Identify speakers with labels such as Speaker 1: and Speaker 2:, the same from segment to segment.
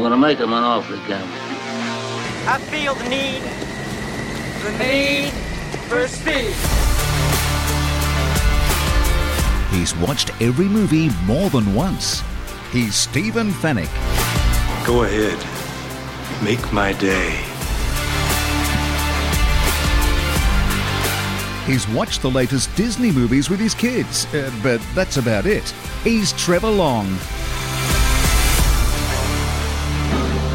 Speaker 1: gonna make him an offer again.
Speaker 2: I feel the need, the need for speed.
Speaker 3: He's watched every movie more than once. He's Stephen Fennick.
Speaker 4: Go ahead. Make my day.
Speaker 3: He's watched the latest Disney movies with his kids, uh, but that's about it. He's Trevor Long.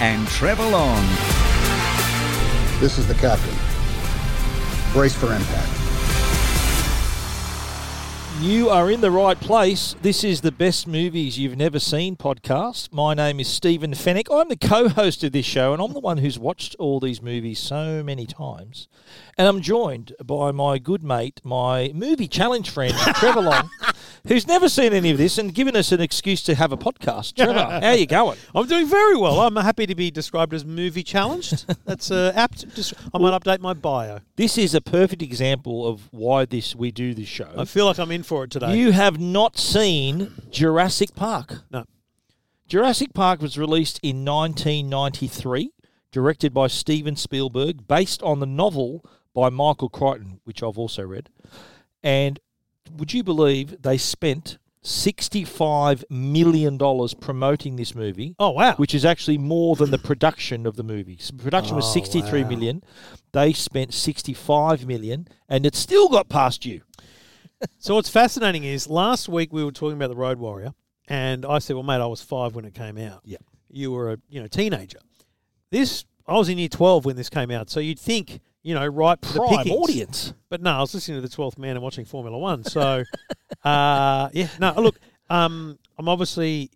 Speaker 3: and Trevor Long.
Speaker 5: This is the captain. Brace for impact.
Speaker 6: You are in the right place. This is the Best Movies You've Never Seen podcast. My name is Stephen Fennick. I'm the co host of this show, and I'm the one who's watched all these movies so many times. And I'm joined by my good mate, my movie challenge friend, Trevor Long, who's never seen any of this and given us an excuse to have a podcast. Trevor, how you going?
Speaker 7: I'm doing very well. I'm happy to be described as movie challenged. That's uh, apt. Just, I might update my bio.
Speaker 6: This is a perfect example of why this we do this show.
Speaker 7: I feel like I'm in for it today.
Speaker 6: You have not seen Jurassic Park.
Speaker 7: No.
Speaker 6: Jurassic Park was released in 1993, directed by Steven Spielberg, based on the novel by Michael Crichton, which I've also read. And would you believe they spent $65 million promoting this movie?
Speaker 7: Oh wow.
Speaker 6: Which is actually more than the production of the movie. So production was
Speaker 7: Oh,
Speaker 6: sixty-three
Speaker 7: wow.
Speaker 6: million. They spent 65 million and it still got past you.
Speaker 7: so what's fascinating is last week we were talking about the Road Warrior, and I said, "Well, mate, I was five when it came out.
Speaker 6: Yeah.
Speaker 7: you were a you know teenager. This I was in year twelve when this came out. So you'd think you know right for the
Speaker 6: Prime
Speaker 7: pickings.
Speaker 6: audience.
Speaker 7: But no, I was listening to the Twelfth Man and watching Formula One. So, uh, yeah, no, look, um, I'm obviously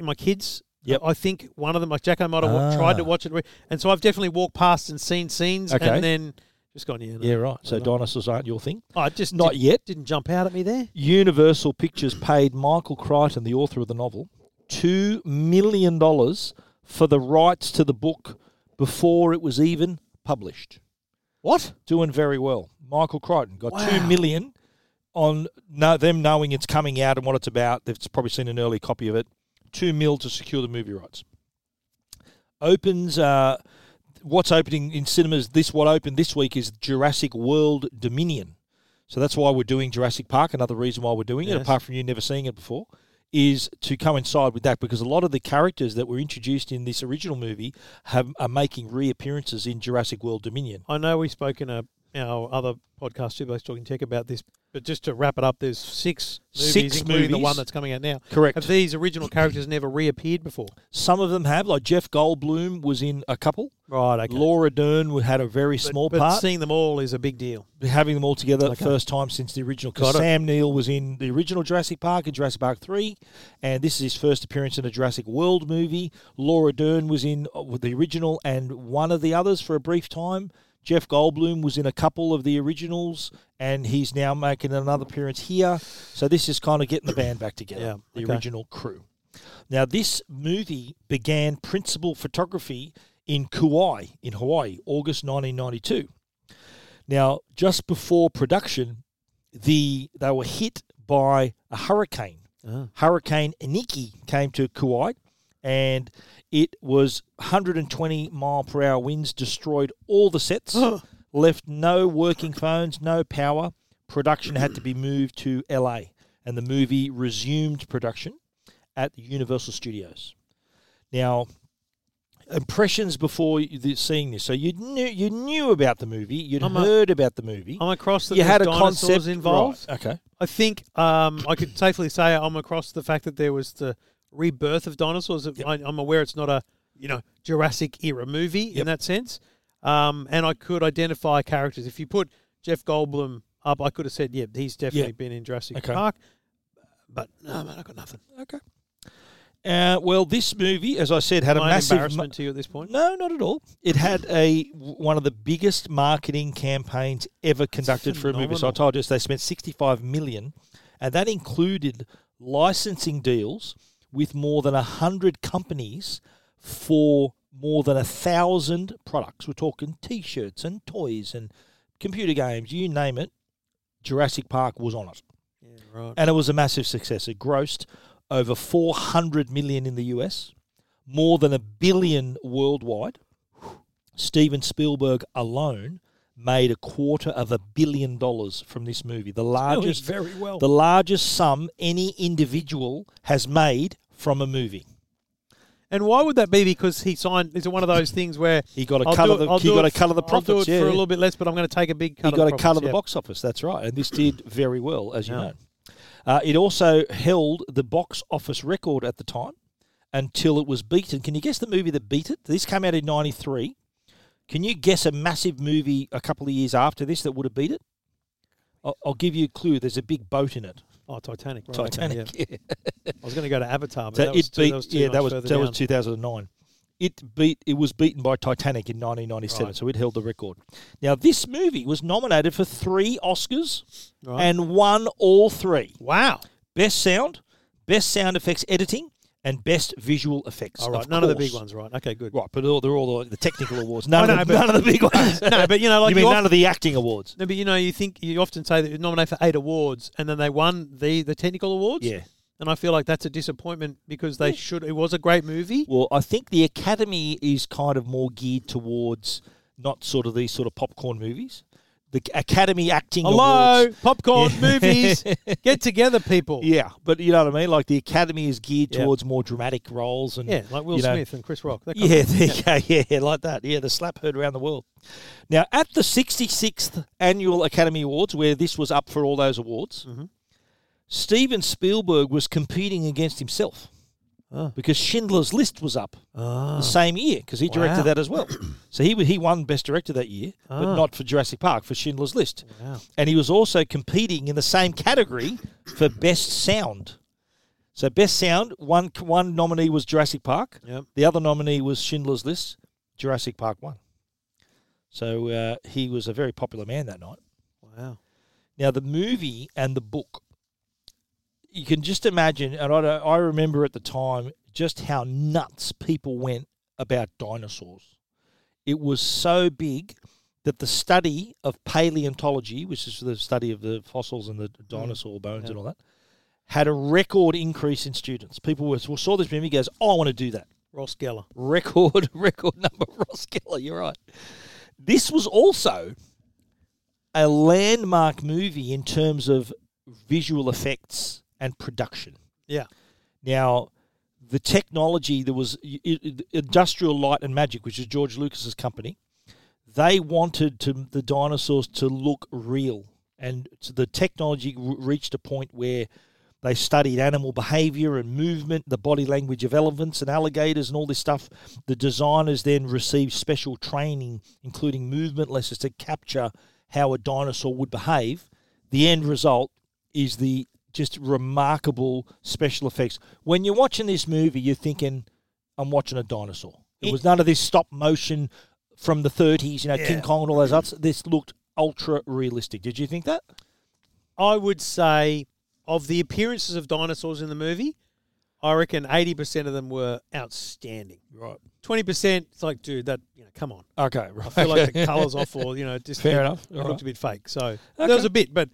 Speaker 7: my kids.
Speaker 6: Yep. Ah.
Speaker 7: I think one of them, like Jacko, might have wa- tried to watch it, re- and so I've definitely walked past and seen scenes,
Speaker 6: Okay.
Speaker 7: and then just gone, yeah, no,
Speaker 6: Yeah, right. So
Speaker 7: no.
Speaker 6: dinosaurs aren't your thing.
Speaker 7: I just
Speaker 6: Not
Speaker 7: did-
Speaker 6: yet.
Speaker 7: Didn't jump out at me there.
Speaker 6: Universal Pictures paid Michael Crichton, the author of the novel, two million dollars for the rights to the book before it was even published.
Speaker 7: What?
Speaker 6: Doing very well. Michael Crichton got two million on no, them knowing it's coming out and what it's about. They've probably seen an early copy of it. Two mil to secure the movie rights. Opens uh, what's opening in cinemas. This what opened this week is Jurassic World Dominion. So that's why we're doing Jurassic Park. Another reason why we're doing it,
Speaker 7: Yes.
Speaker 6: apart from you never seeing it before, is to coincide with that because a lot of the characters that were introduced in this original movie have are making reappearances in Jurassic World Dominion.
Speaker 7: I know we spoke in a, our other podcast, Two Blokes Talking Tech, about this, but just to wrap it up, there's six movies,
Speaker 6: Six
Speaker 7: including the
Speaker 6: movies.
Speaker 7: one that's coming out now.
Speaker 6: Correct.
Speaker 7: Have these original characters never reappeared before?
Speaker 6: Some of them have, like Jeff Goldblum was in a couple.
Speaker 7: Right, okay.
Speaker 6: Laura Dern w- had a very
Speaker 7: But-
Speaker 6: small
Speaker 7: but
Speaker 6: part.
Speaker 7: seeing them all is a big deal.
Speaker 6: having them all together
Speaker 7: Okay.
Speaker 6: first time since the original. Because
Speaker 7: Got it.
Speaker 6: Sam Neill was in the original Jurassic Park and Jurassic Park 3, and this is his first appearance in a Jurassic World movie. Laura Dern was in uh, with the original and one of the others for a brief time. Jeff Goldblum was in a couple of the originals, and he's now making another appearance here. So this is kind of getting the band back together,
Speaker 7: Yeah,
Speaker 6: the
Speaker 7: okay.
Speaker 6: original crew. Now, this movie began principal photography in Kauai, in Hawaii, August 1992. Now, just before production, the they were hit by a hurricane.
Speaker 7: Ah.
Speaker 6: Hurricane Nikki came to Kauai, and it was 120 mile per hour winds destroyed all the sets, left no working phones, no power. Production had to be moved to LA, and the movie resumed production at the Universal Studios. Now, impressions before you- the- seeing this. So you knew you knew about the movie, you'd
Speaker 7: I'm a-
Speaker 6: heard about the movie.
Speaker 7: I'm across that
Speaker 6: you had a
Speaker 7: there's dinosaurs
Speaker 6: concept
Speaker 7: involved.
Speaker 6: Right, okay.
Speaker 7: I think um, I could safely say I'm across the fact that there was the rebirth of dinosaurs. I, I'm aware it's not a you know Jurassic era movie in that sense, um, and I could identify characters. If you put Jeff Goldblum up, I could have said, "Yeah, he's
Speaker 6: Yeah.
Speaker 7: definitely been in Jurassic
Speaker 6: Okay.
Speaker 7: Park." But no, man, I got nothing.
Speaker 6: Okay. Uh, well, this movie, as I said, had a
Speaker 7: My
Speaker 6: massive
Speaker 7: embarrassment to you at this point.
Speaker 6: No, not at all. It had a one of the biggest marketing campaigns ever conducted for a movie. So I
Speaker 7: phenomenal.
Speaker 6: told you they spent sixty-five million, and that included licensing deals with more than hundred companies for more than a thousand products. We're talking T-shirts and toys and computer games, you name it. Jurassic Park was on it,
Speaker 7: Yeah, right.
Speaker 6: and it was a massive success. It grossed over four hundred million in the US more than a billion worldwide. Steven Spielberg alone made a quarter of a billion dollars from this movie. The largest
Speaker 7: very well.
Speaker 6: the largest sum any individual has made from a movie.
Speaker 7: And why would that be? Because he signed. Is it one of those things where
Speaker 6: He got a
Speaker 7: I'll
Speaker 6: cut
Speaker 7: do
Speaker 6: of the-
Speaker 7: it- I'll
Speaker 6: he
Speaker 7: do
Speaker 6: got
Speaker 7: it
Speaker 6: a cut of the
Speaker 7: f- I'll do
Speaker 6: profits,
Speaker 7: it
Speaker 6: yeah,
Speaker 7: for
Speaker 6: yeah.
Speaker 7: a little bit less, but I'm going to take a big cut.
Speaker 6: he got
Speaker 7: of
Speaker 6: a
Speaker 7: the
Speaker 6: cut of the
Speaker 7: profits, yeah.
Speaker 6: box office. That's right, and this did very well, as you
Speaker 7: Yeah.
Speaker 6: know. Uh, it also held the box office record at the time until it was beaten. Can you guess the movie that beat it? This came out in '93. Can you guess a massive movie a couple of years after this that would have beat it? I'll, I'll give you a clue. There's a big boat in it.
Speaker 7: Oh, Titanic. Right, okay,
Speaker 6: Titanic.
Speaker 7: yeah. I was going to go to Avatar, but
Speaker 6: So
Speaker 7: that
Speaker 6: it
Speaker 7: was two,
Speaker 6: beat,
Speaker 7: that was two
Speaker 6: yeah,
Speaker 7: nights
Speaker 6: that was
Speaker 7: further
Speaker 6: that
Speaker 7: down.
Speaker 6: was 2009. It beat it was beaten by Titanic in 1997,
Speaker 7: Right.
Speaker 6: so it held the record. Now this movie was nominated for three Oscars
Speaker 7: Right.
Speaker 6: and won all three:
Speaker 7: Wow.
Speaker 6: best sound, best sound effects editing, and best visual effects.
Speaker 7: All right,
Speaker 6: of
Speaker 7: none of the big
Speaker 6: course.
Speaker 7: ones, right? Okay, good.
Speaker 6: Right, but all, they're all the, the technical awards. None,
Speaker 7: I
Speaker 6: of the,
Speaker 7: know, but-
Speaker 6: none of the big ones.
Speaker 7: No, but you know, like
Speaker 6: you mean
Speaker 7: often,
Speaker 6: none of the acting awards?
Speaker 7: no, but you know, you think you often say that you're nominated for eight awards, and then they won the the technical awards.
Speaker 6: Yeah.
Speaker 7: And I feel like that's a disappointment because they should. It was a great movie.
Speaker 6: Well, I think the Academy is kind of more geared towards not sort of these sort of popcorn movies. The Academy Acting
Speaker 7: Hello,
Speaker 6: Awards.
Speaker 7: popcorn
Speaker 6: Yeah.
Speaker 7: movies. Get together, people.
Speaker 6: Yeah, but you know what I mean. Like the Academy is geared
Speaker 7: Yeah.
Speaker 6: towards more dramatic roles and
Speaker 7: Yeah, like Will
Speaker 6: you know,
Speaker 7: Smith and Chris Rock. That kind
Speaker 6: Yeah,
Speaker 7: of-
Speaker 6: there you go. Yeah, yeah, like that. Yeah, the slap heard around the world. Now, at the 66th annual Academy Awards, where this was up for all those awards,
Speaker 7: Mm-hmm.
Speaker 6: Steven Spielberg was competing against himself
Speaker 7: Ah.
Speaker 6: because Schindler's List was up
Speaker 7: Ah.
Speaker 6: the same year because he directed
Speaker 7: Wow.
Speaker 6: that as well. so he he won Best Director that year, but
Speaker 7: Ah.
Speaker 6: not for Jurassic Park for Schindler's List.
Speaker 7: Wow.
Speaker 6: And he was also competing in the same category for Best Sound. So Best Sound, one one nominee was Jurassic Park.
Speaker 7: Yep.
Speaker 6: The other nominee was Schindler's List. Jurassic Park won. So uh, he was a very popular man that night.
Speaker 7: Wow.
Speaker 6: Now the movie and the book, you can just imagine, and I, don't- I remember at the time just how nuts people went about dinosaurs. It was so big that the study of paleontology, which is the study of the fossils and the
Speaker 7: Mm.
Speaker 6: dinosaur bones and all that, had a record increase in students. People were, saw this movie, goes, "Oh, I want to do that."
Speaker 7: Ross Geller.
Speaker 6: record record number Ross Geller. You're right. This was also a landmark movie in terms of visual effects and production.
Speaker 7: Yeah.
Speaker 6: Now, the technology there was i- i- Industrial Light and Magic, which is George Lucas's company. They wanted to, the dinosaurs to look real, and so the technology r- reached a point where they studied animal behavior and movement, the body language of elephants and alligators, and all this stuff. The designers then received special training, including movement lessons, to capture how a dinosaur would behave. The end result is the just remarkable special effects. When you're watching this movie, you're thinking, I'm watching a dinosaur. It, was none of this stop motion from the 30s, you know, King Kong and all those others. This looked ultra realistic. Did you think that?
Speaker 7: I would say of the appearances of dinosaurs in the movie, I reckon eighty percent of them were outstanding.
Speaker 6: Right.
Speaker 7: Twenty percent, it's like, dude, that you know, come on.
Speaker 6: Okay, right.
Speaker 7: I feel like the colours off, or you know, just
Speaker 6: Fair
Speaker 7: it,
Speaker 6: enough. All
Speaker 7: It looked
Speaker 6: right.
Speaker 7: a bit fake. So there was a bit, but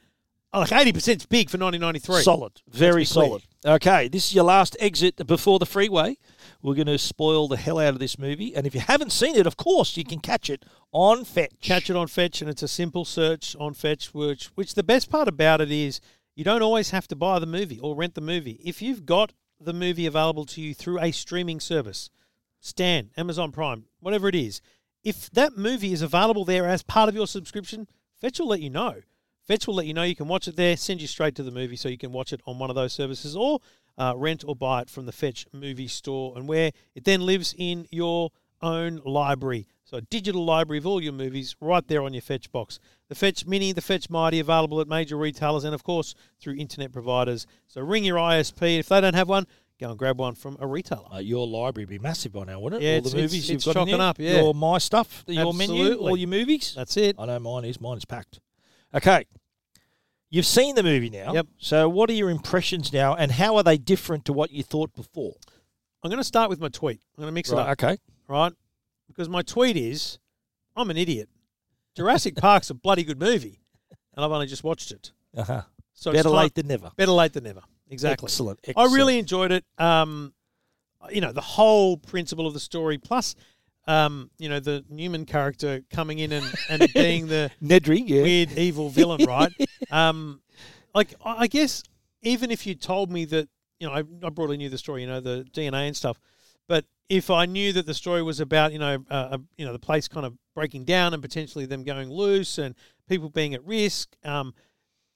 Speaker 7: oh, like eighty percent's big for nineteen ninety three.
Speaker 6: Solid, very
Speaker 7: Let's be clear.
Speaker 6: solid. Okay, this is your last exit before the freeway. We're going to spoil the hell out of this movie, and if you haven't seen it, of course you can catch it on Fetch.
Speaker 7: Catch it on Fetch, and it's a simple search on Fetch, which which the best part about it is you don't always have to buy the movie or rent the movie. If you've got the movie available to you through a streaming service, Stan, Amazon Prime, whatever it is, if that movie is available there as part of your subscription, Fetch will let you know. Fetch will let you know you can watch it there, send you straight to the movie so you can watch it on one of those services or uh, rent or buy it from the Fetch movie store and where it then lives in your own library. So, a digital library of all your movies right there on your Fetch box. The Fetch Mini, the Fetch Mighty available at major retailers and, of course, through internet providers. So, ring your ISP. If they don't have one, go and grab one from a retailer.
Speaker 6: Uh, your library would be massive by now, wouldn't it?
Speaker 7: Yeah,
Speaker 6: all
Speaker 7: it's-
Speaker 6: the
Speaker 7: it's-
Speaker 6: movies you've
Speaker 7: it's
Speaker 6: got in
Speaker 7: shocking
Speaker 6: there,
Speaker 7: up, yeah.
Speaker 6: Your My Stuff, your menu,
Speaker 7: Absolutely.
Speaker 6: all your movies.
Speaker 7: That's it.
Speaker 6: I know mine is. Mine is packed. Okay. You've seen the movie now.
Speaker 7: Yep.
Speaker 6: So what are your impressions now and how are they different to what you thought before?
Speaker 7: I'm going to start with my tweet. I'm going to mix it up.
Speaker 6: Right, okay.
Speaker 7: right? Because my tweet is, I'm an idiot. Jurassic Park's a bloody good movie, and I've only just watched it.
Speaker 6: Uh-huh.
Speaker 7: So it's
Speaker 6: Better
Speaker 7: time-
Speaker 6: late than never.
Speaker 7: Better late than never. Exactly.
Speaker 6: Excellent,
Speaker 7: I really enjoyed it. Um, you know, the whole principle of the story, plus, um, you know, the Newman character coming in and, and being the
Speaker 6: Nedry, yeah.
Speaker 7: weird evil villain, right? um, like I I guess even if you told me that you know I, I broadly knew the story, you know the DNA and stuff, but if I knew that the story was about you know uh, a- you know the place kind of breaking down and potentially them going loose and people being at risk, um,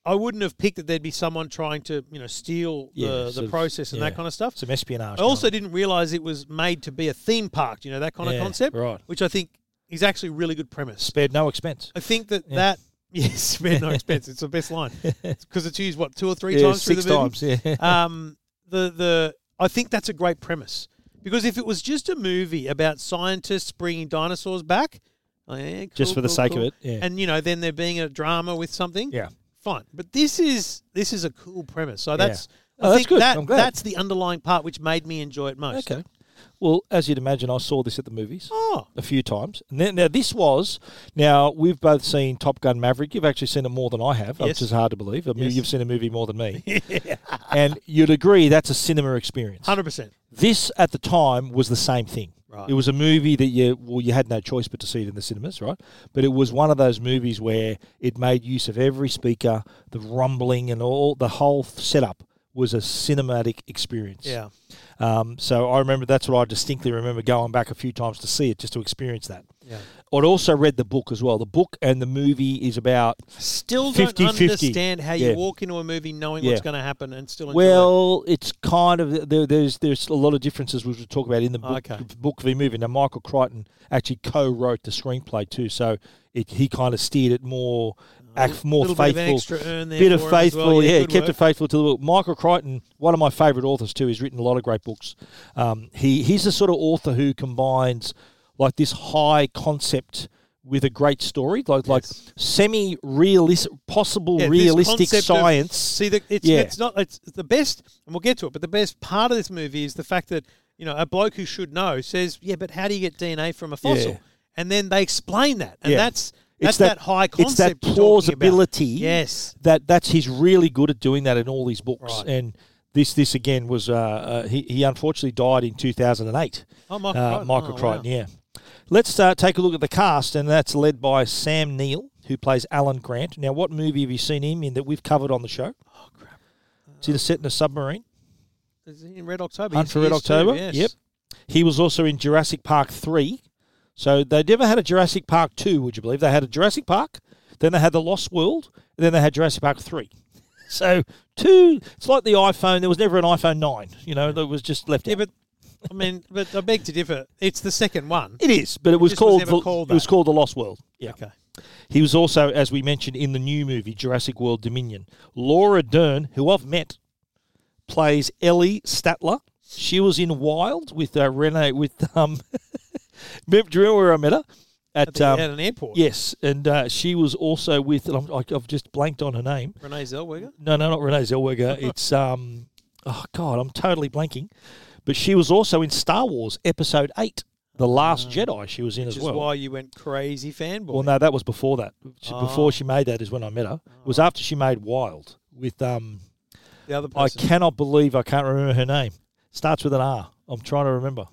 Speaker 7: I wouldn't have picked that there'd be someone trying to you know steal
Speaker 6: Yeah,
Speaker 7: the,
Speaker 6: sort
Speaker 7: the
Speaker 6: of,
Speaker 7: process and
Speaker 6: yeah.
Speaker 7: that kind of stuff.
Speaker 6: Some espionage.
Speaker 7: I also didn't realize it was made to be a theme park, you know that kind
Speaker 6: Yeah,
Speaker 7: of concept,
Speaker 6: right.
Speaker 7: Which I think is actually a really good premise.
Speaker 6: spared no expense.
Speaker 7: I think that
Speaker 6: Yeah.
Speaker 7: that yes, spare no expense. It's the best line because it's used what two or three
Speaker 6: Yeah,
Speaker 7: times through
Speaker 6: six
Speaker 7: the movie.
Speaker 6: times, yeah.
Speaker 7: Um, the the I think that's a great premise because if it was just a movie about scientists bringing dinosaurs back, oh, yeah, cool,
Speaker 6: Just for the
Speaker 7: cool,
Speaker 6: sake of
Speaker 7: cool.
Speaker 6: it, yeah.
Speaker 7: and you know, then there being a drama with something,
Speaker 6: Yeah.
Speaker 7: fine. But this is this is a cool premise. So that's
Speaker 6: Oh,
Speaker 7: I
Speaker 6: that's
Speaker 7: think
Speaker 6: good.
Speaker 7: that
Speaker 6: I'm glad.
Speaker 7: that's the underlying part which made me enjoy it most.
Speaker 6: Okay. Well, as you'd imagine, I saw this at the movies
Speaker 7: Oh,
Speaker 6: a few times. And then, now, this was, now, we've both seen Top Gun Maverick. You've actually seen it more than I have,
Speaker 7: Yes.
Speaker 6: which is hard to believe. I mean,
Speaker 7: Yes.
Speaker 6: you've seen a movie more than me. And you'd agree that's a cinema experience.
Speaker 7: 100%.
Speaker 6: This, at the time, was the same thing.
Speaker 7: Right.
Speaker 6: It was a movie that you, well, you had no choice but to see it in the cinemas, right? But it was one of those movies where it made use of every speaker, the rumbling and all, the whole setup was a cinematic experience.
Speaker 7: Yeah.
Speaker 6: Um, so I remember that's what I distinctly remember going back a few times to see it just to experience that.
Speaker 7: Yeah.
Speaker 6: I'd also read the book as well. The book and the movie is about
Speaker 7: Still don't
Speaker 6: 50-50.
Speaker 7: understand how you
Speaker 6: Yeah.
Speaker 7: walk into a movie knowing
Speaker 6: Yeah.
Speaker 7: what's going to happen and still enjoy it.
Speaker 6: Well, it's kind of there, there's there's a lot of differences which we'll talk about in the book,
Speaker 7: Okay.
Speaker 6: book v movie. Now Michael Crichton actually co-wrote the screenplay too, so it, he kind of steered it more ac- more
Speaker 7: little bit of
Speaker 6: faithful,
Speaker 7: an extra earn there
Speaker 6: bit of
Speaker 7: for him as
Speaker 6: faithful,
Speaker 7: well. Yeah,
Speaker 6: yeah,
Speaker 7: good
Speaker 6: kept it
Speaker 7: work.
Speaker 6: faithful to the book. Michael Crichton, one of my favourite authors too, he's written a lot of great books. Um, he he's the sort of author who combines like this high concept. With a great story, like like semi-realistic, possible
Speaker 7: Yeah, this
Speaker 6: realistic
Speaker 7: concept of-
Speaker 6: science.
Speaker 7: see, the, it's
Speaker 6: Yeah.
Speaker 7: it's not it's the best, and we'll get to it. But the best part of this movie is the fact that you know a bloke who should know says, "Yeah, but how do you get DNA from a fossil?"
Speaker 6: Yeah.
Speaker 7: And then they explain that, and
Speaker 6: Yeah.
Speaker 7: that's
Speaker 6: It's
Speaker 7: that's that, high
Speaker 6: it's that
Speaker 7: concept. we're talking about.
Speaker 6: plausibility.
Speaker 7: Yes.
Speaker 6: that that's he's really good at doing that in all these books.
Speaker 7: Right.
Speaker 6: And this this again was uh, uh, he he unfortunately died in two thousand and eight. Uh,
Speaker 7: Oh, Michael Crichton.
Speaker 6: Michael
Speaker 7: Oh, wow.
Speaker 6: Crichton, yeah. Let's uh, take a look at the cast, and that's led by Sam Neill, who plays Alan Grant. Now, what movie have you seen him in that we've covered on the show?
Speaker 7: Oh crap!
Speaker 6: It's either set in a submarine.
Speaker 7: Is he in Red October?
Speaker 6: Hunt
Speaker 7: Yes,
Speaker 6: for
Speaker 7: he
Speaker 6: Red
Speaker 7: is too,
Speaker 6: October.
Speaker 7: yes.
Speaker 6: Yep. He was also in Jurassic Park three. So they never had a Jurassic Park two. Would you believe they had a Jurassic Park? Then they had the Lost World, and then they had Jurassic Park three. So two. It's like the iPhone. There was never an iPhone nine. You know, that was just left.
Speaker 7: Yeah,
Speaker 6: out.
Speaker 7: but I mean, but I beg to differ. It's the second one.
Speaker 6: it is. But it was
Speaker 7: just was
Speaker 6: called.
Speaker 7: never
Speaker 6: the,
Speaker 7: called
Speaker 6: it was
Speaker 7: that.
Speaker 6: called the Lost World. Yeah.
Speaker 7: Okay.
Speaker 6: He was also, as we mentioned, in the new movie Jurassic World Dominion. Laura Dern, who I've met, plays Ellie Statler. She was in Wild with uh, Renee with um. remember, do you remember where I met her? At,
Speaker 7: At, the,
Speaker 6: um,
Speaker 7: at an airport.
Speaker 6: yes, and uh, she was also with. And I'm, I, I've just blanked on her name.
Speaker 7: Renee Zellweger.
Speaker 6: No, no, not Renee Zellweger. it's um. Oh God, I'm totally blanking. But she was also in Star Wars Episode Eight, The Last Jedi. She was in
Speaker 7: Ah. Which
Speaker 6: as
Speaker 7: is
Speaker 6: well.
Speaker 7: why you went crazy fanboy.
Speaker 6: Well, no, that was before that. She- Before she made that is when I met her. It was after she made Wild with um.
Speaker 7: the other
Speaker 6: I
Speaker 7: person.
Speaker 6: cannot believe I can't remember her name. Starts with an R. I'm trying to remember.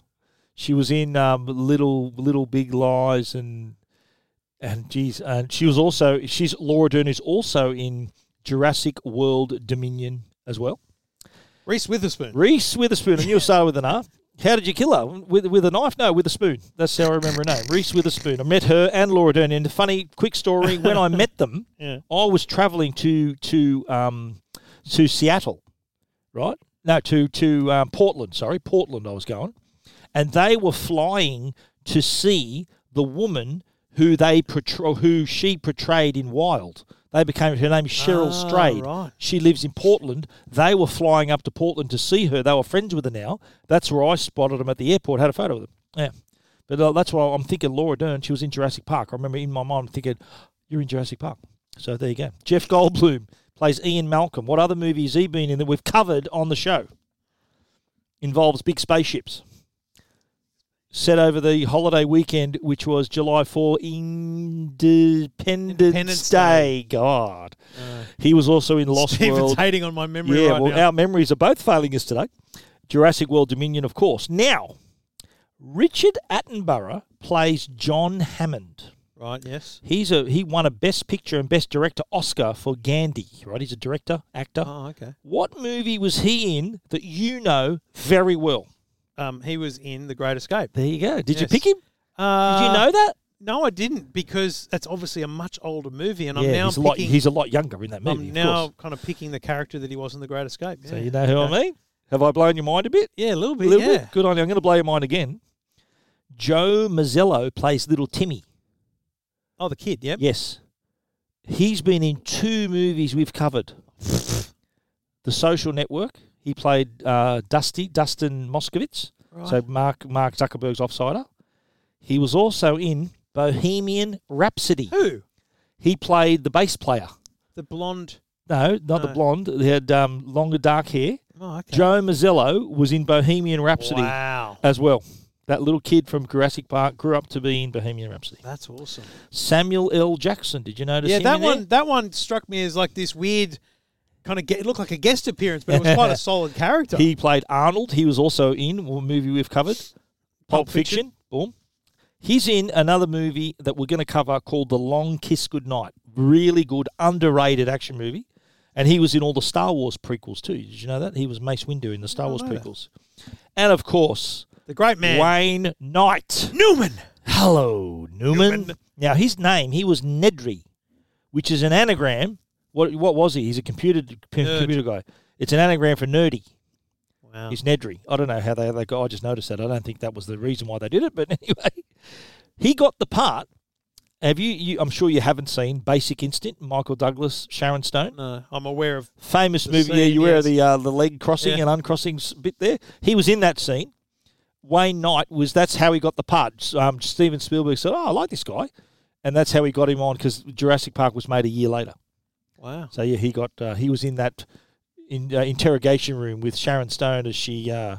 Speaker 6: She was in um, Little Little Big Lies and and geez, and she was also she's Laura Dern is also in Jurassic World Dominion as well.
Speaker 7: Reese Witherspoon.
Speaker 6: Reese Witherspoon, and you started with an R. How did you kill her? With, with a knife? No, with a spoon. That's how I remember her name. Reese Witherspoon. I met her and Laura Dern. And a funny, quick story when I met them,
Speaker 7: Yeah.
Speaker 6: I was traveling to to um, to Seattle, right? No, to to um, Portland. Sorry, Portland. I was going, and they were flying to see the woman who they portray, who she portrayed in Wild. They became her name is Cheryl
Speaker 7: Ah,
Speaker 6: Strayed.
Speaker 7: right.
Speaker 6: She lives in Portland. They were flying up to Portland to see her. They were friends with her now. That's where I spotted them at the airport. Had a photo of them. Yeah, but uh, that's why I'm thinking Laura Dern. She was in Jurassic Park. I remember in my mind thinking, "You're in Jurassic Park." So there you go. Jeff Goldblum plays Ian Malcolm. What other movie has he been in that we've covered on the show? Involves big spaceships. Set over the holiday weekend, which was July 4, Independence,
Speaker 7: Independence
Speaker 6: Day. God. he was also in Lost
Speaker 7: Steven's
Speaker 6: World.
Speaker 7: hating on my memory
Speaker 6: Yeah,
Speaker 7: right
Speaker 6: well,
Speaker 7: now.
Speaker 6: our memories are both failing us today. Jurassic World Dominion, of course. Now, Richard Attenborough plays John Hammond.
Speaker 7: Right, yes.
Speaker 6: He's a he won a Best Picture and Best Director Oscar for Gandhi. Right, he's a director, actor.
Speaker 7: Oh, okay.
Speaker 6: What movie was he in that you know very well?
Speaker 7: Um, he was in The Great Escape.
Speaker 6: There you go. Did you
Speaker 7: Yes.
Speaker 6: pick him? Did
Speaker 7: Uh,
Speaker 6: you know that?
Speaker 7: No, I didn't because that's obviously a much older movie, and I'm
Speaker 6: yeah,
Speaker 7: now
Speaker 6: he's a
Speaker 7: picking.
Speaker 6: lot he's a lot younger in that movie.
Speaker 7: I'm
Speaker 6: of
Speaker 7: now
Speaker 6: course.
Speaker 7: kind of picking the character that he was in The Great Escape. Yeah.
Speaker 6: so you know who I mean. Have I blown your mind a bit?
Speaker 7: Yeah, a little
Speaker 6: A
Speaker 7: bit.
Speaker 6: little
Speaker 7: yeah.
Speaker 6: bit. Good on you. I'm going to blow your mind again. Joe Mazzello plays little Timmy.
Speaker 7: Oh, the kid. Yep.
Speaker 6: Yes. He's been in two movies we've covered The Social Network. He played uh, Dusty, Dustin Moskovitz. So Mark Mark Zuckerberg's offsider. He was also in Bohemian Rhapsody.
Speaker 7: Who?
Speaker 6: He played the bass player.
Speaker 7: The blonde.
Speaker 6: No, not the
Speaker 7: No.
Speaker 6: blonde. He had um, longer dark hair.
Speaker 7: Oh, okay.
Speaker 6: Joe Uh, Mazzello was in Bohemian Rhapsody
Speaker 7: Wow,
Speaker 6: as well. That little kid from Jurassic Park grew up to be in Bohemian Rhapsody.
Speaker 7: that's awesome.
Speaker 6: Samuel L. Jackson. Did you notice?
Speaker 7: Yeah,
Speaker 6: him
Speaker 7: that
Speaker 6: in there?
Speaker 7: one. That one struck me as like this weird kind of. Ge- it looked like a guest appearance, but it was quite a solid character.
Speaker 6: He played Arnold. He was also in a movie we've covered, Pulp,
Speaker 7: Pulp
Speaker 6: Fiction.
Speaker 7: Fiction.
Speaker 6: Boom. He's in another movie that we're going to cover called The Long Kiss Goodnight. Really good, underrated action movie. And he was in all the Star Wars prequels too. Did you know that? He was Mace Windu in the Star Wars
Speaker 7: know that.
Speaker 6: prequels. And of course,
Speaker 7: the great man
Speaker 6: Wayne Knight.
Speaker 7: Newman.
Speaker 6: Hello, Newman. Now, his name, he was Nedry, which is an anagram. What, what was he? He's a computer, computer guy. It's an anagram for nerdy
Speaker 7: Wow.
Speaker 6: is Nedry. I don't know how they, they got. I just noticed that. I don't think that was the reason why they did it, but anyway, he got the part. Have you? you I'm sure you haven't seen Basic Instinct. Michael Douglas, Sharon Stone,
Speaker 7: No, uh, I'm aware of.
Speaker 6: famous
Speaker 7: The
Speaker 6: movie. yeah,
Speaker 7: scene,
Speaker 6: you wear
Speaker 7: yes.
Speaker 6: the uh, the leg crossing
Speaker 7: Yeah.
Speaker 6: and uncrossing s- bit there. He was in that scene. Wayne Knight was. That's how he got the part. S- Um, Steven Spielberg said, "Oh, I like this guy," and that's how he got him on because Jurassic Park was made a year later.
Speaker 7: Wow.
Speaker 6: So yeah, he got uh, he was in that in, uh, interrogation room with Sharon Stone as she uh,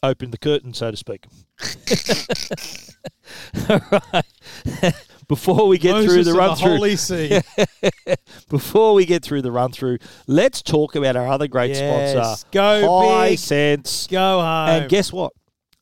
Speaker 6: opened the curtain, so to speak. All right. before we get
Speaker 7: Moses
Speaker 6: through the
Speaker 7: and
Speaker 6: run through,
Speaker 7: Holy See.
Speaker 6: before we get through the run through, let's talk about our other great
Speaker 7: Yes,
Speaker 6: sponsor,
Speaker 7: go
Speaker 6: High
Speaker 7: big,
Speaker 6: Sense.
Speaker 7: Go home.
Speaker 6: And guess what?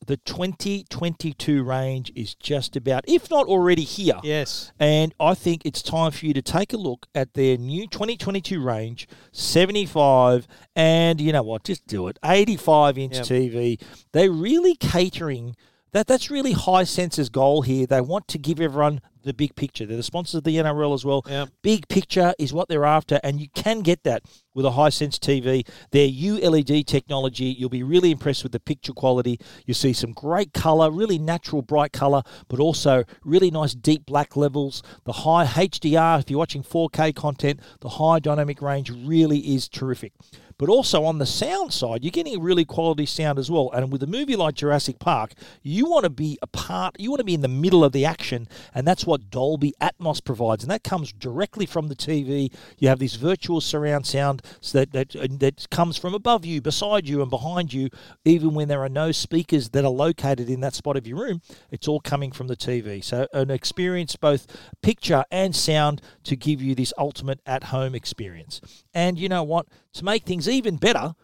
Speaker 6: The 2022 range is just about, if not already here.
Speaker 7: yes.
Speaker 6: And I think it's time for you to take a look at their new 2022 range, 75, and you know what, just do it. 85 inch
Speaker 7: Yep.
Speaker 6: TV. They're really catering. That that's really high senses goal here. They want to give everyone the big picture. They're the sponsors of the NRL as well.
Speaker 7: Yep.
Speaker 6: Big picture is what they're after, and you can get that with a high sense TV. Their ULED technology, you'll be really impressed with the picture quality. You see some great color, really natural, bright color, but also really nice deep black levels. The high HDR, if you're watching 4K content, the high dynamic range really is terrific. But also on the sound side, you're getting really quality sound as well. And with a movie like Jurassic Park, you want to be a part, you want to be in the middle of the action, and that's what Dolby Atmos provides. And that comes directly from the TV. You have this virtual surround sound so that, that, that comes from above you, beside you, and behind you, even when there are no speakers that are located in that spot of your room. It's all coming from the TV. So, an experience both picture and sound to give you this ultimate at home experience. And you know what? To make things even better,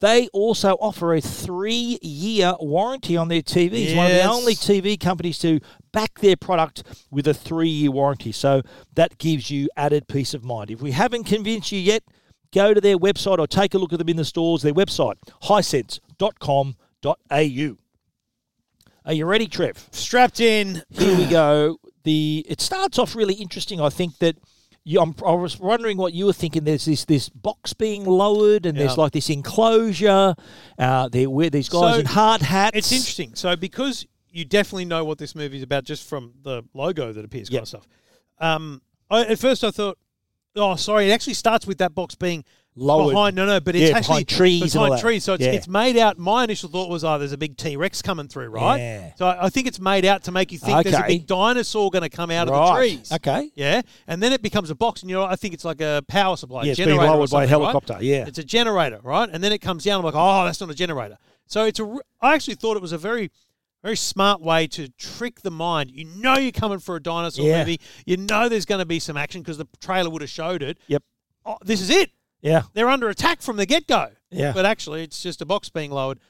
Speaker 6: they also offer a three year warranty on their TVs. One of the
Speaker 7: Yes.
Speaker 6: only TV companies to back their product with a three year warranty. So that gives you added peace of mind. If we haven't convinced you yet, go to their website or take a look at them in the stores. Their website, hisense.com.au. Are you ready, Trev?
Speaker 7: Strapped in.
Speaker 6: Here we go. The it starts off really interesting. I think that you, I'm, I was wondering what you were thinking. There's this this box being lowered, and there's
Speaker 7: Yeah.
Speaker 6: like this enclosure. Uh, there where these guys
Speaker 7: So,
Speaker 6: in hard hats.
Speaker 7: It's interesting. So because you definitely know what this movie is about just from the logo that appears,
Speaker 6: Yep.
Speaker 7: kind of stuff. Um, I, at first I thought, oh, sorry, it actually starts with that box being
Speaker 6: Lowered.
Speaker 7: behind. No, no, but it's
Speaker 6: Yeah,
Speaker 7: actually
Speaker 6: behind trees and all
Speaker 7: Behind
Speaker 6: that.
Speaker 7: trees, so it's,
Speaker 6: Yeah.
Speaker 7: it's made out. My initial thought was, oh, there's a big T Rex coming through, right?
Speaker 6: Yeah.
Speaker 7: So I, I think it's made out to make you think there's a
Speaker 6: Okay.
Speaker 7: big dinosaur going to come out of the
Speaker 6: Right.
Speaker 7: trees.
Speaker 6: Okay.
Speaker 7: Yeah, and then it becomes a box, and you know, I think it's like a power supply
Speaker 6: Yeah, it's being
Speaker 7: generator. or
Speaker 6: lowered by a
Speaker 7: something, right?
Speaker 6: helicopter, yeah.
Speaker 7: it's a generator, right? And then it comes down. I'm like, oh, that's not a generator. So it's a. re- I actually thought it was a very, very smart way to trick the mind. You know, you're coming for a dinosaur
Speaker 6: Yeah.
Speaker 7: movie. You know, there's going to be some action because the trailer would have showed it.
Speaker 6: Yep.
Speaker 7: Oh, this is it.
Speaker 6: Yeah.
Speaker 7: They're under attack from the get go.
Speaker 6: Yeah.
Speaker 7: But actually, it's just a box being lowered,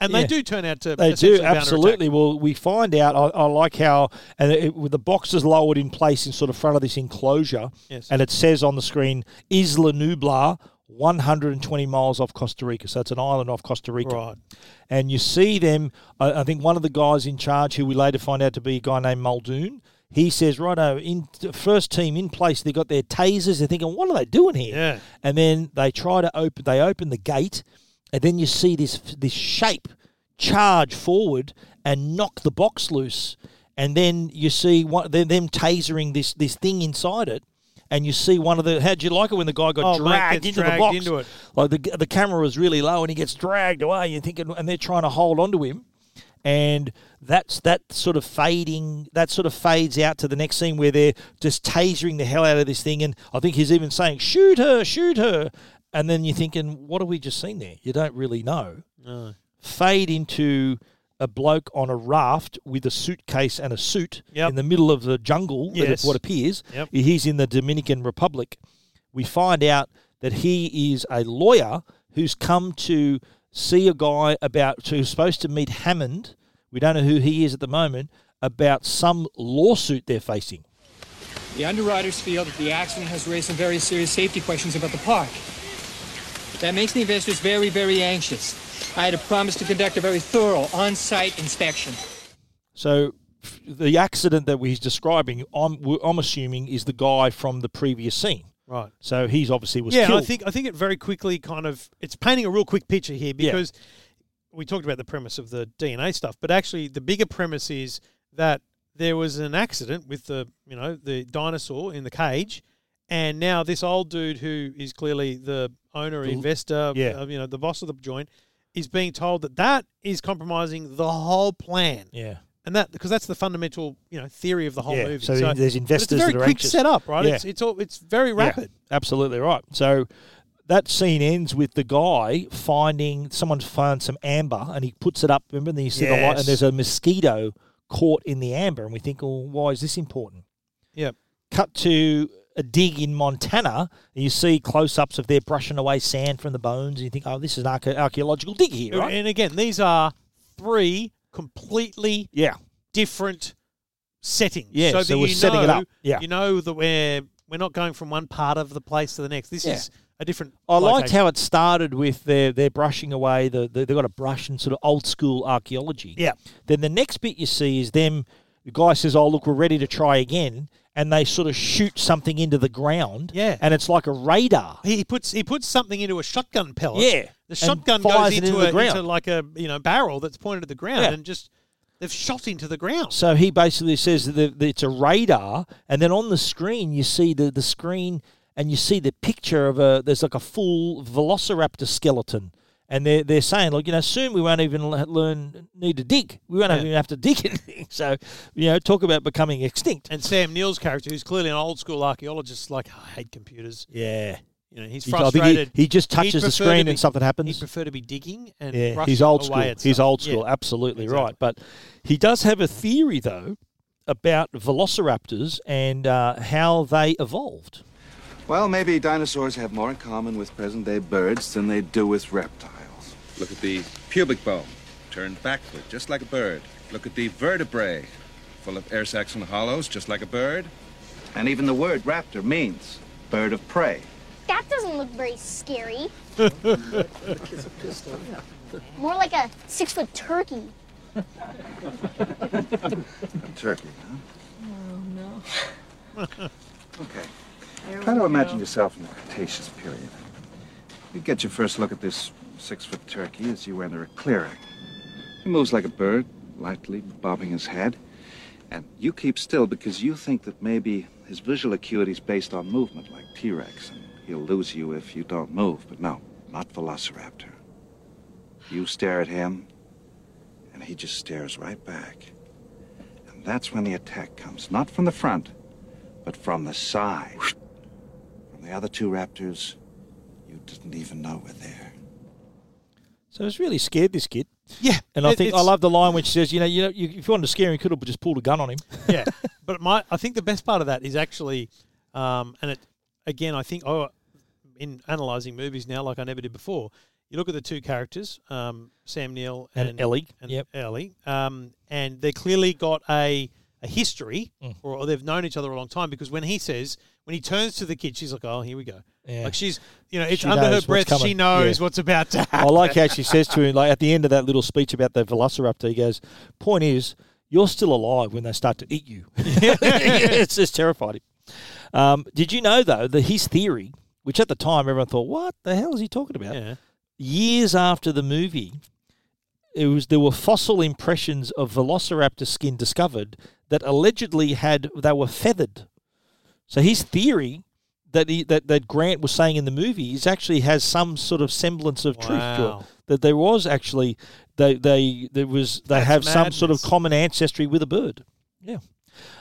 Speaker 7: and
Speaker 6: Yeah.
Speaker 7: they do turn out to.
Speaker 6: They do
Speaker 7: essentially counter-attack.
Speaker 6: absolutely. Well, we find out. I, I like how and it, with the boxes lowered in place in sort of front of this enclosure,
Speaker 7: Yes.
Speaker 6: and it says on the screen Isla Nublar, 120 miles off Costa Rica. So it's an island off Costa Rica.
Speaker 7: Right.
Speaker 6: And you see them. I, I think one of the guys in charge, who we later find out to be a guy named Muldoon. He says, "Righto, in first team in place. They got their tasers. They're thinking, what are they doing here?
Speaker 7: Yeah.
Speaker 6: and then they try to open they open the gate and then you see this this shape charge forward and knock the box loose and then you see one them, them tasering this this thing inside it and you see one of the how'd you like it when the guy got
Speaker 7: Oh, mate,
Speaker 6: dragged
Speaker 7: gets
Speaker 6: into the
Speaker 7: dragged
Speaker 6: box
Speaker 7: into it.
Speaker 6: like the, the camera was really low and he gets dragged away you're thinking and they're trying to hold on to him and that's that sort of fading that sort of fades out to the next scene where they're just tasering the hell out of this thing and i think he's even saying shoot her shoot her and then you're thinking what have we just seen there you don't really know fade into a bloke on a raft with a suitcase and a suit
Speaker 7: Yep.
Speaker 6: in the middle of the jungle that
Speaker 7: Yes.
Speaker 6: is what appears
Speaker 7: Yep.
Speaker 6: he's in the dominican republic we find out that he is a lawyer who's come to see a guy about who's supposed to meet Hammond. We don't know who he is at the moment about some lawsuit they're facing.
Speaker 1: The underwriters feel that the accident has raised some very serious safety questions about the park. That makes the investors very, very anxious. I had promised to conduct a very thorough on-site inspection.
Speaker 6: So f- the accident that he's describing, I'm, w- I'm assuming, is the guy from the previous scene.
Speaker 7: Right.
Speaker 6: So he's obviously was
Speaker 7: yeah, and
Speaker 6: killed.
Speaker 7: I think I think it very quickly kind of it's painting a real quick picture here
Speaker 6: Yeah.
Speaker 7: because we talked about the premise of the DNA stuff, but actually the bigger premise is that there was an accident with the you know the dinosaur in the cage, and now this old dude who is clearly the owner, investor,
Speaker 6: yeah.
Speaker 7: uh, you know the boss of the joint, is being told that that is compromising the whole plan.
Speaker 6: yeah.
Speaker 7: And that because that's the fundamental, you know, theory of the whole
Speaker 6: Yeah,
Speaker 7: movie.
Speaker 6: so there's
Speaker 7: but it's a
Speaker 6: investors
Speaker 7: very
Speaker 6: that are
Speaker 7: quick
Speaker 6: anxious.
Speaker 7: setup, right?
Speaker 6: Yeah.
Speaker 7: It's it's all it's very rapid.
Speaker 6: Yeah, absolutely right. So that scene ends with the guy finding someone found some amber and he puts it up. Remember, and then you see the light,
Speaker 7: Yes.
Speaker 6: and there's a mosquito caught in the amber, and we think, "Well, why is this important?"
Speaker 7: Yeah.
Speaker 6: Cut to a dig in Montana, and you see close-ups of their brushing away sand from the bones, and you think, "Oh, this is an arche- archaeological dig here, right?"
Speaker 7: And again, these are three completely
Speaker 6: yeah,
Speaker 7: different settings.
Speaker 6: Yeah,
Speaker 7: so,
Speaker 6: so
Speaker 7: that
Speaker 6: we're
Speaker 7: you
Speaker 6: setting it
Speaker 7: know-
Speaker 6: up. Yeah.
Speaker 7: you know that we're we're not going from one part of the place to the next. This
Speaker 6: Yeah.
Speaker 7: is a different.
Speaker 6: I liked
Speaker 7: location.
Speaker 6: how it started with their their brushing away the, the they've got a brush and sort of old school archaeology.
Speaker 7: Yeah.
Speaker 6: Then the next bit you see is them. The guy says, "Oh look, we're ready to try again," and they sort of shoot something into the ground.
Speaker 7: Yeah.
Speaker 6: And it's like a radar.
Speaker 7: he puts he puts something into a shotgun pellet.
Speaker 6: Yeah,
Speaker 7: the
Speaker 6: and
Speaker 7: shotgun
Speaker 6: fires
Speaker 7: goes
Speaker 6: it
Speaker 7: into,
Speaker 6: into the
Speaker 7: a,
Speaker 6: ground.
Speaker 7: into like a you know barrel that's pointed at the ground
Speaker 6: Yeah.
Speaker 7: and just they've shot into the ground.
Speaker 6: So he basically says that, the, that it's a radar, and then on the screen you see the the screen, and you see the picture of a there's like a full Velociraptor skeleton, and they're they're saying, look, you know, soon we won't even le- learn need to dig, we won't even have to dig anything. So, you know, talk about becoming extinct.
Speaker 7: And Sam Neill's character, who's clearly an old school archaeologist, is like I hate computers.
Speaker 6: Yeah.
Speaker 7: You know, he's
Speaker 6: He's- I think he-
Speaker 7: frustrated.
Speaker 6: He, just
Speaker 7: He'd
Speaker 6: touches the
Speaker 7: prefer to
Speaker 6: screen
Speaker 7: be-
Speaker 6: and something happens.
Speaker 7: He'd prefer to be digging and
Speaker 6: Yeah,
Speaker 7: brushing
Speaker 6: he's old
Speaker 7: away
Speaker 6: school.
Speaker 7: at
Speaker 6: He's
Speaker 7: stuff.
Speaker 6: old
Speaker 7: Yeah.
Speaker 6: school, absolutely
Speaker 7: Exactly.
Speaker 6: right. But he does have a theory though about velociraptors and uh, how they evolved.
Speaker 8: Well, maybe dinosaurs have more in common with present day birds than they do with reptiles.
Speaker 9: Look at the pubic bone, turned backward, just like a bird. Look at the vertebrae, full of air sacs and hollows, just like a bird.
Speaker 8: And even the word raptor means bird of prey.
Speaker 1: That doesn't look very scary. More like a six-foot turkey.
Speaker 8: A turkey, huh?
Speaker 10: Oh, no.
Speaker 8: Okay. Try to imagine yourself in the Cretaceous period. You get your first look at this six foot turkey as you enter a clearing. He moves like a bird, lightly bobbing his head. And you keep still because you think that maybe his visual acuity is based on movement, like T Rex, and he'll lose you if you don't move. But no, not Velociraptor. You stare at him, and he just stares right back. And that's when the attack comes, not from the front, but from the side. From the other two raptors, you didn't even know were there.
Speaker 6: So I was really scared this kid.
Speaker 7: Yeah,
Speaker 6: and I
Speaker 7: it-
Speaker 6: think I
Speaker 7: it's-
Speaker 6: love the line when she says, "You know, you know, you, if you wanted to scare him, you could have just pulled a gun on him."
Speaker 7: yeah, but my I think the best part of that is actually, um, and it again I think oh, in analyzing movies now like I never did before. You look at the two characters, um, Sam Neill
Speaker 6: And
Speaker 7: and,
Speaker 6: Ellie.
Speaker 7: and
Speaker 6: Yep.
Speaker 7: Ellie, um, and they clearly got a a history,
Speaker 6: Mm.
Speaker 7: or, or they've known each other a long time. Because when he says, when he turns to the kid, she's like, "Oh, here we go."
Speaker 6: Yeah.
Speaker 7: Like she's, you know, it's
Speaker 6: She
Speaker 7: under
Speaker 6: knows
Speaker 7: her
Speaker 6: what's
Speaker 7: breath. She
Speaker 6: coming.
Speaker 7: knows
Speaker 6: Yeah.
Speaker 7: what's about to happen.
Speaker 6: I like how she says to him, like at the end of that little speech about the Velociraptor, he goes, "Point is, you're still alive when they start to eat you." it's just terrified him. Um, did you know though that his theory, which at the time everyone thought, "What the hell is he talking about?"
Speaker 7: Yeah.
Speaker 6: Years after the movie, it was there were fossil impressions of Velociraptor skin discovered that allegedly had they were feathered. So his theory that he, that that Grant was saying in the movie is actually has some sort of semblance of truth to
Speaker 7: Wow.
Speaker 6: it. That there was actually they they there was they
Speaker 7: That's
Speaker 6: have some sort of
Speaker 7: madness.
Speaker 6: common ancestry with a bird. Yeah.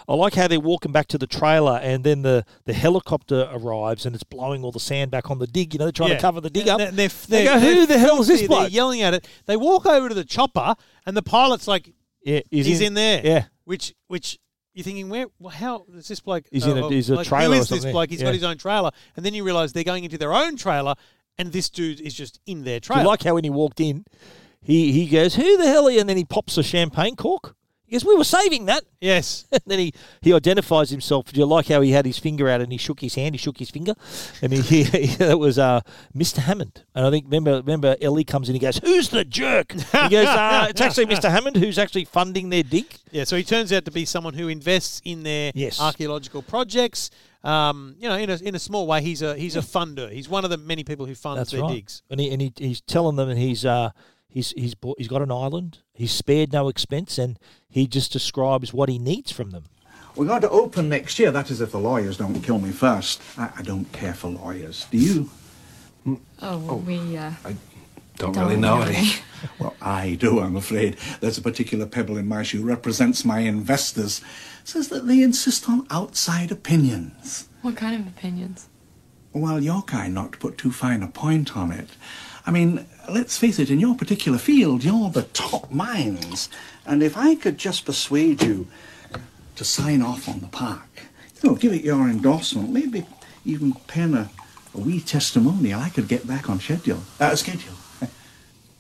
Speaker 6: I like how they're walking back to the trailer and then the, the helicopter arrives and it's blowing all the sand back on the dig. You know, they're trying
Speaker 7: Yeah.
Speaker 6: to cover the dig up.
Speaker 7: They're, they're,
Speaker 6: They
Speaker 7: they're-
Speaker 6: go, who the hell is this
Speaker 7: they're- They're
Speaker 6: bloke?
Speaker 7: yelling at it. They walk over to the chopper, and the pilot's like,
Speaker 6: Yeah,
Speaker 7: he's, in, there."
Speaker 6: Yeah.
Speaker 7: which which you're thinking, where? well, How is this bloke?
Speaker 6: He's in a-
Speaker 7: oh,
Speaker 6: he's a
Speaker 7: like,
Speaker 6: trailer
Speaker 7: Who
Speaker 6: or
Speaker 7: is this
Speaker 6: something,
Speaker 7: bloke? He's
Speaker 6: yeah.
Speaker 7: got his own trailer, and then you realise they're going into their own trailer, and this dude is just in their
Speaker 6: Do you
Speaker 7: trailer.
Speaker 6: like how when he walked in, he, he goes, who the hell are you? And then he pops a champagne cork. He goes, we were saving that.
Speaker 7: Yes.
Speaker 6: And then he, he identifies himself. Do you like how he had his finger out and he shook his hand? He shook his finger. And he, he, that was uh, Mr. Hammond. And I think, remember, remember Ellie comes in, he goes, who's the jerk? He goes, uh, it's actually Mr. Hammond who's actually funding their dig.
Speaker 7: yeah, so he turns out to be someone who invests in their
Speaker 6: Yes.
Speaker 7: archaeological projects. Um, you know, in a, in a small way, he's a he's a funder. He's one of the many people who funds their digs.
Speaker 6: And, he, and he, he's telling them, and he's uh, he's he's bought, he's got an island. He's spared no expense, and he just describes what he needs from them.
Speaker 11: We're going to open next year. That is, if the lawyers don't kill me first. I, I don't care for lawyers. Do you?
Speaker 10: Oh, well, we, uh,
Speaker 11: Don't,
Speaker 10: really know
Speaker 11: it. well, I do, I'm afraid. There's a particular pebble in my shoe represents my investors. Says that they insist on outside opinions.
Speaker 10: what kind of opinions?
Speaker 11: Well, your kind not to put too fine a point on it. I mean, let's face it, in your particular field, you're the top minds. And if I could just persuade you to sign off on the park, you know, give it your endorsement, maybe even pen a, a wee testimonial, I could get back on schedule. Uh, schedule.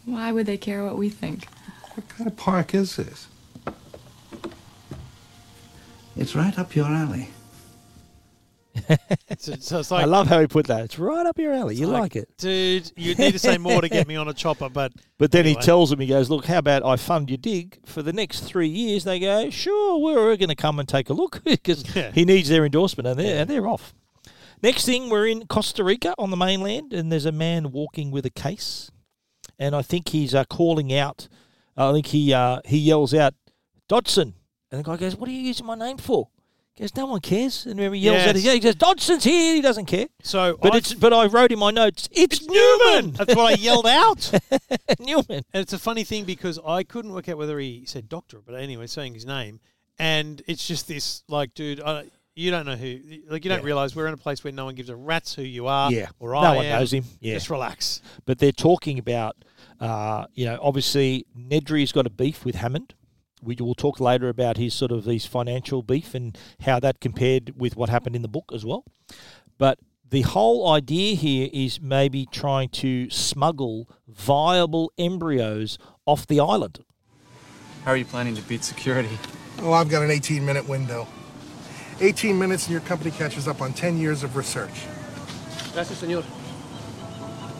Speaker 10: Why would they care what we think?
Speaker 11: What kind of park is this? It's right up your alley.
Speaker 7: So, so it's like
Speaker 6: I love how he put that. It's right up your alley. You
Speaker 7: like,
Speaker 6: like it.
Speaker 7: dude. You need to say more to get me on a chopper, but
Speaker 6: But then
Speaker 7: anyway.
Speaker 6: he tells them, he goes, Look, how about I fund your dig for the next three years? They go, Sure, we're going to come and take a look because
Speaker 7: Yeah.
Speaker 6: he needs their endorsement and they're, and they're off. Next thing, we're in Costa Rica on the mainland and there's a man walking with a case. And I think he's uh, calling out, I think he uh, he yells out, Dodson. And the guy goes, What are you using my name for? He goes, No one cares. And remember, he yells out,
Speaker 7: Yes.
Speaker 6: he goes, Dodson's here. He doesn't care.
Speaker 7: So
Speaker 6: But
Speaker 7: I-
Speaker 6: it's but I wrote in my notes, It's, Newman.
Speaker 7: That's what I yelled out.
Speaker 6: Newman.
Speaker 7: And it's a funny thing because I couldn't work out whether he said doctor, but anyway, saying his name, and it's just this like, dude, I, you don't know who, like, you don't realize we're in a place where no one gives a rat's who you are.
Speaker 6: Yeah.
Speaker 7: or
Speaker 6: No
Speaker 7: I
Speaker 6: one
Speaker 7: am.
Speaker 6: knows him. Yeah.
Speaker 7: just relax.
Speaker 6: but they're talking about, uh, you know, obviously Nedry's got a beef with Hammond. We will talk later about his sort of his financial beef and how that compared with what happened in the book as well. But the whole idea here is maybe trying to smuggle viable embryos off the island.
Speaker 12: How are you planning to beat security?
Speaker 13: Oh, I've got an 18 minute window. 18 minutes and your company catches up on 10 years of research.
Speaker 12: Gracias, senor.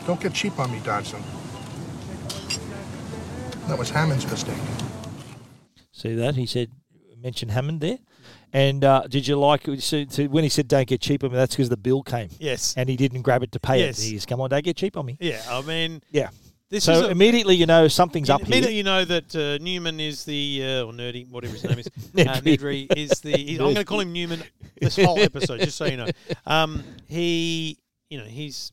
Speaker 13: Don't get cheap on me, Dodson. That was Hammond's mistake.
Speaker 6: See that? He said, mention Hammond there. And uh, did you like so, so when he said don't get cheap on me? That's because the bill came.
Speaker 7: Yes.
Speaker 6: and he didn't grab it to pay
Speaker 7: Yes.
Speaker 6: it. He just come on, don't get cheap on me.
Speaker 7: Yeah, I mean,
Speaker 6: Yeah.
Speaker 7: This
Speaker 6: so
Speaker 7: is a-
Speaker 6: immediately you know something's up here.
Speaker 7: immediately you know that uh, Newman is the uh, or nerdy, whatever his name is. Uh,
Speaker 6: Nedry.
Speaker 7: Nedry is the. he- I'm going to call him Newman this whole episode, just so you know. Um, he, you know, he's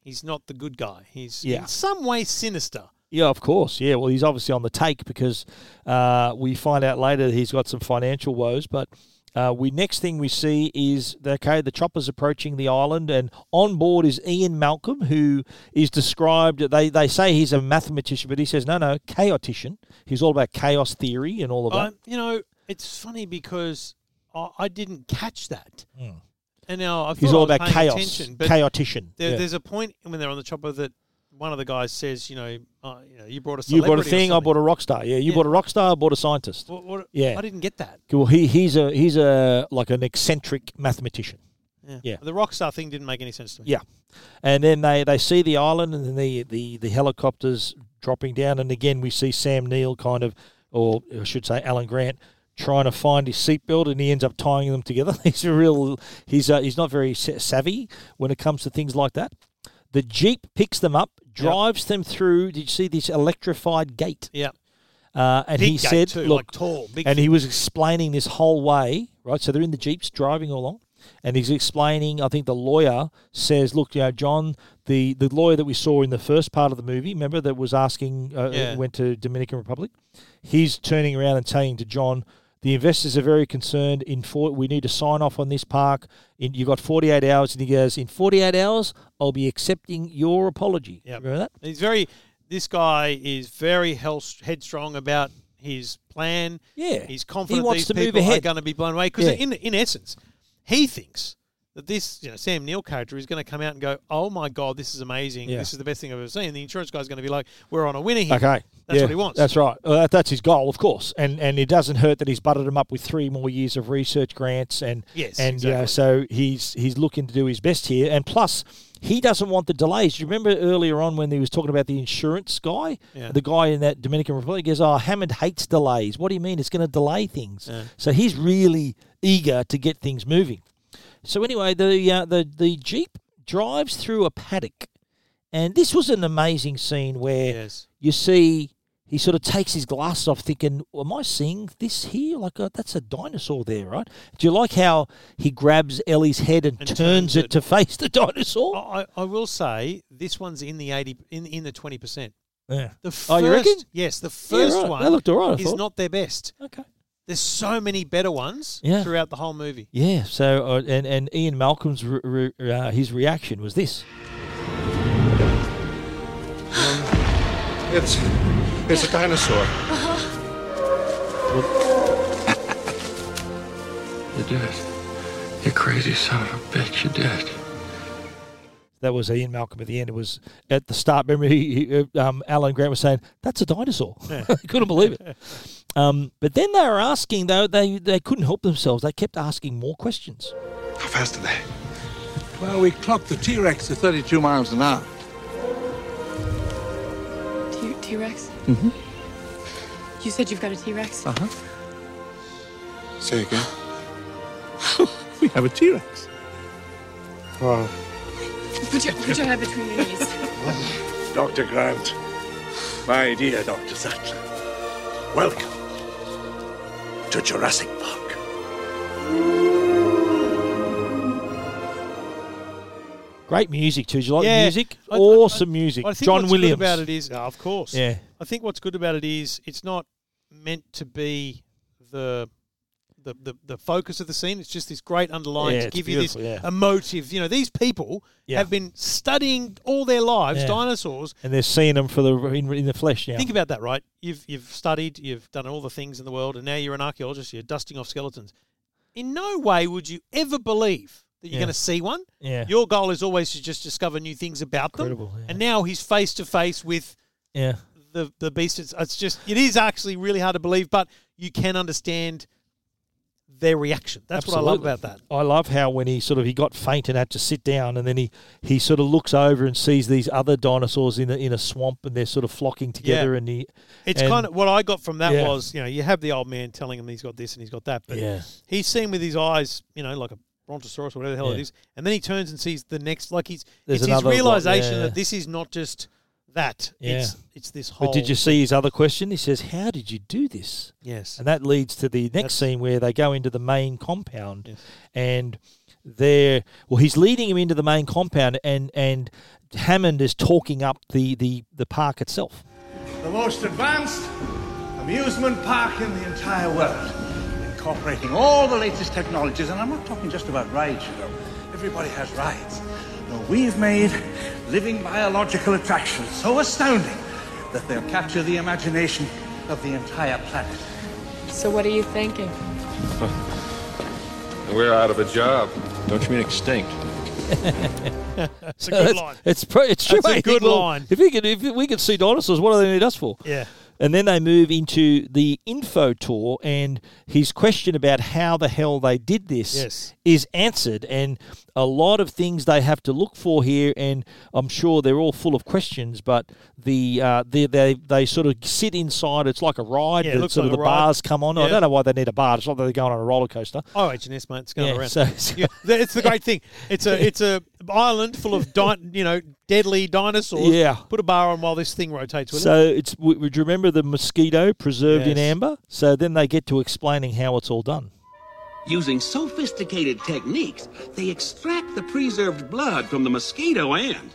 Speaker 7: he's not the good guy. He's
Speaker 6: Yeah.
Speaker 7: in some way sinister.
Speaker 6: Yeah, of course. Yeah, well, he's obviously on the take because uh, we find out later that he's got some financial woes. But uh, we next thing we see is okay, the chopper's approaching the island, and on board is Ian Malcolm, who is described. They they say he's a mathematician, but he says no, no, chaotician. He's all about chaos theory and all of
Speaker 7: I,
Speaker 6: that.
Speaker 7: Um, you know, it's funny because I, I didn't catch that.
Speaker 6: Mm.
Speaker 7: And now I thought
Speaker 6: He's
Speaker 7: I
Speaker 6: all
Speaker 7: was
Speaker 6: about
Speaker 7: paying
Speaker 6: chaos,
Speaker 7: attention, but
Speaker 6: chaotician,
Speaker 7: There,
Speaker 6: yeah.
Speaker 7: There's a point when they're on the chopper that one of the guys says, you know, uh, you, know you brought a
Speaker 6: You bought a
Speaker 7: celebrity or
Speaker 6: thing. I
Speaker 7: something."
Speaker 6: bought a rock star. Yeah, you bought a rock star. I bought a scientist.
Speaker 7: What- what-
Speaker 6: yeah,
Speaker 7: I didn't get that.
Speaker 6: Well, he he's a he's a like an eccentric mathematician.
Speaker 7: Yeah.
Speaker 6: Yeah.
Speaker 7: The rock star thing didn't make any sense to me.
Speaker 6: Yeah, and then they, they see the island, and then the, the the helicopters dropping down, and again we see Sam Neill kind of, or I should say Alan Grant, trying to find his seatbelt, and he ends up tying them together. he's a real he's uh, he's not very sa- savvy when it comes to things like that. The jeep picks them up, drives them through. Did you see this electrified gate?
Speaker 7: Yeah.
Speaker 6: Uh, and
Speaker 7: Big
Speaker 6: he
Speaker 7: gate
Speaker 6: said,
Speaker 7: too,
Speaker 6: "Look,
Speaker 7: like tall, big
Speaker 6: and he was explaining this whole way, right? So they're in the jeeps driving along, and he's explaining. I think the lawyer says, "Look, you know, John, the the lawyer that we saw in the first part of the movie, remember that was asking, uh,
Speaker 7: Yeah.
Speaker 6: went to Dominican Republic. He's turning around and saying to John." The investors are very concerned. In four, we need to sign off on this park. In, you got 48 hours, and he goes, "In 48 hours, I'll be accepting your apology."
Speaker 7: Yep.
Speaker 6: Remember that?
Speaker 7: He's very. This guy is very hel- headstrong about his plan.
Speaker 6: Yeah.
Speaker 7: He's confident
Speaker 6: He wants
Speaker 7: these
Speaker 6: to move
Speaker 7: people are
Speaker 6: ahead.
Speaker 7: going to be blown away because,
Speaker 6: Yeah.
Speaker 7: in in essence, he thinks that this you know Sam Neill character is going to come out and go, "Oh my god, this is amazing!
Speaker 6: Yeah.
Speaker 7: This is the best thing I've ever seen." And the insurance guy's going to be like, "We're on a winner here."
Speaker 6: Okay,
Speaker 7: that's
Speaker 6: Yeah,
Speaker 7: what he wants.
Speaker 6: That's right. Well, that, that's his goal, of course. And and it doesn't hurt that he's buttered him up with three more years of research grants and
Speaker 7: Yes,
Speaker 6: and you know,
Speaker 7: exactly.
Speaker 6: so he's he's looking to do his best here. And plus, he doesn't want the delays. Do you remember earlier on when he was talking about the insurance guy,
Speaker 7: Yeah.
Speaker 6: the guy in that Dominican Republic? He goes, "Oh, Hammond hates delays. What do you mean? It's going to delay things."
Speaker 7: Yeah.
Speaker 6: So he's really eager to get things moving. So anyway, the uh, the the jeep drives through a paddock, and this was an amazing scene where you see he sort of takes his glasses off, thinking, "Am I seeing this here? Like uh, that's a dinosaur there, right?" Do you like how he grabs Ellie's head and, turns, it, to face the dinosaur?
Speaker 7: I, I I will say this one's in the eighty in in the twenty percent.
Speaker 6: Yeah.
Speaker 7: The first,
Speaker 6: Oh, you reckon?
Speaker 7: Yes, the
Speaker 6: Yeah,
Speaker 7: first
Speaker 6: right.
Speaker 7: one
Speaker 6: They looked all right, I
Speaker 7: is
Speaker 6: thought.
Speaker 7: not their best.
Speaker 6: Okay.
Speaker 7: There's so many better ones
Speaker 6: Yeah.
Speaker 7: throughout the whole movie.
Speaker 6: Yeah. So uh, and and Ian Malcolm's re- re- uh, his reaction was this.
Speaker 4: It's it's a dinosaur.
Speaker 14: You did. You crazy son of a bitch, you did.
Speaker 6: That was Ian Malcolm at the end. It was at the start. Remember, he, he, uh, um, Alan Grant was saying, "That's a dinosaur."
Speaker 7: Yeah.
Speaker 6: couldn't believe it. Um, but then they were asking, though they they couldn't help themselves. They kept asking more questions.
Speaker 15: How fast are they? Well, we clocked the T-Rex at 32 miles an hour.
Speaker 10: T- T-Rex?
Speaker 15: Mm-hmm.
Speaker 10: You said you've got a T-Rex?
Speaker 15: Uh-huh. Say again. we have a T-Rex. Wow.
Speaker 10: Put your, put your head between your knees.
Speaker 15: Dr. Grant. My dear Dr. Sattler. Welcome to Jurassic Park.
Speaker 6: Great music too. Do you like the
Speaker 7: Yeah.
Speaker 6: music?
Speaker 7: I- I-
Speaker 6: awesome music.
Speaker 7: I think
Speaker 6: John
Speaker 7: what's
Speaker 6: Williams.
Speaker 7: Good about it is, Ah, of course.
Speaker 6: Yeah.
Speaker 7: I think what's good about it is it's not meant to be the the, the, the focus of the scene. It's just this great underlying
Speaker 6: Yeah,
Speaker 7: to
Speaker 6: it's
Speaker 7: give you this
Speaker 6: beautiful, yeah.
Speaker 7: emotive. You know, these people
Speaker 6: Yeah.
Speaker 7: have been studying all their lives
Speaker 6: Yeah.
Speaker 7: dinosaurs.
Speaker 6: and they're seeing them for the in, in the flesh now.
Speaker 7: Think about that, right? You've you've studied, you've done all the things in the world, and now you're an archaeologist. You're dusting off skeletons. In no way would you ever believe that you're
Speaker 6: Yeah.
Speaker 7: going to see one.
Speaker 6: Yeah.
Speaker 7: Your goal is always to just discover new things about them.
Speaker 6: Incredible,
Speaker 7: And now he's face to face with
Speaker 6: yeah.
Speaker 7: the the beast. It's, it's just it is actually really hard to believe, but you can understand their reaction. That's Absolutely. what I love about that.
Speaker 6: I love how when he sort of he got faint and had to sit down, and then he he sort of looks over and sees these other dinosaurs in a, in a swamp, and they're sort of flocking together. Yeah. And he,
Speaker 7: it's
Speaker 6: and
Speaker 7: kind of what I got from that yeah. was you know you have the old man telling him he's got this and he's got that, but yeah. he's seen with his eyes, you know, like a brontosaurus or whatever the hell it is, and then he turns and sees the next. Like he's There's it's his realization lot, that this is not just that. Yeah. It's, it's this whole.
Speaker 6: But did you see his other question? He says, "How did you do this?"
Speaker 7: Yes,
Speaker 6: and that leads to the next That's... scene where they go into the main compound, yes. and they're well, he's leading him into the main compound, and and Hammond is talking up the the the park itself.
Speaker 16: The most advanced amusement park in the entire world, incorporating all the latest technologies, and I'm not talking just about rides. You know, everybody has rides. No, we've made living biological attractions so astounding that they'll capture the imagination of the entire planet.
Speaker 10: So, what are you thinking?
Speaker 17: We're out of a job. Don't you mean extinct?
Speaker 7: it's a good line.
Speaker 6: It's, it's, it's true.
Speaker 7: That's a good
Speaker 6: well,
Speaker 7: line.
Speaker 6: If, we could, if we could see dinosaurs, what do they need us for?
Speaker 7: Yeah.
Speaker 6: And then they move into the info tour, and his question about how the hell they did this
Speaker 7: yes.
Speaker 6: is answered. And a lot of things they have to look for here, and I'm sure they're all full of questions. But the uh, they, they, they sort of sit inside. It's like a ride.
Speaker 7: Yeah,
Speaker 6: sort
Speaker 7: like
Speaker 6: of the
Speaker 7: ride.
Speaker 6: bars come on. Yeah. I don't know why they need a bar. It's not that they're going on a roller coaster.
Speaker 7: Oh, HNS mate, it's going
Speaker 6: yeah,
Speaker 7: around.
Speaker 6: So, so
Speaker 7: yeah, it's the great thing. It's a it's a island full of di- you know deadly dinosaurs.
Speaker 6: Yeah.
Speaker 7: Put a bar on while this thing rotates.
Speaker 6: So
Speaker 7: it?
Speaker 6: it's would you remember the mosquito preserved
Speaker 7: yes.
Speaker 6: in amber? So then they get to explaining how it's all done.
Speaker 18: Using sophisticated techniques, they extract the preserved blood from the mosquito and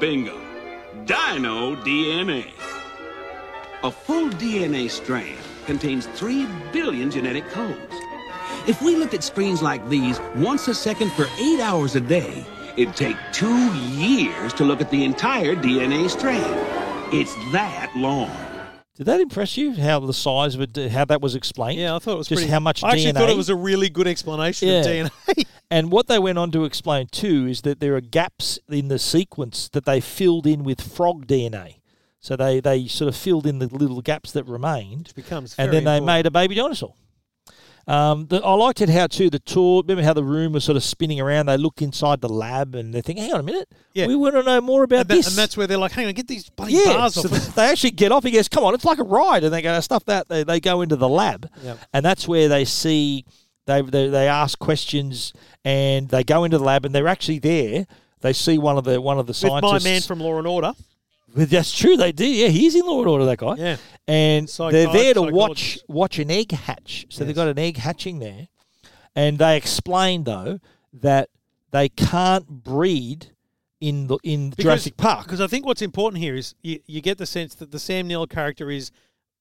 Speaker 18: bingo, dino DNA. A full DNA strand contains 3 billion genetic codes. If we looked at screens like these once a second for 8 hours a day, It'd take two years to look at the entire DNA strand. It's that long.
Speaker 6: Did that impress you? How the size of it, how that was explained?
Speaker 7: Yeah, I thought it was
Speaker 6: just
Speaker 7: pretty,
Speaker 6: how much.
Speaker 7: I actually
Speaker 6: DNA.
Speaker 7: thought it was a really good explanation yeah. of DNA.
Speaker 6: and what they went on to explain too is that there are gaps in the sequence that they filled in with frog DNA. So they, they sort of filled in the little gaps that remained,
Speaker 7: Which becomes
Speaker 6: and then
Speaker 7: important.
Speaker 6: they made a baby dinosaur. Um, the, I liked it how too the tour. Remember how the room was sort of spinning around? They look inside the lab and they think, "Hang on a minute, yeah. we want to know more about
Speaker 7: and that,
Speaker 6: this."
Speaker 7: And that's where they're like, "Hang on, get these bloody
Speaker 6: yeah.
Speaker 7: Oh, bars
Speaker 6: so
Speaker 7: off."
Speaker 6: They, they actually get off. He goes, "Come on, it's like a ride," and they go, "Stuff that." They, they go into the lab,
Speaker 7: yep.
Speaker 6: and that's where they see they, they they ask questions and they go into the lab and they're actually there. They see one of the one of the scientists,
Speaker 7: With my man from Law and Order.
Speaker 6: Well, that's true. They do. Yeah, he's in Law and Order. That guy.
Speaker 7: Yeah.
Speaker 6: And Psych- they're there to watch watch an egg hatch. So yes. they've got an egg hatching there, and they explain though that they can't breed in the in
Speaker 7: because,
Speaker 6: Jurassic Park
Speaker 7: because I think what's important here is you, you get the sense that the Sam Neill character is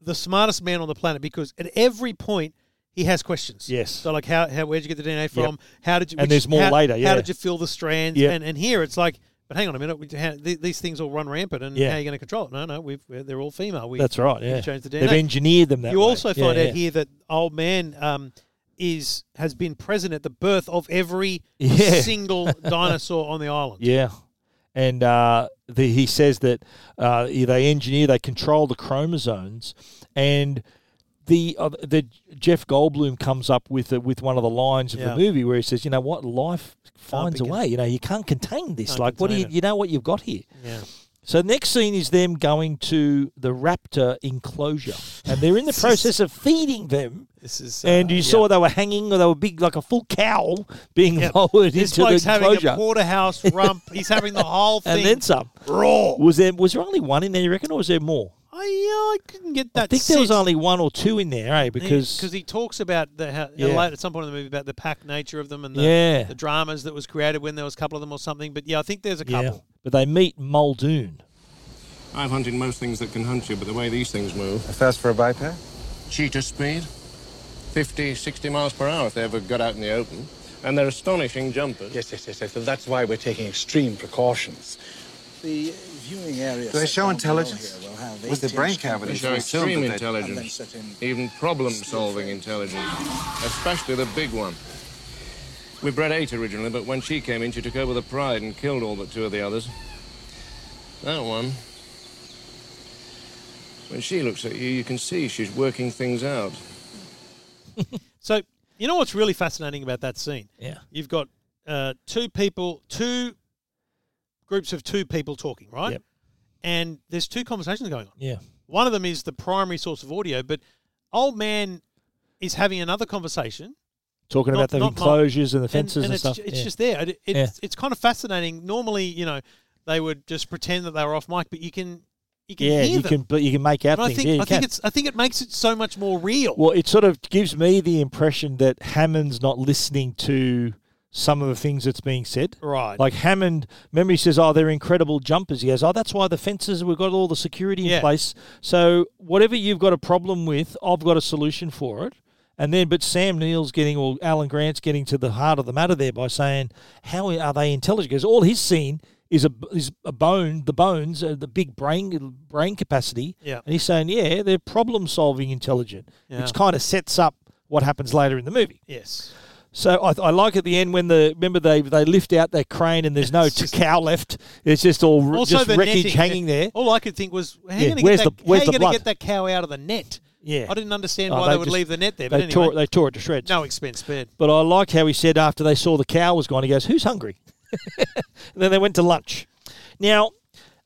Speaker 7: the smartest man on the planet because at every point he has questions.
Speaker 6: Yes.
Speaker 7: So like how, how where'd you get the DNA from?
Speaker 6: Yep.
Speaker 7: How did you?
Speaker 6: And
Speaker 7: which,
Speaker 6: there's more
Speaker 7: how,
Speaker 6: later, yeah.
Speaker 7: How did you fill the strands?
Speaker 6: Yep.
Speaker 7: And and here it's like. But hang on a minute. We, how, th- these things all run rampant, and
Speaker 6: Yeah.
Speaker 7: how are you going to control it? No, no, we've, we're, they're all female. We,
Speaker 6: That's right.
Speaker 7: we
Speaker 6: Yeah.
Speaker 7: Change the DNA.
Speaker 6: They've engineered them that
Speaker 7: you
Speaker 6: way.
Speaker 7: also
Speaker 6: Yeah,
Speaker 7: find
Speaker 6: yeah.
Speaker 7: out here that old man um, is has been present at the birth of every
Speaker 6: Yeah.
Speaker 7: single dinosaur on the island.
Speaker 6: Yeah. And uh, the, he says that uh, they engineer, they control the chromosomes, and the uh, the Jeff Goldblum comes up with uh, with one of the lines of
Speaker 7: Yeah.
Speaker 6: the movie where he says, "You know what, life finds a
Speaker 7: begin-
Speaker 6: way. You know, you can't contain this.
Speaker 7: Can't
Speaker 6: like, what do you
Speaker 7: contain it.
Speaker 6: you know what you've got here."
Speaker 7: Yeah.
Speaker 6: So the next scene is them going to the raptor enclosure, and they're in the process of feeding them.
Speaker 7: This is,
Speaker 6: and
Speaker 7: uh,
Speaker 6: you saw
Speaker 7: yeah.
Speaker 6: they were hanging, or they were big, like a full cow being
Speaker 7: Yep.
Speaker 6: lowered
Speaker 7: This
Speaker 6: into the
Speaker 7: bloke's having
Speaker 6: enclosure.
Speaker 7: a porterhouse rump. He's having the whole thing.
Speaker 6: and then some.
Speaker 7: Raw.
Speaker 6: Was there was there only one in there? You reckon, or was there more?
Speaker 7: I, yeah, I couldn't get that.
Speaker 6: I think there was
Speaker 7: sense.
Speaker 6: only one or two in there, eh? Because
Speaker 7: because he talks about the how,
Speaker 6: Yeah.
Speaker 7: late at some point in the movie about the pack nature of them and the,
Speaker 6: Yeah.
Speaker 7: the dramas that was created when there was a couple of them or something. But yeah, I think there's a
Speaker 6: yeah,
Speaker 7: couple.
Speaker 6: but they meet Muldoon.
Speaker 17: I've hunted most things that can hunt you, but the way these things move.
Speaker 8: Fast for a biped?
Speaker 17: Cheetah speed 50, 60 miles per hour if they ever got out in the open. And they're astonishing jumpers.
Speaker 16: Yes, yes, yes, yes. That's why we're taking extreme precautions. The viewing area.
Speaker 8: Do they show
Speaker 16: set down below
Speaker 8: intelligence?
Speaker 16: here will have
Speaker 8: Was the
Speaker 16: 18
Speaker 8: brain
Speaker 16: screens.
Speaker 8: cavity
Speaker 17: They show extreme intelligence, even problem-solving intelligence, especially the big one. We bred eight originally, but when she came in, she took over the pride and killed all but two of the others. That one. When she looks at you, you can see she's working things out.
Speaker 7: So You know what's really fascinating about that scene?
Speaker 6: Yeah.
Speaker 7: You've got uh, two people, two groups of two people talking, right?
Speaker 6: Yep.
Speaker 7: And there's two conversations going on.
Speaker 6: Yeah.
Speaker 7: One of them is the primary source of audio, but old man is having another conversation.
Speaker 6: Talking about
Speaker 7: Not-
Speaker 6: the
Speaker 7: not- not-
Speaker 6: enclosures and the fences and,
Speaker 7: it's,
Speaker 6: stuff.
Speaker 7: ju- It's
Speaker 6: Yeah.
Speaker 7: just there. It, it's,
Speaker 6: Yeah.
Speaker 7: it's kind of fascinating. Normally, you know, they would just pretend that they were off mic, but you can you can
Speaker 6: yeah,
Speaker 7: hear
Speaker 6: you
Speaker 7: them.
Speaker 6: can but you can make out
Speaker 7: And I
Speaker 6: things.
Speaker 7: think
Speaker 6: yeah, you
Speaker 7: I
Speaker 6: can.
Speaker 7: think it's I think it makes it so much more real.
Speaker 6: Well, it sort of gives me the impression that Hammond's not listening to some of the things that's being said.
Speaker 7: Right.
Speaker 6: Like Hammond, remember he says, "Oh, they're incredible jumpers." He goes, "Oh, that's why the fences we've got all the security
Speaker 7: Yeah.
Speaker 6: in place. So whatever you've got a problem with, I've got a solution for it." And then, but Sam Neill's getting, or Alan Grant's getting to the heart of the matter there by saying, "How are they intelligent?" Because all he's seen is a is a bone, the bones, uh, the big brain brain capacity.
Speaker 7: Yeah.
Speaker 6: And he's saying, "Yeah, they're problem solving intelligent."
Speaker 7: Yeah.
Speaker 6: which kind of sets up what happens later in the movie.
Speaker 7: Yes.
Speaker 6: So I, I like at the end when the remember they they lift out that crane and there's no cow left. It's just all r-
Speaker 7: Also
Speaker 6: just
Speaker 7: the
Speaker 6: wreckage
Speaker 7: netting.
Speaker 6: hanging there.
Speaker 7: All I could think was, how are you
Speaker 6: Yeah,
Speaker 7: going to
Speaker 6: where's
Speaker 7: get that,
Speaker 6: the- where's
Speaker 7: how you
Speaker 6: the blood?
Speaker 7: gonna get that cow out of the net?
Speaker 6: Yeah.
Speaker 7: I didn't understand
Speaker 6: Oh,
Speaker 7: why they,
Speaker 6: they
Speaker 7: would
Speaker 6: just-
Speaker 7: leave the net there. But
Speaker 6: they
Speaker 7: anyway,
Speaker 6: tore it- they tore it to shreds.
Speaker 7: No expense spared.
Speaker 6: But I like how he said after they saw the cow was gone, he goes, "Who's hungry?" and then they went to lunch. Now,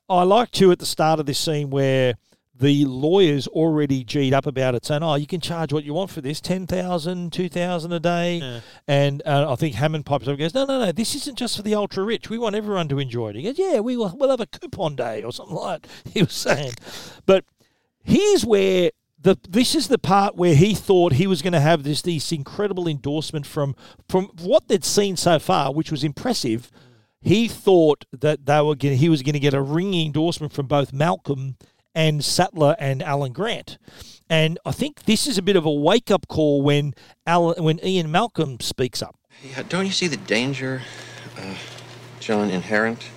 Speaker 6: I like to at the start of this scene where the lawyer's already G'd up about it, saying, "Oh, you can charge what you want for this 10000 2000 a day." And uh, I think Hammond pipes up and goes, "No, no, no, this isn't just for the ultra rich. We want everyone to enjoy it." He goes, "Yeah, we will, we'll have a coupon day or something like that." He was saying, but here's where the this is the part where he thought he was going to have this this incredible endorsement from from what they'd seen so far, which was impressive. He thought that they were gonna, he was going to get a ringing endorsement from both Malcolm and Sattler and Alan Grant. And I think this is a bit of a wake up call when Alan, when Ian Malcolm speaks up.
Speaker 19: Yeah, Uh, don't you see the danger, uh, John, inherent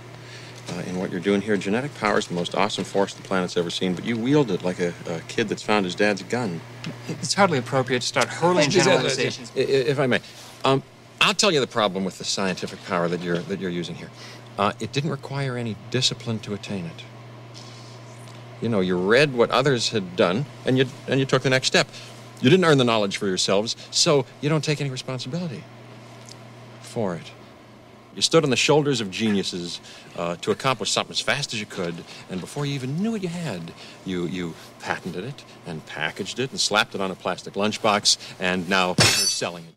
Speaker 19: uh, in what you're doing here? Genetic power is the most awesome force the planet's ever seen, but you wield it like a, a kid that's found his dad's gun.
Speaker 12: It's hardly appropriate to start hurling
Speaker 19: Is that-
Speaker 12: generalizations.
Speaker 19: i- i- If I may, um, I'll tell you the problem with the scientific power that you're that you're using here. Uh, it didn't require any discipline to attain it. You know, you read what others had done, and you and you took the next step. You didn't earn the knowledge for yourselves, so you don't take any responsibility for it. You stood on the shoulders of geniuses uh, to accomplish something as fast as you could, and before you even knew what you had, you you patented it and packaged it and slapped it on a plastic lunchbox, and now you're selling it.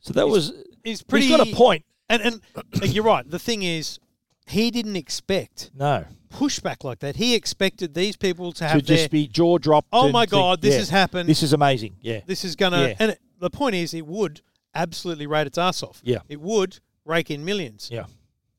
Speaker 6: So that was
Speaker 7: He's pretty.
Speaker 6: got a point.
Speaker 7: And and like, you're right. The thing is, he didn't expect
Speaker 6: no
Speaker 7: pushback like that. He expected these people to have
Speaker 6: to just
Speaker 7: their-
Speaker 6: be jaw dropped.
Speaker 7: Oh
Speaker 6: and
Speaker 7: my
Speaker 6: think,
Speaker 7: God, this
Speaker 6: yeah,
Speaker 7: has happened.
Speaker 6: This is amazing. Yeah,
Speaker 7: This is gonna.
Speaker 6: Yeah.
Speaker 7: And it, the point is, it would absolutely rate its ass off.
Speaker 6: Yeah.
Speaker 7: It would rake in millions.
Speaker 6: Yeah.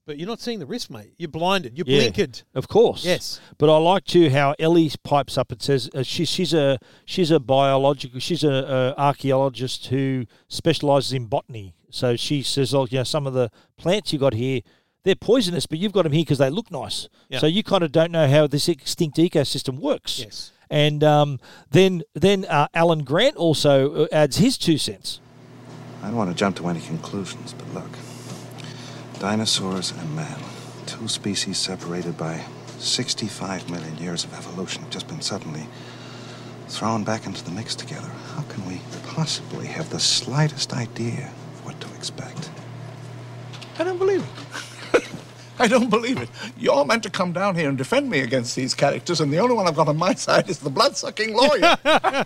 Speaker 7: But you're not seeing the risk, mate. You're blinded. You're
Speaker 6: Yeah,
Speaker 7: blinkered.
Speaker 6: Of course.
Speaker 7: Yes.
Speaker 6: But I like too how Ellie pipes up and says uh, she, she's a she's a biological she's a, a archaeologist who specialises in botany. So she says, oh, you know, some of the plants you got here, they're poisonous, but you've got them here because they look nice.
Speaker 7: Yeah.
Speaker 6: So you kind of don't know how this extinct ecosystem works.
Speaker 7: Yes.
Speaker 6: And um, then then uh, Alan Grant also uh, adds his two cents.
Speaker 8: I don't want to jump to any conclusions, but look. Dinosaurs and man, two species separated by 65 million years of evolution, have just been suddenly thrown back into the mix together. How can we possibly have the slightest idea of what to expect?
Speaker 4: I don't believe it. I don't believe it. You're meant to come down here and defend me against these characters, and the only one I've got on my side is the blood-sucking lawyer.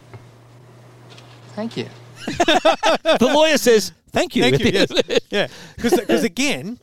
Speaker 12: Thank you.
Speaker 6: the lawyer says, "Thank you."
Speaker 7: Thank you. yes. yeah. Because again,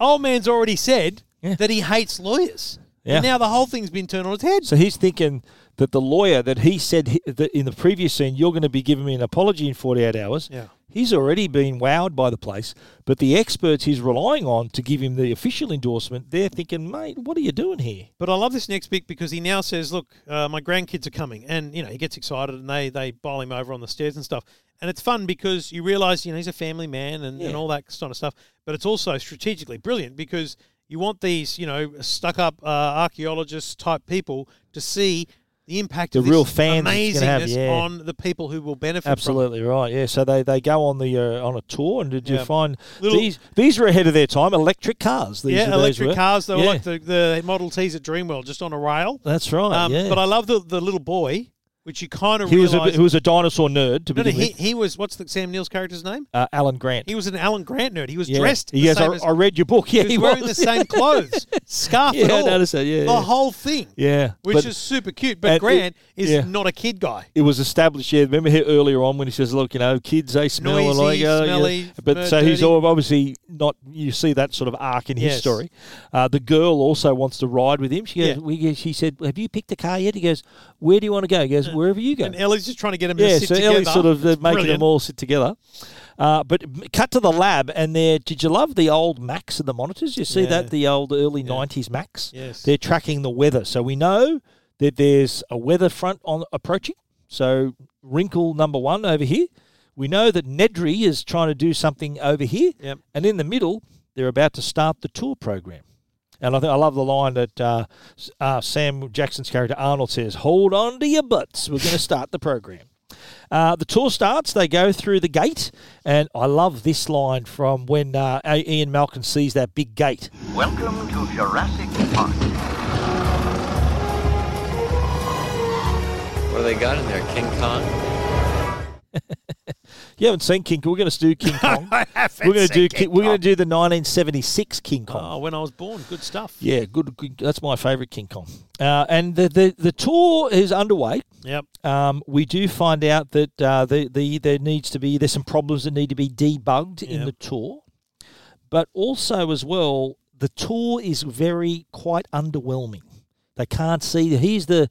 Speaker 7: old man's already said that he hates lawyers.
Speaker 6: Yeah.
Speaker 7: And now the whole thing's been turned on its head.
Speaker 6: So he's thinking that the lawyer that he said he, that in the previous scene, you're going to be giving me an apology in 48 hours.
Speaker 7: Yeah.
Speaker 6: He's already been wowed by the place, but the experts he's relying on to give him the official endorsement, they're thinking, mate, what are you doing here?
Speaker 7: But I love this next bit because he now says, "Look, uh, my grandkids are coming," and you know he gets excited and they they bowl him over on the stairs and stuff. And it's fun because you realise you know he's a family man and,
Speaker 6: Yeah.
Speaker 7: and all that kind of stuff. But it's also strategically brilliant because you want these you know stuck up uh, archaeologists type people to see the impact
Speaker 6: The
Speaker 7: of this
Speaker 6: real fans it's
Speaker 7: amazingness
Speaker 6: gonna have, yeah.
Speaker 7: on the people who will benefit. from it.
Speaker 6: Absolutely right. Yeah. So they, they go on the uh, on a tour, and did
Speaker 7: Yeah.
Speaker 6: you find
Speaker 7: Little-
Speaker 6: these these are ahead of their time? Electric cars. These
Speaker 7: yeah,
Speaker 6: are, these
Speaker 7: electric
Speaker 6: were.
Speaker 7: cars. They were
Speaker 6: Yeah,
Speaker 7: like the, the Model Ts at Dreamworld, just on a rail. um,
Speaker 6: That's right. yeah.
Speaker 7: But I love the, the little boy which you kind of
Speaker 6: He was a, he was a dinosaur nerd to
Speaker 7: no, no,
Speaker 6: begin
Speaker 7: he,
Speaker 6: with.
Speaker 7: he was what's the Sam Neill's character's name?
Speaker 6: uh, Alan Grant.
Speaker 7: He was an Alan Grant nerd. He was
Speaker 6: Yeah.
Speaker 7: dressed. the
Speaker 6: Yes,
Speaker 7: same
Speaker 6: I,
Speaker 7: as-
Speaker 6: I read your book. Yeah,
Speaker 7: he was wearing the same clothes, scarf
Speaker 6: Yeah,
Speaker 7: and
Speaker 6: I
Speaker 7: all.
Speaker 6: noticed that, yeah,
Speaker 7: the
Speaker 6: yeah.
Speaker 7: whole thing.
Speaker 6: Yeah,
Speaker 7: which
Speaker 6: but-
Speaker 7: is super cute.
Speaker 6: and
Speaker 7: But
Speaker 6: it-
Speaker 7: Grant is
Speaker 6: yeah.
Speaker 7: not a kid guy.
Speaker 6: It was established, yeah. Remember here earlier on when he says, "Look, you know, kids they smell and
Speaker 7: Noisy,
Speaker 6: like, uh, yeah."
Speaker 7: smelly,
Speaker 6: but
Speaker 7: smell
Speaker 6: so he's
Speaker 7: dirty.
Speaker 6: all obviously not. You see that sort of arc in his
Speaker 7: Yes.
Speaker 6: story. Uh, the girl also wants to ride with him. She goes,
Speaker 7: Yeah.
Speaker 6: we, she said, "Have you picked a car yet?" He goes, "Where do you want to go?" He goes, "Wherever you go."
Speaker 7: Uh, And Ellie's just trying to get him
Speaker 6: yeah,
Speaker 7: to sit
Speaker 6: so
Speaker 7: together.
Speaker 6: Ellie's sort of uh,
Speaker 7: It's
Speaker 6: making
Speaker 7: brilliant.
Speaker 6: them all sit together. Uh, but m- cut to the lab, and there. Did you love the old Macs and the monitors? You see
Speaker 7: Yeah.
Speaker 6: that the old early '90s Macs.
Speaker 7: Yes.
Speaker 6: they're tracking the weather, so we know that there's a weather front on approaching. So wrinkle number one over here. We know that Nedry is trying to do something over here,
Speaker 7: Yep.
Speaker 6: and in the middle, they're about to start the tour program. And I think I love the line that uh, s- uh, Sam Jackson's character Arnold says, "Hold on to your butts. We're going to start the program." Uh, the tour starts. They go through the gate, and I love this line from when uh, A- Ian Malcolm sees that big gate.
Speaker 20: Welcome to Jurassic Park.
Speaker 19: What do they got in there? King Kong?
Speaker 6: You haven't seen King Kong. We're going to do King Kong.
Speaker 7: I haven't
Speaker 6: we're going to do.
Speaker 7: seen King
Speaker 6: Ki- We're going
Speaker 7: Kong.
Speaker 6: to do the 1976 King Kong.
Speaker 7: Oh, when I was born, good stuff.
Speaker 6: Yeah, good. good that's my favourite King Kong. Uh, and the, the the tour is underway.
Speaker 7: Yep.
Speaker 6: Um, we do find out that uh, the, the there needs to be there's some problems that need to be debugged in
Speaker 7: Yep.
Speaker 6: the tour, but also as well the tour is very quite underwhelming. They can't see. Here's the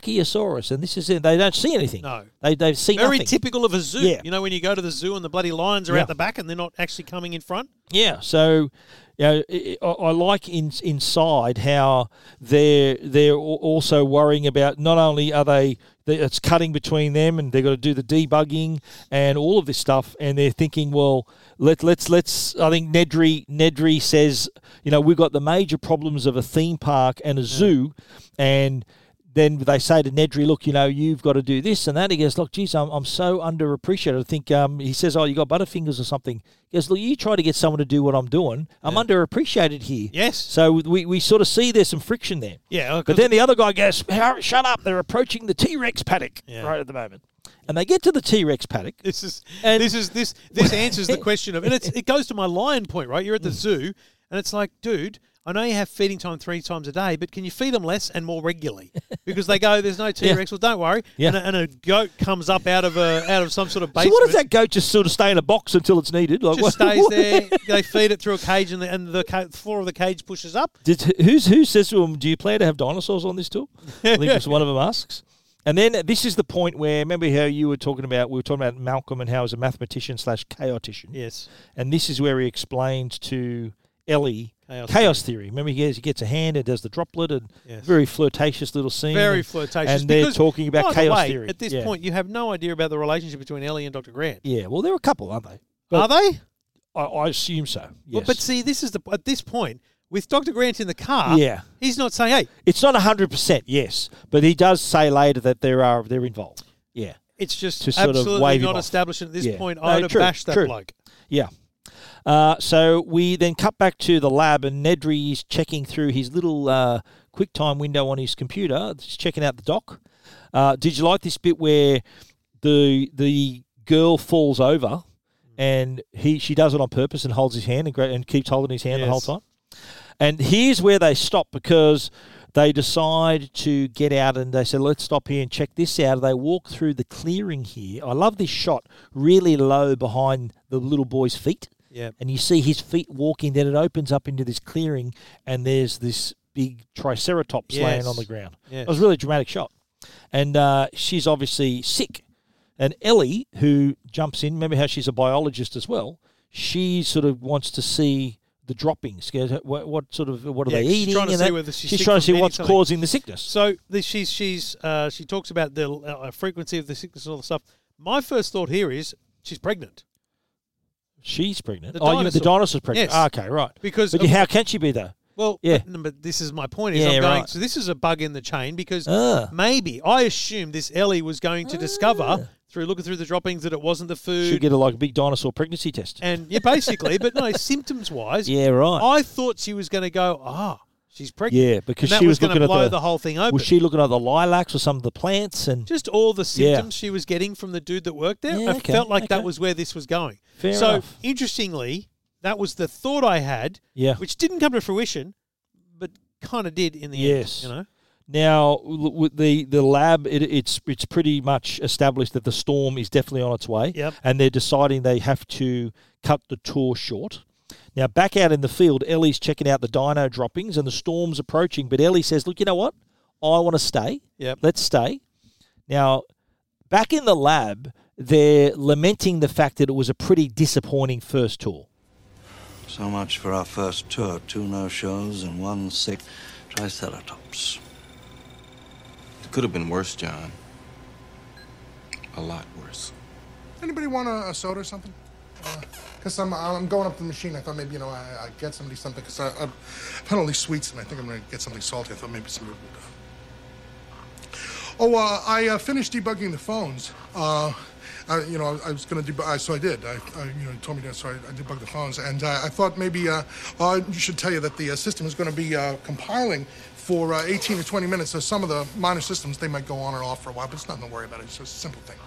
Speaker 6: Brachiosaurus, and this is it. They don't see anything.
Speaker 7: No.
Speaker 6: they they've seen
Speaker 7: Very
Speaker 6: nothing.
Speaker 7: typical of a zoo.
Speaker 6: Yeah.
Speaker 7: You know, when you go to the zoo and the bloody lions are
Speaker 6: Yeah.
Speaker 7: out the back and they're not actually coming in front.
Speaker 6: Yeah. So, you know, I, I I like in, inside how they're they're al- also worrying about not only are they they- it's cutting between them and they've got to do the debugging and all of this stuff and they're thinking well let let's let's I think Nedry Nedry says you know we've got the major problems of a theme park and a zoo and then they say to Nedry, look, you know, you've got to do this and that. He goes, look, geez, I'm, I'm so underappreciated. I think um, he says, oh, you got butterfingers or something. He goes, look, you try to get someone to do what I'm doing. I'm underappreciated here.
Speaker 7: Yes.
Speaker 6: So we, we sort of see there's some friction there.
Speaker 7: Yeah.
Speaker 6: But then the other guy goes, "Hur- shut up, they're approaching the T Rex paddock right at the moment. And they get to the T Rex paddock.
Speaker 7: This is this is this this answers the question of and it's it goes to my lion point, right? You're at
Speaker 6: Mm.
Speaker 7: the zoo and it's like, dude, I know you have feeding time three times a day, but can you feed them less and more regularly? Because they go, there's no T Rex. Well, don't worry.
Speaker 6: Yeah.
Speaker 7: And, a, and a goat comes up out of a out of some sort of
Speaker 6: So
Speaker 7: basement.
Speaker 6: what does that goat just sort of stay in a box until it's needed? Like,
Speaker 7: Just
Speaker 6: what-
Speaker 7: stays there. They feed it through a cage, and the, and the ca- floor of the cage pushes up.
Speaker 6: Did who's who says to him, "Do you plan to have dinosaurs on this tour?" I think it's one of them asks. And then this is the point where remember how you were talking about we were talking about Malcolm and how he's a mathematician slash chaotician.
Speaker 7: Yes.
Speaker 6: And this is where he explains to Ellie
Speaker 7: Chaos
Speaker 6: chaos, theory. Remember he gets, he gets a hand and does the droplet and
Speaker 7: Yes.
Speaker 6: very flirtatious little scene.
Speaker 7: Very
Speaker 6: and-
Speaker 7: flirtatious.
Speaker 6: And they're
Speaker 7: because,
Speaker 6: talking about
Speaker 7: by the
Speaker 6: chaos
Speaker 7: way,
Speaker 6: theory
Speaker 7: At this
Speaker 6: Yeah.
Speaker 7: point, you have no idea about the relationship between Ellie and Dr. Grant.
Speaker 6: Yeah. Well, there are a couple, aren't they?
Speaker 7: Are they?
Speaker 6: I, I assume so. Yes.
Speaker 7: Well, but see, this is the at this point with Dr. Grant in the car.
Speaker 6: Yeah.
Speaker 7: he's not saying, "Hey,
Speaker 6: it's not hundred percent. Yes, but he does say later that there are they're involved. Yeah.
Speaker 7: it's just
Speaker 6: To sort of
Speaker 7: absolutely
Speaker 6: wave him
Speaker 7: not
Speaker 6: off.
Speaker 7: established." And at this
Speaker 6: Yeah.
Speaker 7: point,
Speaker 6: No,
Speaker 7: I'd have
Speaker 6: true,
Speaker 7: bashed that
Speaker 6: true.
Speaker 7: bloke.
Speaker 6: Yeah. Uh, so we then cut back to the lab, and Nedry is checking through his little uh, QuickTime window on his computer. He's checking out the doc. Uh, did you like this bit where the the girl falls over, and he she does it on purpose and holds his hand and, gra- and keeps holding his hand the whole
Speaker 7: Yes.
Speaker 6: time? And here's where they stop because they decide to get out and they say, let's stop here and check this out. They walk through the clearing here. I love this shot, really low behind the little boy's feet.
Speaker 7: Yep.
Speaker 6: And you see his feet walking, then it opens up into this clearing and there's this big triceratops laying on
Speaker 7: Yes.
Speaker 6: the ground.
Speaker 7: Yes.
Speaker 6: It was a really dramatic shot. And uh, she's obviously sick. And Ellie, who jumps in, remember how she's a biologist as well, she sort of wants to see the droppings. Goes, What, what sort of what are
Speaker 7: Yeah,
Speaker 6: they
Speaker 7: she's
Speaker 6: eating?
Speaker 7: trying to
Speaker 6: and
Speaker 7: see
Speaker 6: that?
Speaker 7: whether she's
Speaker 6: she's
Speaker 7: sick
Speaker 6: trying to
Speaker 7: from
Speaker 6: see
Speaker 7: eating
Speaker 6: what's
Speaker 7: something.
Speaker 6: causing the sickness.
Speaker 7: So the, she's she's uh, she talks about the uh, frequency of the sickness and all the stuff. My first thought here is she's pregnant.
Speaker 6: She's pregnant.
Speaker 7: The
Speaker 6: oh, you, the
Speaker 7: dinosaur.
Speaker 6: dinosaur's pregnant.
Speaker 7: Yes.
Speaker 6: Ah, okay, right.
Speaker 7: Because
Speaker 6: but
Speaker 7: of-
Speaker 6: how can she be though?
Speaker 7: Well,
Speaker 6: Yeah.
Speaker 7: but- no, but this is my point. Is
Speaker 6: Yeah,
Speaker 7: I'm going.
Speaker 6: right.
Speaker 7: So this is a bug in the chain because
Speaker 6: Ah.
Speaker 7: maybe I assumed this Ellie was going to discover through looking through the droppings that it wasn't the food.
Speaker 6: She'll get a, like a big dinosaur pregnancy test.
Speaker 7: and yeah, basically, but no symptoms wise.
Speaker 6: Yeah, right.
Speaker 7: I thought she was going to go. Ah, she's pregnant.
Speaker 6: Yeah, because
Speaker 7: And that
Speaker 6: she was,
Speaker 7: gonna
Speaker 6: looking at
Speaker 7: blow
Speaker 6: the,
Speaker 7: whole thing open.
Speaker 6: Was she looking at the lilacs or some of the plants and
Speaker 7: just all the
Speaker 6: Yeah.
Speaker 7: symptoms she was getting from the dude that worked there.
Speaker 6: Yeah,
Speaker 7: I
Speaker 6: okay,
Speaker 7: felt like that
Speaker 6: okay.
Speaker 7: was where this was going.
Speaker 6: Fair
Speaker 7: so
Speaker 6: enough.
Speaker 7: interestingly, that was the thought I had,
Speaker 6: Yeah.
Speaker 7: which didn't come to fruition, but kind of did in the
Speaker 6: Yes.
Speaker 7: end. You know,
Speaker 6: Now, l- with the the lab, it, it's it's pretty much established that the storm is definitely on its way,
Speaker 7: Yep.
Speaker 6: and they're deciding they have to cut the tour short. Now, back out in the field, Ellie's checking out the dino droppings, and the storm's approaching. But Ellie says, "Look, you know what? I want to stay.
Speaker 7: Yep.
Speaker 6: Let's stay." Now, back in the lab, they're lamenting the fact that it was a pretty disappointing first tour.
Speaker 2: So much for our first tour. Two no-shows and one sick triceratops.
Speaker 21: It could have been worse, John. A lot worse.
Speaker 13: Anybody want a, a soda or something? Because I'm, I'm going up to the machine. I thought maybe, you know, I, I get somebody something. Because I've had only sweets, and I think I'm going to get something salty. I thought maybe somebody would. uh, Oh, uh, I uh, finished debugging the phones. Uh, I, you know, I, was going to debug, I- so I did. I, I, you know, you told me that, so I, I debugged the phones. And uh, I thought maybe uh, I should tell you that the uh, system is going to be uh, compiling for uh, 18 to 20 minutes. So some of the minor systems, they might go on and off for a while, but it's nothing to worry about. It's just a simple thing.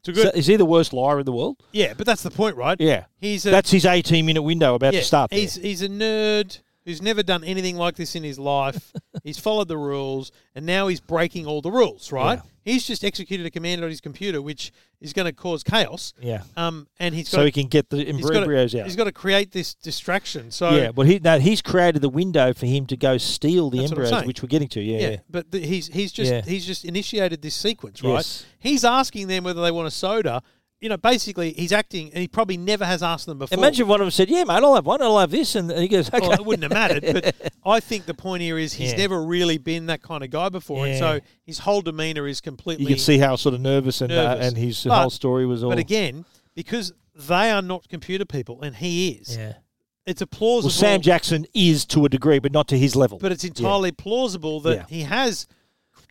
Speaker 7: It's a good-
Speaker 6: So is he the worst liar in the world?
Speaker 7: yeah, but that's the point, right?
Speaker 6: Yeah,
Speaker 7: he's a,
Speaker 6: that's his eighteen-minute window about
Speaker 7: yeah,
Speaker 6: to start. there.
Speaker 7: He's he's a nerd who's never done anything like this in his life. he's followed the rules, and now he's breaking all the rules. Right? He's just executed a command on his computer, which is going to cause chaos.
Speaker 6: Yeah.
Speaker 7: Um, and he's
Speaker 6: So
Speaker 7: gotta-
Speaker 6: he can get the
Speaker 7: he's gotta-
Speaker 6: embryos out.
Speaker 7: He's got to create this distraction. So
Speaker 6: yeah, well, he no, he's created the window for him to go steal the
Speaker 7: That's what I'm
Speaker 6: embryos,
Speaker 7: saying.
Speaker 6: which we're getting to. Yeah, yeah.
Speaker 7: But the, he's he's just
Speaker 6: Yeah.
Speaker 7: he's just initiated this sequence, right?
Speaker 6: Yes.
Speaker 7: He's asking them whether they want a soda. You know, basically, he's acting, and he probably never has asked them before.
Speaker 6: Imagine if one of them said, "Yeah, mate, I'll have one. I'll have this," and he goes, "Okay."
Speaker 7: Well, it wouldn't have mattered, but I think the point here is he's
Speaker 6: Yeah.
Speaker 7: never really been that kind of guy before, and
Speaker 6: Yeah.
Speaker 7: so his whole demeanor is completely.
Speaker 6: you can see how sort of nervous and uh,
Speaker 7: nervous.
Speaker 6: and his
Speaker 7: But-
Speaker 6: whole story was all.
Speaker 7: But again, because they are not computer people, and he is.
Speaker 6: Yeah.
Speaker 7: It's a plausible.
Speaker 6: well, Sam Jackson is to a degree, but not to his level.
Speaker 7: But it's
Speaker 6: Yeah.
Speaker 7: entirely plausible that he has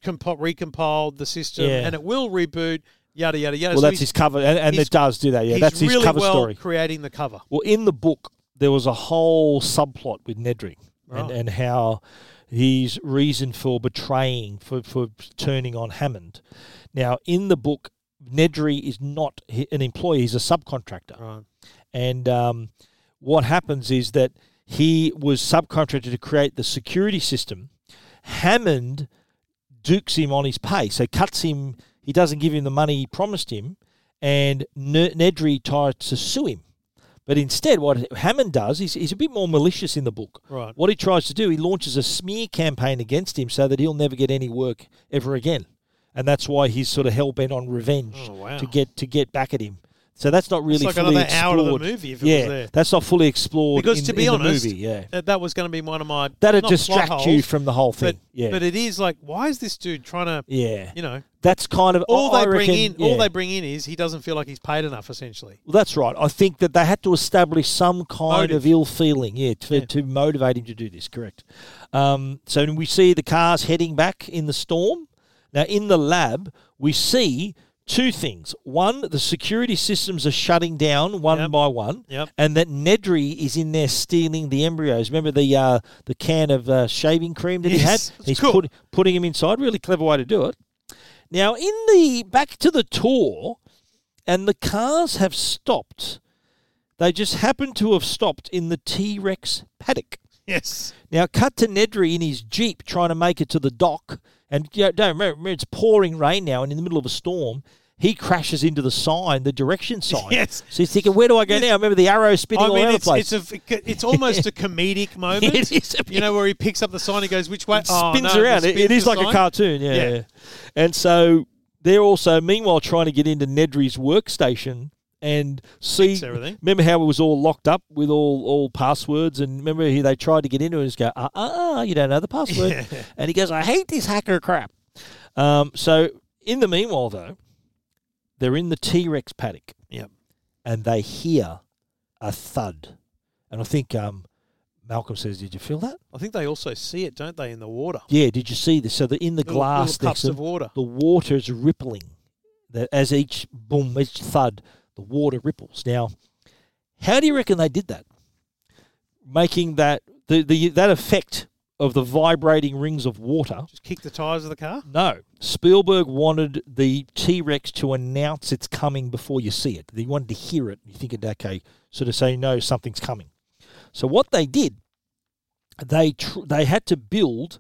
Speaker 7: compo- recompiled the system
Speaker 6: Yeah.
Speaker 7: and it will reboot. Yada yada yada.
Speaker 6: Well,
Speaker 7: So
Speaker 6: that's
Speaker 7: he's-
Speaker 6: his cover, and, and
Speaker 7: he's-
Speaker 6: it does do that. Yeah,
Speaker 7: he's
Speaker 6: that's his
Speaker 7: really
Speaker 6: cover
Speaker 7: well
Speaker 6: story.
Speaker 7: Creating the cover.
Speaker 6: Well, in the book, there was a whole subplot with Nedry and,
Speaker 7: Right.
Speaker 6: and how his reason for betraying, for, for turning on Hammond. Now, in the book, Nedry is not h- an employee, he's a subcontractor. And um, what happens is that he was subcontracted to create the security system. Hammond dukes him on his pay, so cuts him. He doesn't give him the money he promised him, and Ne- Nedry tries to sue him. But instead, what Hammond does is he's a bit more malicious in the book.
Speaker 7: Right.
Speaker 6: What he tries to do, he launches a smear campaign against him so that he'll never get any work ever again, and that's why he's sort of hell bent on revenge
Speaker 7: Oh, wow.
Speaker 6: to get to get back at him. So that's not really
Speaker 7: like
Speaker 6: fully
Speaker 7: another hour
Speaker 6: explored.
Speaker 7: of the movie if it was
Speaker 6: yeah,
Speaker 7: there.
Speaker 6: that's not fully explored.
Speaker 7: Because
Speaker 6: in-
Speaker 7: to be
Speaker 6: in the
Speaker 7: honest,
Speaker 6: movie, yeah,
Speaker 7: that, that was going to be one of my
Speaker 6: That'd
Speaker 7: not plot
Speaker 6: distract you
Speaker 7: holes,
Speaker 6: from the whole
Speaker 7: but-
Speaker 6: thing, yeah.
Speaker 7: but it is like, why is this dude trying to?
Speaker 6: yeah,
Speaker 7: you know,
Speaker 6: that's kind of
Speaker 7: all
Speaker 6: I
Speaker 7: they bring
Speaker 6: reckon-
Speaker 7: in, all
Speaker 6: yeah.
Speaker 7: they bring in is he doesn't feel like he's paid enough. Essentially,
Speaker 6: Well, that's right. I think that they had to establish some kind
Speaker 7: Motive.
Speaker 6: of ill feeling, yeah, to, to motivate him to do this. Correct. Um, so we see the cars heading back in the storm. Now, in the lab, we see two things. One, the security systems are shutting down one by one,
Speaker 7: Yep.
Speaker 6: and that Nedry is in there stealing the embryos. Remember the uh, the can of uh, shaving cream that
Speaker 7: Yes,
Speaker 6: he had?
Speaker 7: it's
Speaker 6: He's
Speaker 7: cool.
Speaker 6: put, putting him inside. Really clever way to do it. Now, in the back to the tour, and the cars have stopped. They just happen to have stopped in the T Rex paddock.
Speaker 7: Yes.
Speaker 6: Now, cut to Nedry in his Jeep trying to make it to the dock. And you know, don't remember, remember, it's pouring rain now, and in the middle of a storm, he crashes into the sign, the direction sign.
Speaker 7: Yes.
Speaker 6: So he's thinking, where do I go now? Remember the arrow spinning
Speaker 7: I mean,
Speaker 6: all over the
Speaker 7: it's,
Speaker 6: place.
Speaker 7: it's a it's almost a comedic moment.
Speaker 6: It is
Speaker 7: you know, where he picks up the sign and goes, "Which way?"
Speaker 6: It
Speaker 7: Oh,
Speaker 6: spins
Speaker 7: no,
Speaker 6: around. It-
Speaker 7: spins
Speaker 6: it is
Speaker 7: the
Speaker 6: like a
Speaker 7: sign.
Speaker 6: cartoon. Yeah, yeah. And so they're also, meanwhile, trying to get into Nedry's workstation and see.
Speaker 7: everything.
Speaker 6: Remember how it was all locked up with all, all passwords? And remember he, they tried to get into it and just go, uh uh uh, you don't know the password. And he goes, I hate this hacker crap. Um, so in the meanwhile, though, they're in the T Rex paddock.
Speaker 7: Yep.
Speaker 6: And they hear a thud. And I think um, Malcolm says, Did you feel that?
Speaker 7: I think they also see it, don't they, in the water?
Speaker 6: Yeah, did you see this? So the in the
Speaker 7: Little-
Speaker 6: glass,
Speaker 7: little
Speaker 6: next
Speaker 7: cups
Speaker 6: to-
Speaker 7: of water.
Speaker 6: The water is rippling. That as each boom, each thud, the water ripples. Now, how do you reckon they did that? Making that the, the that effect of the vibrating rings of water.
Speaker 7: Just kick the tires of the car.
Speaker 6: No, Spielberg wanted the T Rex to announce it's coming before you see it. He wanted to hear it. You think, okay, sort of say, no, something's coming. So what they did, they tr- they had to build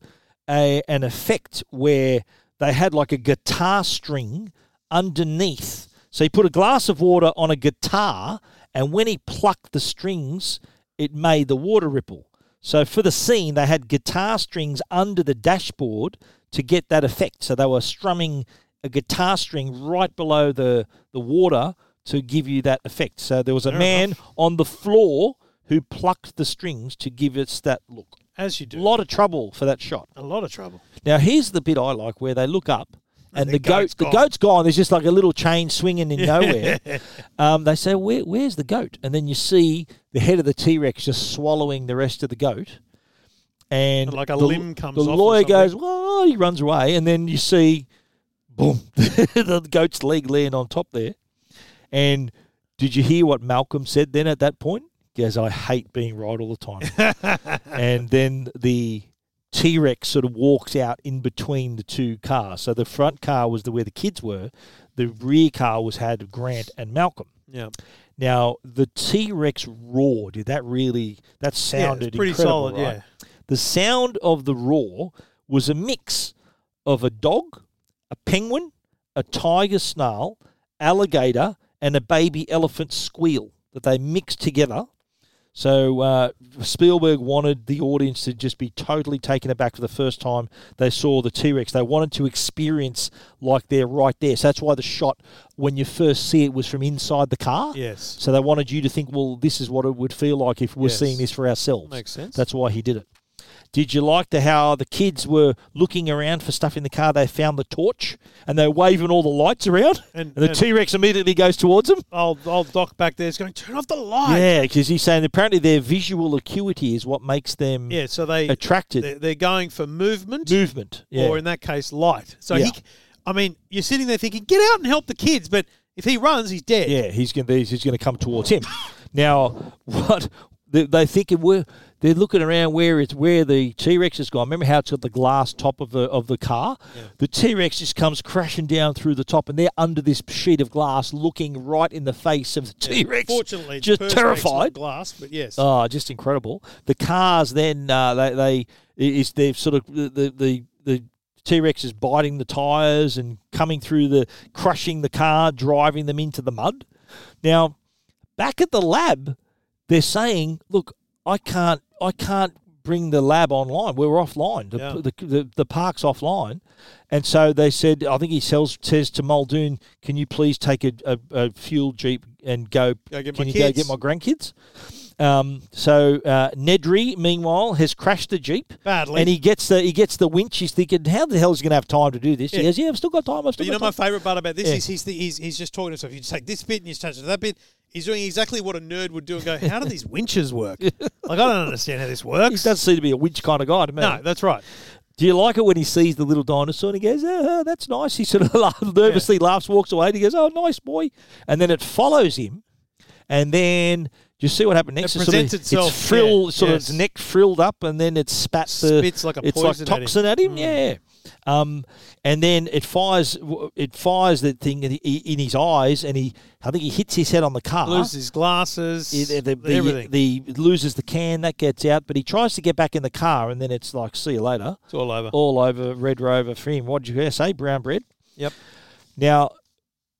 Speaker 6: a, an effect where they had like a guitar string underneath. So he put a glass of water on a guitar, and when he plucked the strings, it made the water ripple. So for the scene, they had guitar strings under the dashboard to get that effect. So they were strumming a guitar string right below the, the water to give you that effect. So there was a
Speaker 7: Fair
Speaker 6: man on the floor who plucked the strings to give us that look.
Speaker 7: As you do.
Speaker 6: A lot of trouble for that shot.
Speaker 7: A lot of trouble.
Speaker 6: Now here's the bit I like where they look up and
Speaker 7: the
Speaker 6: the goat,
Speaker 7: goat's
Speaker 6: the
Speaker 7: gone.
Speaker 6: goat's gone. There's just like a little chain swinging in nowhere. um, they say, Where, "Where's the goat?" And then you see the head of the T Rex just swallowing the rest of the goat, and
Speaker 7: Like a
Speaker 6: the,
Speaker 7: limb comes
Speaker 6: The
Speaker 7: off or
Speaker 6: lawyer
Speaker 7: something.
Speaker 6: goes, "Whoa!" He runs away, and then you see, boom, the goat's leg laying on top there. And did you hear what Malcolm said then at that point? He goes, "I hate being right all the time." and then the T Rex sort of walks out in between the two cars. So the front car was the where the kids were. The rear car was had Grant and Malcolm.
Speaker 7: Yeah.
Speaker 6: Now the T Rex roar, did that really that sounded
Speaker 7: pretty
Speaker 6: incredible,
Speaker 7: solid,
Speaker 6: right?
Speaker 7: yeah.
Speaker 6: The sound of the roar was a mix of a dog, a penguin, a tiger snarl, alligator, and a baby elephant squeal that they mixed together. So uh, Spielberg wanted the audience to just be totally taken aback for the first time they saw the T Rex. They wanted to experience like they're right there. So that's why the shot when you first see it was from inside the car.
Speaker 7: Yes.
Speaker 6: So they wanted you to think, well, this is what it would feel like if we're
Speaker 7: Yes.
Speaker 6: seeing this for ourselves.
Speaker 7: Makes sense.
Speaker 6: That's why he did it. Did you like the how the kids were looking around for stuff in the car? They found the torch and they're waving all the lights around,
Speaker 7: And-
Speaker 6: and, the
Speaker 7: and-
Speaker 6: T Rex immediately goes towards them.
Speaker 7: Old, old Doc back there is going, turn off the light.
Speaker 6: Yeah, because he's saying apparently their visual acuity is what makes them
Speaker 7: Yeah, so they
Speaker 6: attracted.
Speaker 7: They're, they're going for movement,
Speaker 6: Movement, yeah.
Speaker 7: or in that case, light. So
Speaker 6: Yeah.
Speaker 7: he, I mean, you're sitting there thinking, get out and help the kids, but if he runs, he's dead.
Speaker 6: Yeah, he's going to he's going to come towards him. now, what they, they think it were they're looking around where it's where the T Rex has gone. Remember how it's got the glass top of the of the car? The T Rex just comes crashing down through the top, and they're under this sheet of glass, looking right in the face of the T Rex.
Speaker 7: Fortunately, the
Speaker 6: just
Speaker 7: Perspex, not
Speaker 6: terrified.
Speaker 7: glass, but yes,
Speaker 6: Oh, just incredible. The cars then uh, they they is they're sort of the the the. the T Rex is biting the tires and coming through the crushing the car, driving them into the mud. Now, back at the lab, they're saying, "Look, I can't, I can't bring the lab online. We're offline. The,
Speaker 7: Yeah.
Speaker 6: the, the, the park's offline." And so they said, "I think he sells, says to Muldoon, can you please take a, a, a fuel jeep and go?
Speaker 7: Go get
Speaker 6: can
Speaker 7: my
Speaker 6: you go
Speaker 7: kids."
Speaker 6: get my grandkids?" Um, so uh, Nedry, meanwhile, has crashed the jeep
Speaker 7: Badly.
Speaker 6: and he gets the he gets the winch. He's thinking, "How the hell is he going to have time to do this?"
Speaker 7: Yeah.
Speaker 6: He goes, "Yeah, I've still got time. I've
Speaker 7: But
Speaker 6: still
Speaker 7: you know,
Speaker 6: got
Speaker 7: my
Speaker 6: time."
Speaker 7: favourite part about this
Speaker 6: Yeah.
Speaker 7: is he's, the, he's he's just talking to himself. You just take this bit and you touch it to that bit. He's doing exactly what a nerd would do and go, how do these winches work? like, I don't understand how this works.
Speaker 6: He does seem to be a winch kind of guy to me.
Speaker 7: No, that's right.
Speaker 6: Do you like it when he sees the little dinosaur and he goes, oh, that's nice? He sort of laugh- nervously laughs, walks away, and he goes, oh, nice boy. And then it follows him. And then you see what happened next.
Speaker 7: It
Speaker 6: It's sort of-
Speaker 7: presents itself,
Speaker 6: It's frill,
Speaker 7: yeah,
Speaker 6: sort of
Speaker 7: yes.
Speaker 6: its neck frilled up, and then it spats the.
Speaker 7: Spits like a
Speaker 6: It's
Speaker 7: poison at him. Hmm.
Speaker 6: like toxin at him, yeah. Um, and then it fires. It fires that thing in, in his eyes, and he. I think he hits his head on the car.
Speaker 7: Loses his glasses,
Speaker 6: Uh-huh. Yeah, the, the,
Speaker 7: everything.
Speaker 6: the- it loses the can that gets out, but he tries to get back in the car, and then it's like, see you later.
Speaker 7: It's all over.
Speaker 6: All over Red Rover for him. What did you say? Brown bread.
Speaker 7: Yep.
Speaker 6: Now,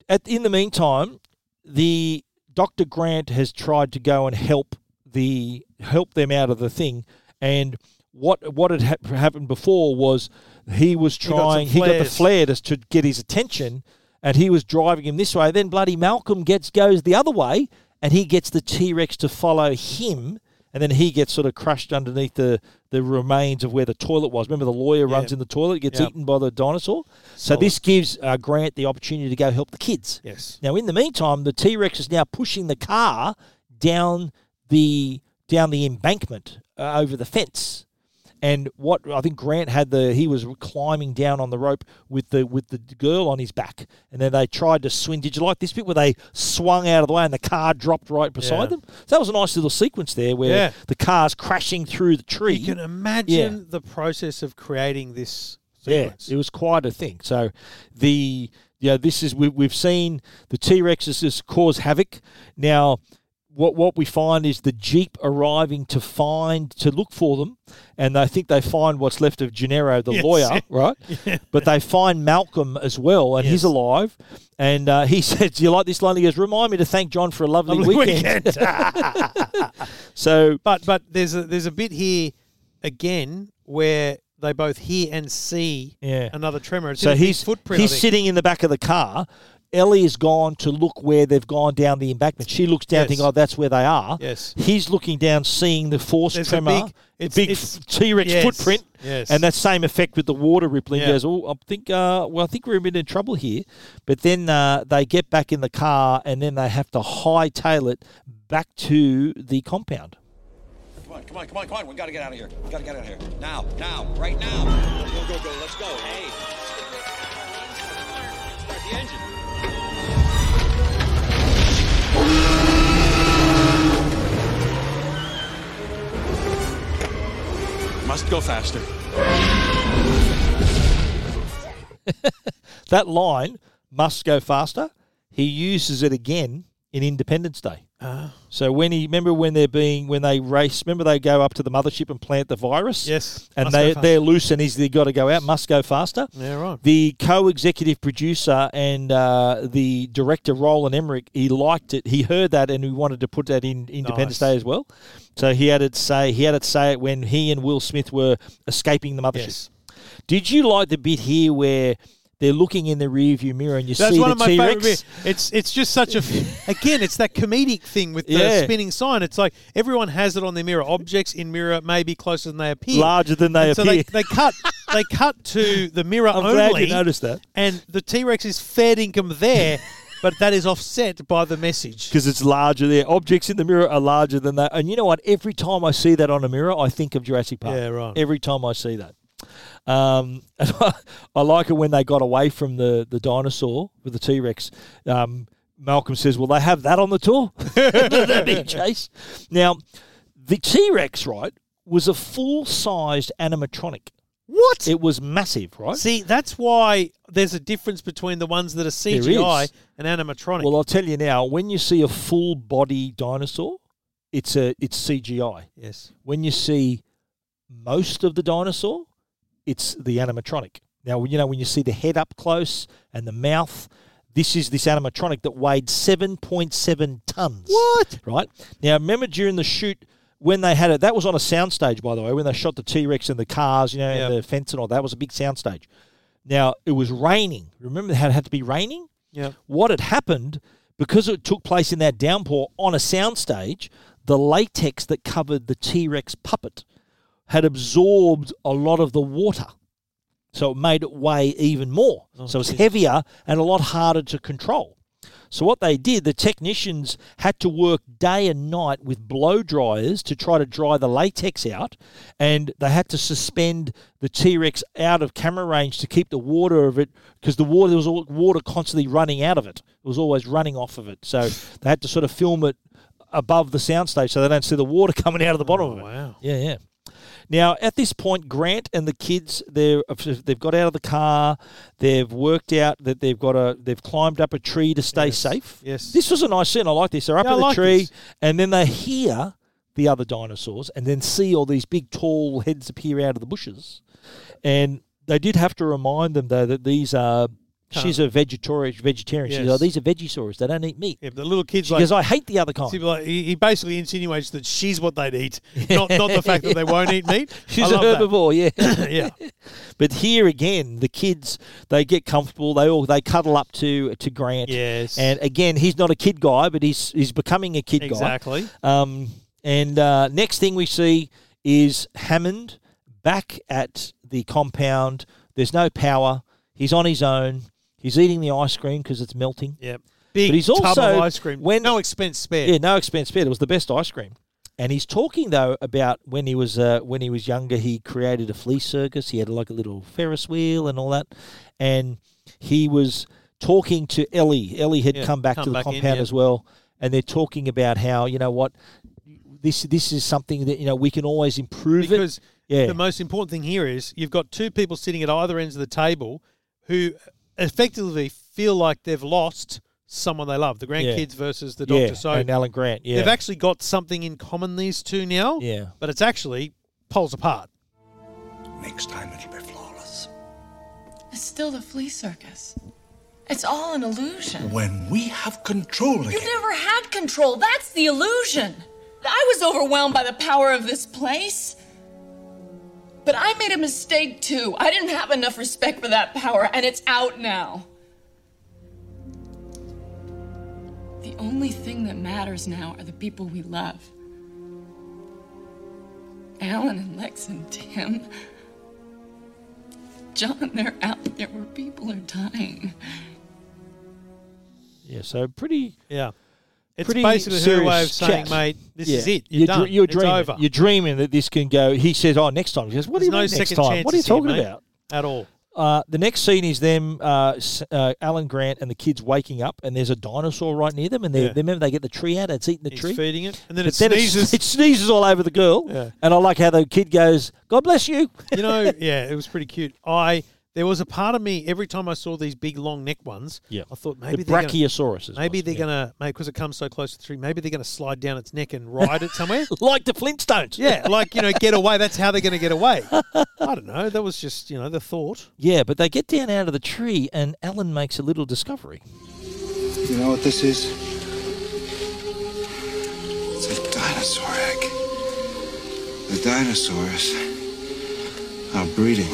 Speaker 6: at in the meantime, the Doctor Grant has tried to go and help the help them out of the thing, and what what had hap happened before was he was
Speaker 7: got some
Speaker 6: trying. He got, the
Speaker 7: flares.
Speaker 6: flare to, to get his attention, and he was driving him this way. Then bloody Malcolm gets goes the other way, and he gets the T Rex to follow him, and then he gets sort of crushed underneath the the remains of where the toilet was. Remember, the lawyer runs in the toilet, gets
Speaker 7: Yeah.
Speaker 6: eaten by the dinosaur. So
Speaker 7: Solid.
Speaker 6: this gives uh, Grant the opportunity to go help the kids.
Speaker 7: Yes.
Speaker 6: Now, in the meantime, the T Rex is now pushing the car down the down the embankment uh, over the fence, And what I think Grant had the he was climbing down on the rope with the with the girl on his back, and then they tried to swing. Did you like this bit where they swung out of the way and the car dropped right beside
Speaker 7: Yeah.
Speaker 6: them? So that was a nice little sequence there where
Speaker 7: Yeah.
Speaker 6: the car's crashing through the tree.
Speaker 7: You can
Speaker 6: Yeah.
Speaker 7: imagine the process of creating this
Speaker 6: Yeah,
Speaker 7: sequence.
Speaker 6: it was quite a thing. So the yeah, this is we, we've seen the T Rexes just cause havoc. Now, what what we find is the jeep arriving to find to look for them, and they think they find what's left of Gennaro, the
Speaker 7: Yes.
Speaker 6: lawyer, right? But they find Malcolm as well, and he's alive. And uh, he said, "Do you like this line?" He goes, "Remind me to thank John for a lovely,
Speaker 7: Lovely
Speaker 6: weekend." so,
Speaker 7: but but there's a there's a bit here again where they both hear and see
Speaker 6: Yeah.
Speaker 7: another tremor. It's in
Speaker 6: So
Speaker 7: a big
Speaker 6: he's
Speaker 7: footprint. I
Speaker 6: he's
Speaker 7: think.
Speaker 6: sitting in the back of the car. Ellie has gone to look where they've gone down the embankment. She looks down,
Speaker 7: Yes.
Speaker 6: thinking, "Oh, that's where they are."
Speaker 7: Yes.
Speaker 6: He's looking down, seeing the force
Speaker 7: There's a
Speaker 6: tremor,
Speaker 7: big-
Speaker 6: the
Speaker 7: it's-
Speaker 6: big
Speaker 7: it's-
Speaker 6: T Rex
Speaker 7: yes,
Speaker 6: footprint,
Speaker 7: yes.
Speaker 6: and that same effect with the water rippling. He
Speaker 7: Yeah.
Speaker 6: goes, "Oh, I think, uh, well, I think we're a bit in trouble here." But then uh, they get back in the car, and then they have to hightail it back to the compound.
Speaker 3: Come on, come on, come on, come on. We gotta get out of here. We gotta get out of here. Now, now, right now. Go, go, go. Let's go. Hey. Start the engine.
Speaker 21: Must go faster.
Speaker 6: That line must go faster. He uses it again in Independence Day.
Speaker 7: Ah.
Speaker 6: So when he remember when they're being when they race, remember they go up to the mothership and plant the virus.
Speaker 7: Yes,
Speaker 6: and
Speaker 7: must go
Speaker 6: they
Speaker 7: faster.
Speaker 6: they're loose and he's they got to go out. Must go faster.
Speaker 7: Yeah, right.
Speaker 6: The co-executive producer and uh, the director Roland Emmerich, he liked it. He heard that and he wanted to put that in Independence
Speaker 7: Nice.
Speaker 6: Day as well. So he had it say he had it say it when he and Will Smith were escaping the mothership. Did you like the bit here where? They're looking in the rearview mirror, and you
Speaker 7: That's
Speaker 6: see
Speaker 7: one
Speaker 6: the
Speaker 7: of my
Speaker 6: T-Rex.
Speaker 7: favorite. bit. It's it's just such a f- again. It's that comedic thing with the
Speaker 6: Yeah.
Speaker 7: spinning sign. It's like everyone has it on their mirror. Objects in mirror may be closer than they appear,
Speaker 6: Larger than they
Speaker 7: And
Speaker 6: appear.
Speaker 7: So they, they cut they cut to the mirror
Speaker 6: I'm
Speaker 7: only.
Speaker 6: glad you noticed that.
Speaker 7: And the T Rex is fair income there, but that is offset by the message.
Speaker 6: because it's larger there. Objects in the mirror are larger than that. And you know what? Every time I see that on a mirror, I think of Jurassic Park.
Speaker 7: Yeah, right.
Speaker 6: Every time I see that. Um, and I, like it when they got away from the, the dinosaur with the T Rex. Um, Malcolm says, Will they have that on the tour? the big chase. Now, the T Rex, right, was a full sized animatronic.
Speaker 7: What?
Speaker 6: It was massive, right?
Speaker 7: See, that's why there's a difference between the ones that are
Speaker 6: There is.
Speaker 7: CGI and animatronic.
Speaker 6: Well, I'll tell you now. When you see a full body dinosaur, it's a it's CGI.
Speaker 7: Yes.
Speaker 6: When you see most of the dinosaur, it's the animatronic. Now you know when you see the head up close and the mouth. This is this animatronic that weighed seven point seven tons. What? Right now, remember during the shoot when they had it. That was on a soundstage, by the way. When they shot the T Rex and the cars, you know, and the fence and all that was a big soundstage. Now it was raining. Remember how it had to be raining?
Speaker 7: Yeah.
Speaker 6: What had happened, because it took place in that downpour on a soundstage, the latex that covered the T Rex puppet had absorbed a lot of the water. So it made it weigh even more. so it's heavier and a lot harder to control. So what they did, the technicians had to work day and night with blow dryers to try to dry the latex out, and they had to suspend the T Rex out of camera range to keep the water of it because the water there was all, water constantly running out of it. It was always running off of it. So they had to sort of film it above the soundstage so they don't see the water coming out of the bottom of it.
Speaker 7: Wow.
Speaker 6: Yeah, yeah. Now, at this point, Grant and the kids they're they've got out of the car. They've worked out that they've got a they've climbed up a tree to stay safe.
Speaker 7: Yes,
Speaker 6: this was a nice scene. I like this. They're up
Speaker 7: Yeah,
Speaker 6: in
Speaker 7: I
Speaker 6: the
Speaker 7: like
Speaker 6: tree,
Speaker 7: this.
Speaker 6: and then they hear the other dinosaurs, and then see all these big tall heads appear out of the bushes. And they did have to remind them though that these are. She's a vegetarian. Vegetarian. She's
Speaker 7: Yes.
Speaker 6: like, these are vegisaurs. They don't eat meat.
Speaker 7: Yeah, but the little kids
Speaker 6: She
Speaker 7: like
Speaker 6: goes, I hate the other kind.
Speaker 7: See, like, he he basically insinuates that she's what they'd eat, not not the fact that they won't eat meat.
Speaker 6: She's
Speaker 7: I
Speaker 6: a
Speaker 7: love that.
Speaker 6: herbivore, yeah.
Speaker 7: Yeah.
Speaker 6: But here again, the kids they get comfortable. They all they cuddle up to to Grant.
Speaker 7: Yes.
Speaker 6: And again, he's not a kid guy, but he's he's becoming a kid guy.
Speaker 7: Exactly.
Speaker 6: Um. And uh, next thing we see is Hammond back at the compound. There's no power. He's on his own. He's eating the ice cream because it's melting.
Speaker 7: Yep. Big
Speaker 6: but he's
Speaker 7: tub
Speaker 6: also
Speaker 7: of ice cream.
Speaker 6: When
Speaker 7: no expense spared.
Speaker 6: yeah, no expense spared. It was the best ice cream. And he's talking though about when he was uh, when he was younger, he created a flea circus. He had like a little Ferris wheel and all that, and he was talking to Ellie. Ellie had
Speaker 7: Yeah,
Speaker 6: come back
Speaker 7: come
Speaker 6: to the
Speaker 7: back in,
Speaker 6: compound
Speaker 7: yeah.
Speaker 6: as well, and they're talking about how you know what this this is something that you know we can always improve
Speaker 7: because
Speaker 6: it. Yeah,
Speaker 7: the most important thing here is you've got two people sitting at either ends of the table who effectively feel like they've lost someone they love the grandkids versus the doctor
Speaker 6: Yeah,
Speaker 7: so
Speaker 6: and Alan Grant, yeah.
Speaker 7: they've actually got something in common these two now
Speaker 6: Yeah.
Speaker 7: but it's actually poles apart
Speaker 11: Next time it'll be flawless.
Speaker 10: It's still the flea circus. It's all an illusion.
Speaker 11: When we have control
Speaker 10: You've
Speaker 11: again.
Speaker 10: never had control. That's the illusion. I was overwhelmed by the power of this place. But I made a mistake too. I didn't have enough respect for that power, and it's out now. The only thing that matters now are the people we love Alan and Lex and Tim. John, they're out there where people are dying.
Speaker 6: yeah. So pretty.
Speaker 7: Yeah. It's
Speaker 6: pretty
Speaker 7: basically her
Speaker 6: serious
Speaker 7: way of saying,
Speaker 6: chat.
Speaker 7: mate, this
Speaker 6: Yeah.
Speaker 7: is it. You're,
Speaker 6: You're, dr-
Speaker 7: done.
Speaker 6: you're
Speaker 7: it's
Speaker 6: dreaming.
Speaker 7: over.
Speaker 6: You're dreaming that this can go. He says, "Oh, next time." He goes, "What do
Speaker 7: There's
Speaker 6: you
Speaker 7: no
Speaker 6: mean next
Speaker 7: second
Speaker 6: time? What are you
Speaker 7: chances here,
Speaker 6: talking
Speaker 7: mate,
Speaker 6: about?"
Speaker 7: At all.
Speaker 6: Uh, the next scene is them, uh, s- uh, Alan Grant and the kids waking up, and there's a dinosaur right near them, and they
Speaker 7: Yeah.
Speaker 6: they remember they get the tree out, it's eating the tree,
Speaker 7: feeding it, and then
Speaker 6: But
Speaker 7: it sneezes.
Speaker 6: It, sneezes all over the girl,
Speaker 7: Yeah.
Speaker 6: and I like how the kid goes, "God bless you."
Speaker 7: you know, yeah, it was pretty cute. I there was a part of me every time I saw these big long neck ones.
Speaker 6: Yeah.
Speaker 7: I thought maybe
Speaker 6: The
Speaker 7: they're gonna-
Speaker 6: Brachiosaurus is
Speaker 7: Maybe
Speaker 6: what's-
Speaker 7: they're
Speaker 6: yeah.
Speaker 7: gonna maybe because it comes so close to three. Maybe they're gonna slide down its neck and ride it somewhere,
Speaker 6: like the Flintstones.
Speaker 7: Yeah, like you know, get away. That's how they're gonna get away. I don't know. That was just you know the thought.
Speaker 6: Yeah, but they get down out of the tree, and Alan makes a little discovery.
Speaker 8: You know what this is?
Speaker 15: It's a dinosaur egg.
Speaker 8: The dinosaurs are breeding.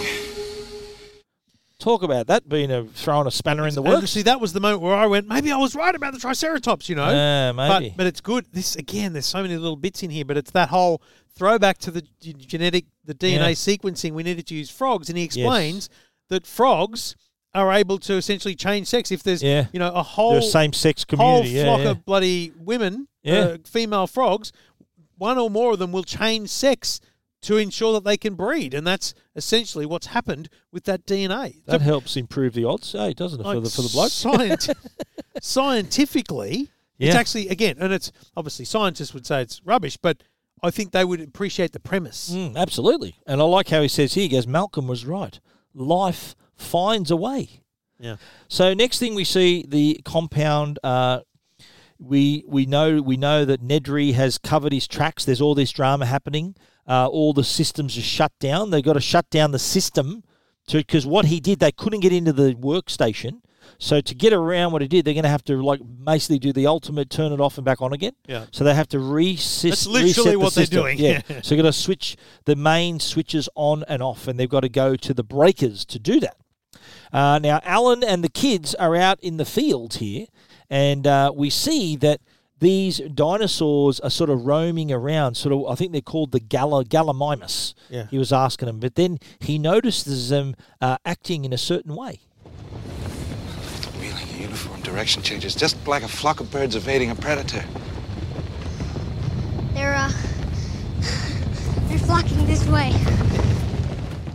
Speaker 6: Talk about that being a throwing a spanner in the
Speaker 7: And
Speaker 6: works.
Speaker 7: see, that was the moment where I went, maybe I was right about the Triceratops, you know.
Speaker 6: Yeah, maybe.
Speaker 7: But, but it's good. This again, there's so many little bits in here, but it's that whole throwback to the g- genetic, the DNA sequencing. We needed to use frogs, and he explains that frogs are able to essentially change sex if there's,
Speaker 6: Yeah.
Speaker 7: you know, a whole
Speaker 6: same-sex community,
Speaker 7: whole
Speaker 6: yeah,
Speaker 7: flock
Speaker 6: yeah.
Speaker 7: of bloody women,
Speaker 6: Yeah.
Speaker 7: uh, female frogs. One or more of them will change sex. To ensure that they can breed, and that's essentially what's happened with that DNA.
Speaker 6: That helps improve the odds, eh, doesn't it, for the for the bloke?
Speaker 7: Scient- scientifically,
Speaker 6: Yeah.
Speaker 7: it's actually again, and it's obviously scientists would say it's rubbish, but I think they would appreciate the premise.
Speaker 6: Mm, absolutely. And I like how he says here, he goes, Malcolm was right. Life finds a way.
Speaker 7: Yeah.
Speaker 6: So next thing we see the compound. Uh, we we know we know that Nedry has covered his tracks. There's all this drama happening. Uh, all the systems are shut down. They've got to shut down the system to because what he did, they couldn't get into the workstation. So to get around what he did, they're going to have to like basically do the ultimate turn it off and back on again.
Speaker 7: Yeah.
Speaker 6: So they have to resist.
Speaker 7: That's literally
Speaker 6: reset the
Speaker 7: what they're
Speaker 6: system.
Speaker 7: doing.
Speaker 6: Yeah. so you've got to switch the main switches on and off, and they've got to go to the breakers to do that. Uh, now, Alan and the kids are out in the field here, and uh, we see that these dinosaurs are sort of roaming around. Sort of, I think they're called the Gala, Gallimimus.
Speaker 7: Yeah.
Speaker 6: He was asking them, but then he notices them uh, acting in a certain way.
Speaker 8: Wheeling in uniform direction changes, just like a flock of birds evading a predator.
Speaker 22: They're, uh, they're flocking this way.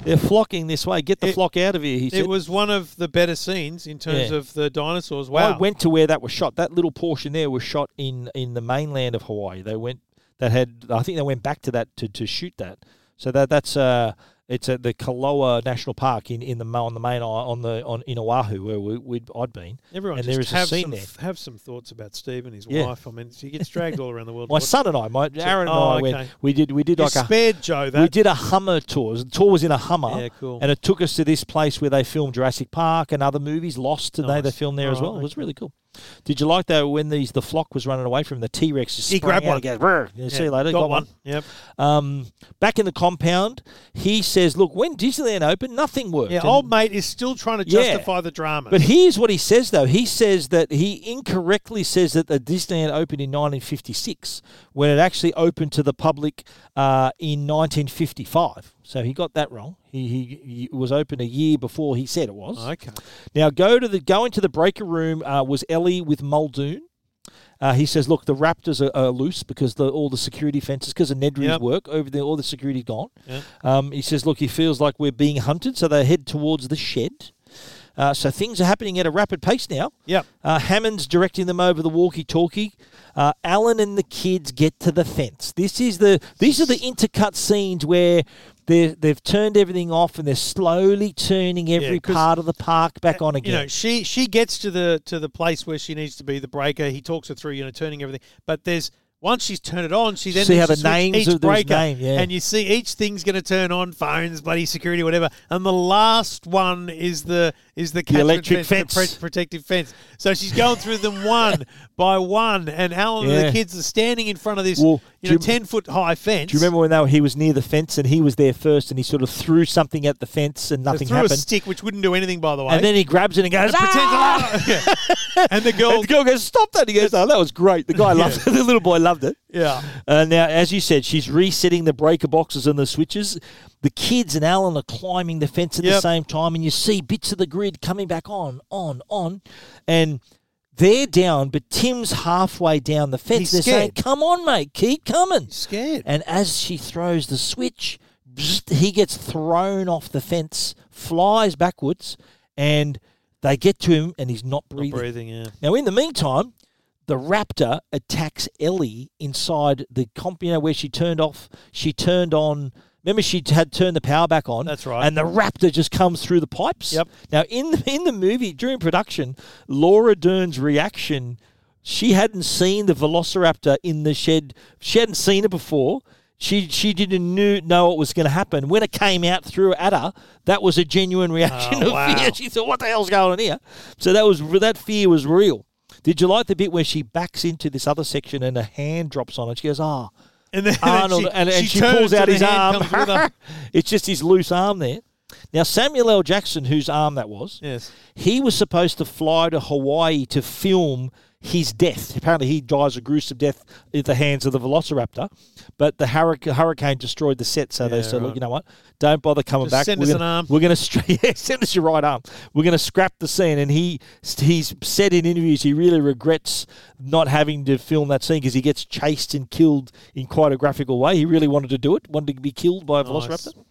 Speaker 6: They're flocking this way. Get the flock out of here, he said.
Speaker 7: It was one of the better scenes in terms
Speaker 6: Yeah.
Speaker 7: of the dinosaurs. Wow,
Speaker 6: I went to where that was shot. That little portion there was shot in in the mainland of Hawaii. They went that had I think they went back to that to, to shoot that. So that that's uh it's at the Kaloa National Park in, in the ma- on the main i- on the on in Oahu where we would I'd been.
Speaker 7: everyone
Speaker 6: and
Speaker 7: just
Speaker 6: there is
Speaker 7: have
Speaker 6: a scene
Speaker 7: some
Speaker 6: there.
Speaker 7: have some thoughts about Steve and his
Speaker 6: Yeah.
Speaker 7: wife. I mean, she gets dragged all around the world.
Speaker 6: My
Speaker 7: What-
Speaker 6: son and I, my
Speaker 7: So-
Speaker 6: Aaron and
Speaker 7: oh,
Speaker 6: I, went.
Speaker 7: okay.
Speaker 6: We did. We did
Speaker 7: You
Speaker 6: like a
Speaker 7: spared Joe
Speaker 6: We
Speaker 7: that.
Speaker 6: did a Hummer tour. The tour was in a Hummer.
Speaker 7: Yeah, cool.
Speaker 6: And it took us to this place where they filmed Jurassic Park and other movies. Lost today. They filmed there as
Speaker 7: All right,
Speaker 6: well. It was really cool. Did you like though when these the flock was running away from him, the T Rex?
Speaker 7: He grabbed one.
Speaker 6: Again. Yeah,
Speaker 7: Yeah,
Speaker 6: see you later.
Speaker 7: got
Speaker 6: Got,
Speaker 7: one.
Speaker 6: one.
Speaker 7: Yep.
Speaker 6: Um, back in the compound, he says, "Look, when Disneyland opened, nothing worked."
Speaker 7: yeah,
Speaker 6: And-
Speaker 7: old mate is still trying to
Speaker 6: Yeah.
Speaker 7: justify the drama.
Speaker 6: but here's what he says, though. He says that he incorrectly says that the Disneyland opened in 1956 when it actually opened to the public uh, in 1955. So he got that wrong. He, he, he was open a year before he said it was.
Speaker 7: Okay.
Speaker 6: Now go to the go into the breaker room. Uh, was Ellie with Muldoon? Uh, he says, look, the Raptors are, are loose because the, all the security fences, because of Nedry's
Speaker 7: Yep.
Speaker 6: work, over there, all the security's gone.
Speaker 7: Yep.
Speaker 6: Um, he says, look, he feels like we're being hunted, so they head towards the shed. Uh, so things are happening at a rapid pace now.
Speaker 7: Yep.
Speaker 6: Uh, Hammond's directing them over the walkie-talkie. Uh, Alan and the kids get to the fence. This is the these are the intercut scenes where they they've turned everything off and they're slowly turning every
Speaker 7: 'cause-
Speaker 6: part of the park back on again.
Speaker 7: You know, she she gets to the to the place where she needs to be the breaker. He talks her through, you know, turning everything. But there's once she's turned it on, she then
Speaker 6: See
Speaker 7: needs
Speaker 6: how
Speaker 7: to
Speaker 6: the
Speaker 7: switch
Speaker 6: names
Speaker 7: each
Speaker 6: of those
Speaker 7: breaker,
Speaker 6: name, yeah.
Speaker 7: and you see each thing's going to turn on phones, bloody security, whatever. And the last one is the is the, catchment
Speaker 6: electric
Speaker 7: the
Speaker 6: fence.
Speaker 7: pre- protective fence. So she's going through them one by one, and Alan and
Speaker 6: Yeah.
Speaker 7: the kids are standing in front of this,
Speaker 6: Well, do
Speaker 7: you know,
Speaker 6: you-
Speaker 7: ten foot high fence.
Speaker 6: Do you remember when they were, he was near the fence and he was there first and he sort of threw something at the fence and
Speaker 7: They
Speaker 6: nothing
Speaker 7: threw
Speaker 6: happened?
Speaker 7: a stick, which wouldn't do anything, by the way.
Speaker 6: And then he grabs it and goes, "Ah!"
Speaker 7: And pretends- Yeah. and the girl,
Speaker 6: the girl goes, "Stop that!" He goes, "Oh, that was great." The guy loved it. The little boy loved it.
Speaker 7: Yeah.
Speaker 6: Uh, now, as you said, she's resetting the breaker boxes and the switches. The kids and Alan are climbing the fence at the
Speaker 5: Yep.
Speaker 6: same time, and you see bits of the grid coming back on, on, on, and they're down, but Tim's halfway down the fence.
Speaker 7: He's
Speaker 6: they're saying,
Speaker 7: scared.
Speaker 6: "Come on, mate, keep coming."
Speaker 7: scared.
Speaker 6: And as she throws the switch, bzzzt, he gets thrown off the fence, flies backwards, and they get to him, and he's not breathing.
Speaker 7: breathing, yeah.
Speaker 6: Now, in the meantime, the raptor attacks Ellie inside the comp. You know where she turned off. She turned on. Remember, she had turned the power back on. That's
Speaker 7: right.
Speaker 6: And the raptor just comes through the pipes. Yep. Now, in the, in the movie during production, Laura Dern's reaction. She hadn't seen the velociraptor in the shed. She hadn't seen it before. She she didn't knew, know what was going to happen. When it came out through at her, that was a genuine reaction
Speaker 7: Oh,
Speaker 6: of
Speaker 7: wow.
Speaker 6: fear. She thought, "What the hell's going on here?" So that was that fear was real. Did you like the bit where she backs into this other section and a hand drops on it? She goes, "Ah."
Speaker 7: And then
Speaker 6: Arnold,
Speaker 7: she-
Speaker 6: and, and
Speaker 7: she
Speaker 6: she,
Speaker 7: turns
Speaker 6: pulls
Speaker 7: and
Speaker 6: out
Speaker 7: the
Speaker 6: his
Speaker 7: hand
Speaker 6: arm.
Speaker 7: comes with her.
Speaker 6: it's just his loose arm there. Now Samuel L. Jackson, whose arm that was,
Speaker 7: yes,
Speaker 6: he was supposed to fly to Hawaii to film his death. Apparently, he dies a gruesome death at the hands of the Velociraptor, but the hurric- hurricane destroyed the set, so they
Speaker 7: Yeah,
Speaker 6: said, "Look,
Speaker 7: right.
Speaker 6: you know what? Don't bother coming
Speaker 7: Just
Speaker 6: back.
Speaker 7: send
Speaker 6: we're
Speaker 7: us
Speaker 6: gonna,
Speaker 7: an arm."
Speaker 6: We're going to stra- yeah, send us your right arm. We're going to scrap the scene." And he he's said in interviews he really regrets not having to film that scene because he gets chased and killed in quite a graphical way. He really wanted to do it, wanted to be killed by a
Speaker 7: Nice.
Speaker 6: Velociraptor.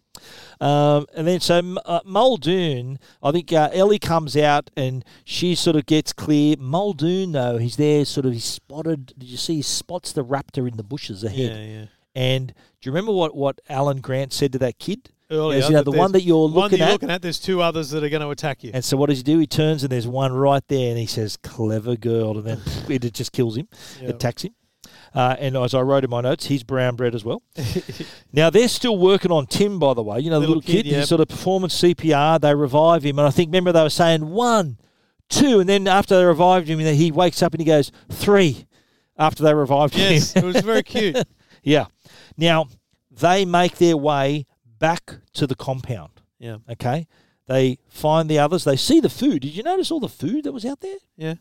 Speaker 6: Um, and then so M- uh, Muldoon, I think uh, Ellie comes out and she sort of gets clear. Muldoon though, he's there, sort of he's spotted. Did you see? He spots the raptor in the bushes ahead.
Speaker 7: Yeah, yeah.
Speaker 6: And do you remember what what Alan Grant said to that kid?
Speaker 7: Earlier,
Speaker 6: He goes, you know,
Speaker 7: that
Speaker 6: the
Speaker 7: there's-
Speaker 6: one that you're
Speaker 7: one
Speaker 6: looking
Speaker 7: you're
Speaker 6: at.
Speaker 7: looking at, there's two others that are going to attack you.
Speaker 6: And so what does he do? He turns and there's one right there, and he says, "Clever girl," and then it just kills him,
Speaker 7: Yeah.
Speaker 6: attacks him. Uh, and as I wrote in my notes, he's brown bread as well. now they're still working on Tim, by the way. You know, the
Speaker 7: Little
Speaker 6: little,
Speaker 7: kid,
Speaker 6: kid.
Speaker 7: yeah.
Speaker 6: He's sort of performing CPR. They revive him, and I think remember they were saying one, two, and then after they revived him, he wakes up and he goes three. After they revived
Speaker 7: Yes,
Speaker 6: him,
Speaker 7: it was very cute.
Speaker 6: yeah. Now they make their way back to the compound.
Speaker 7: Yeah.
Speaker 6: Okay. They find the others. They see the food. Did you notice all the food that was out there?
Speaker 7: Yeah.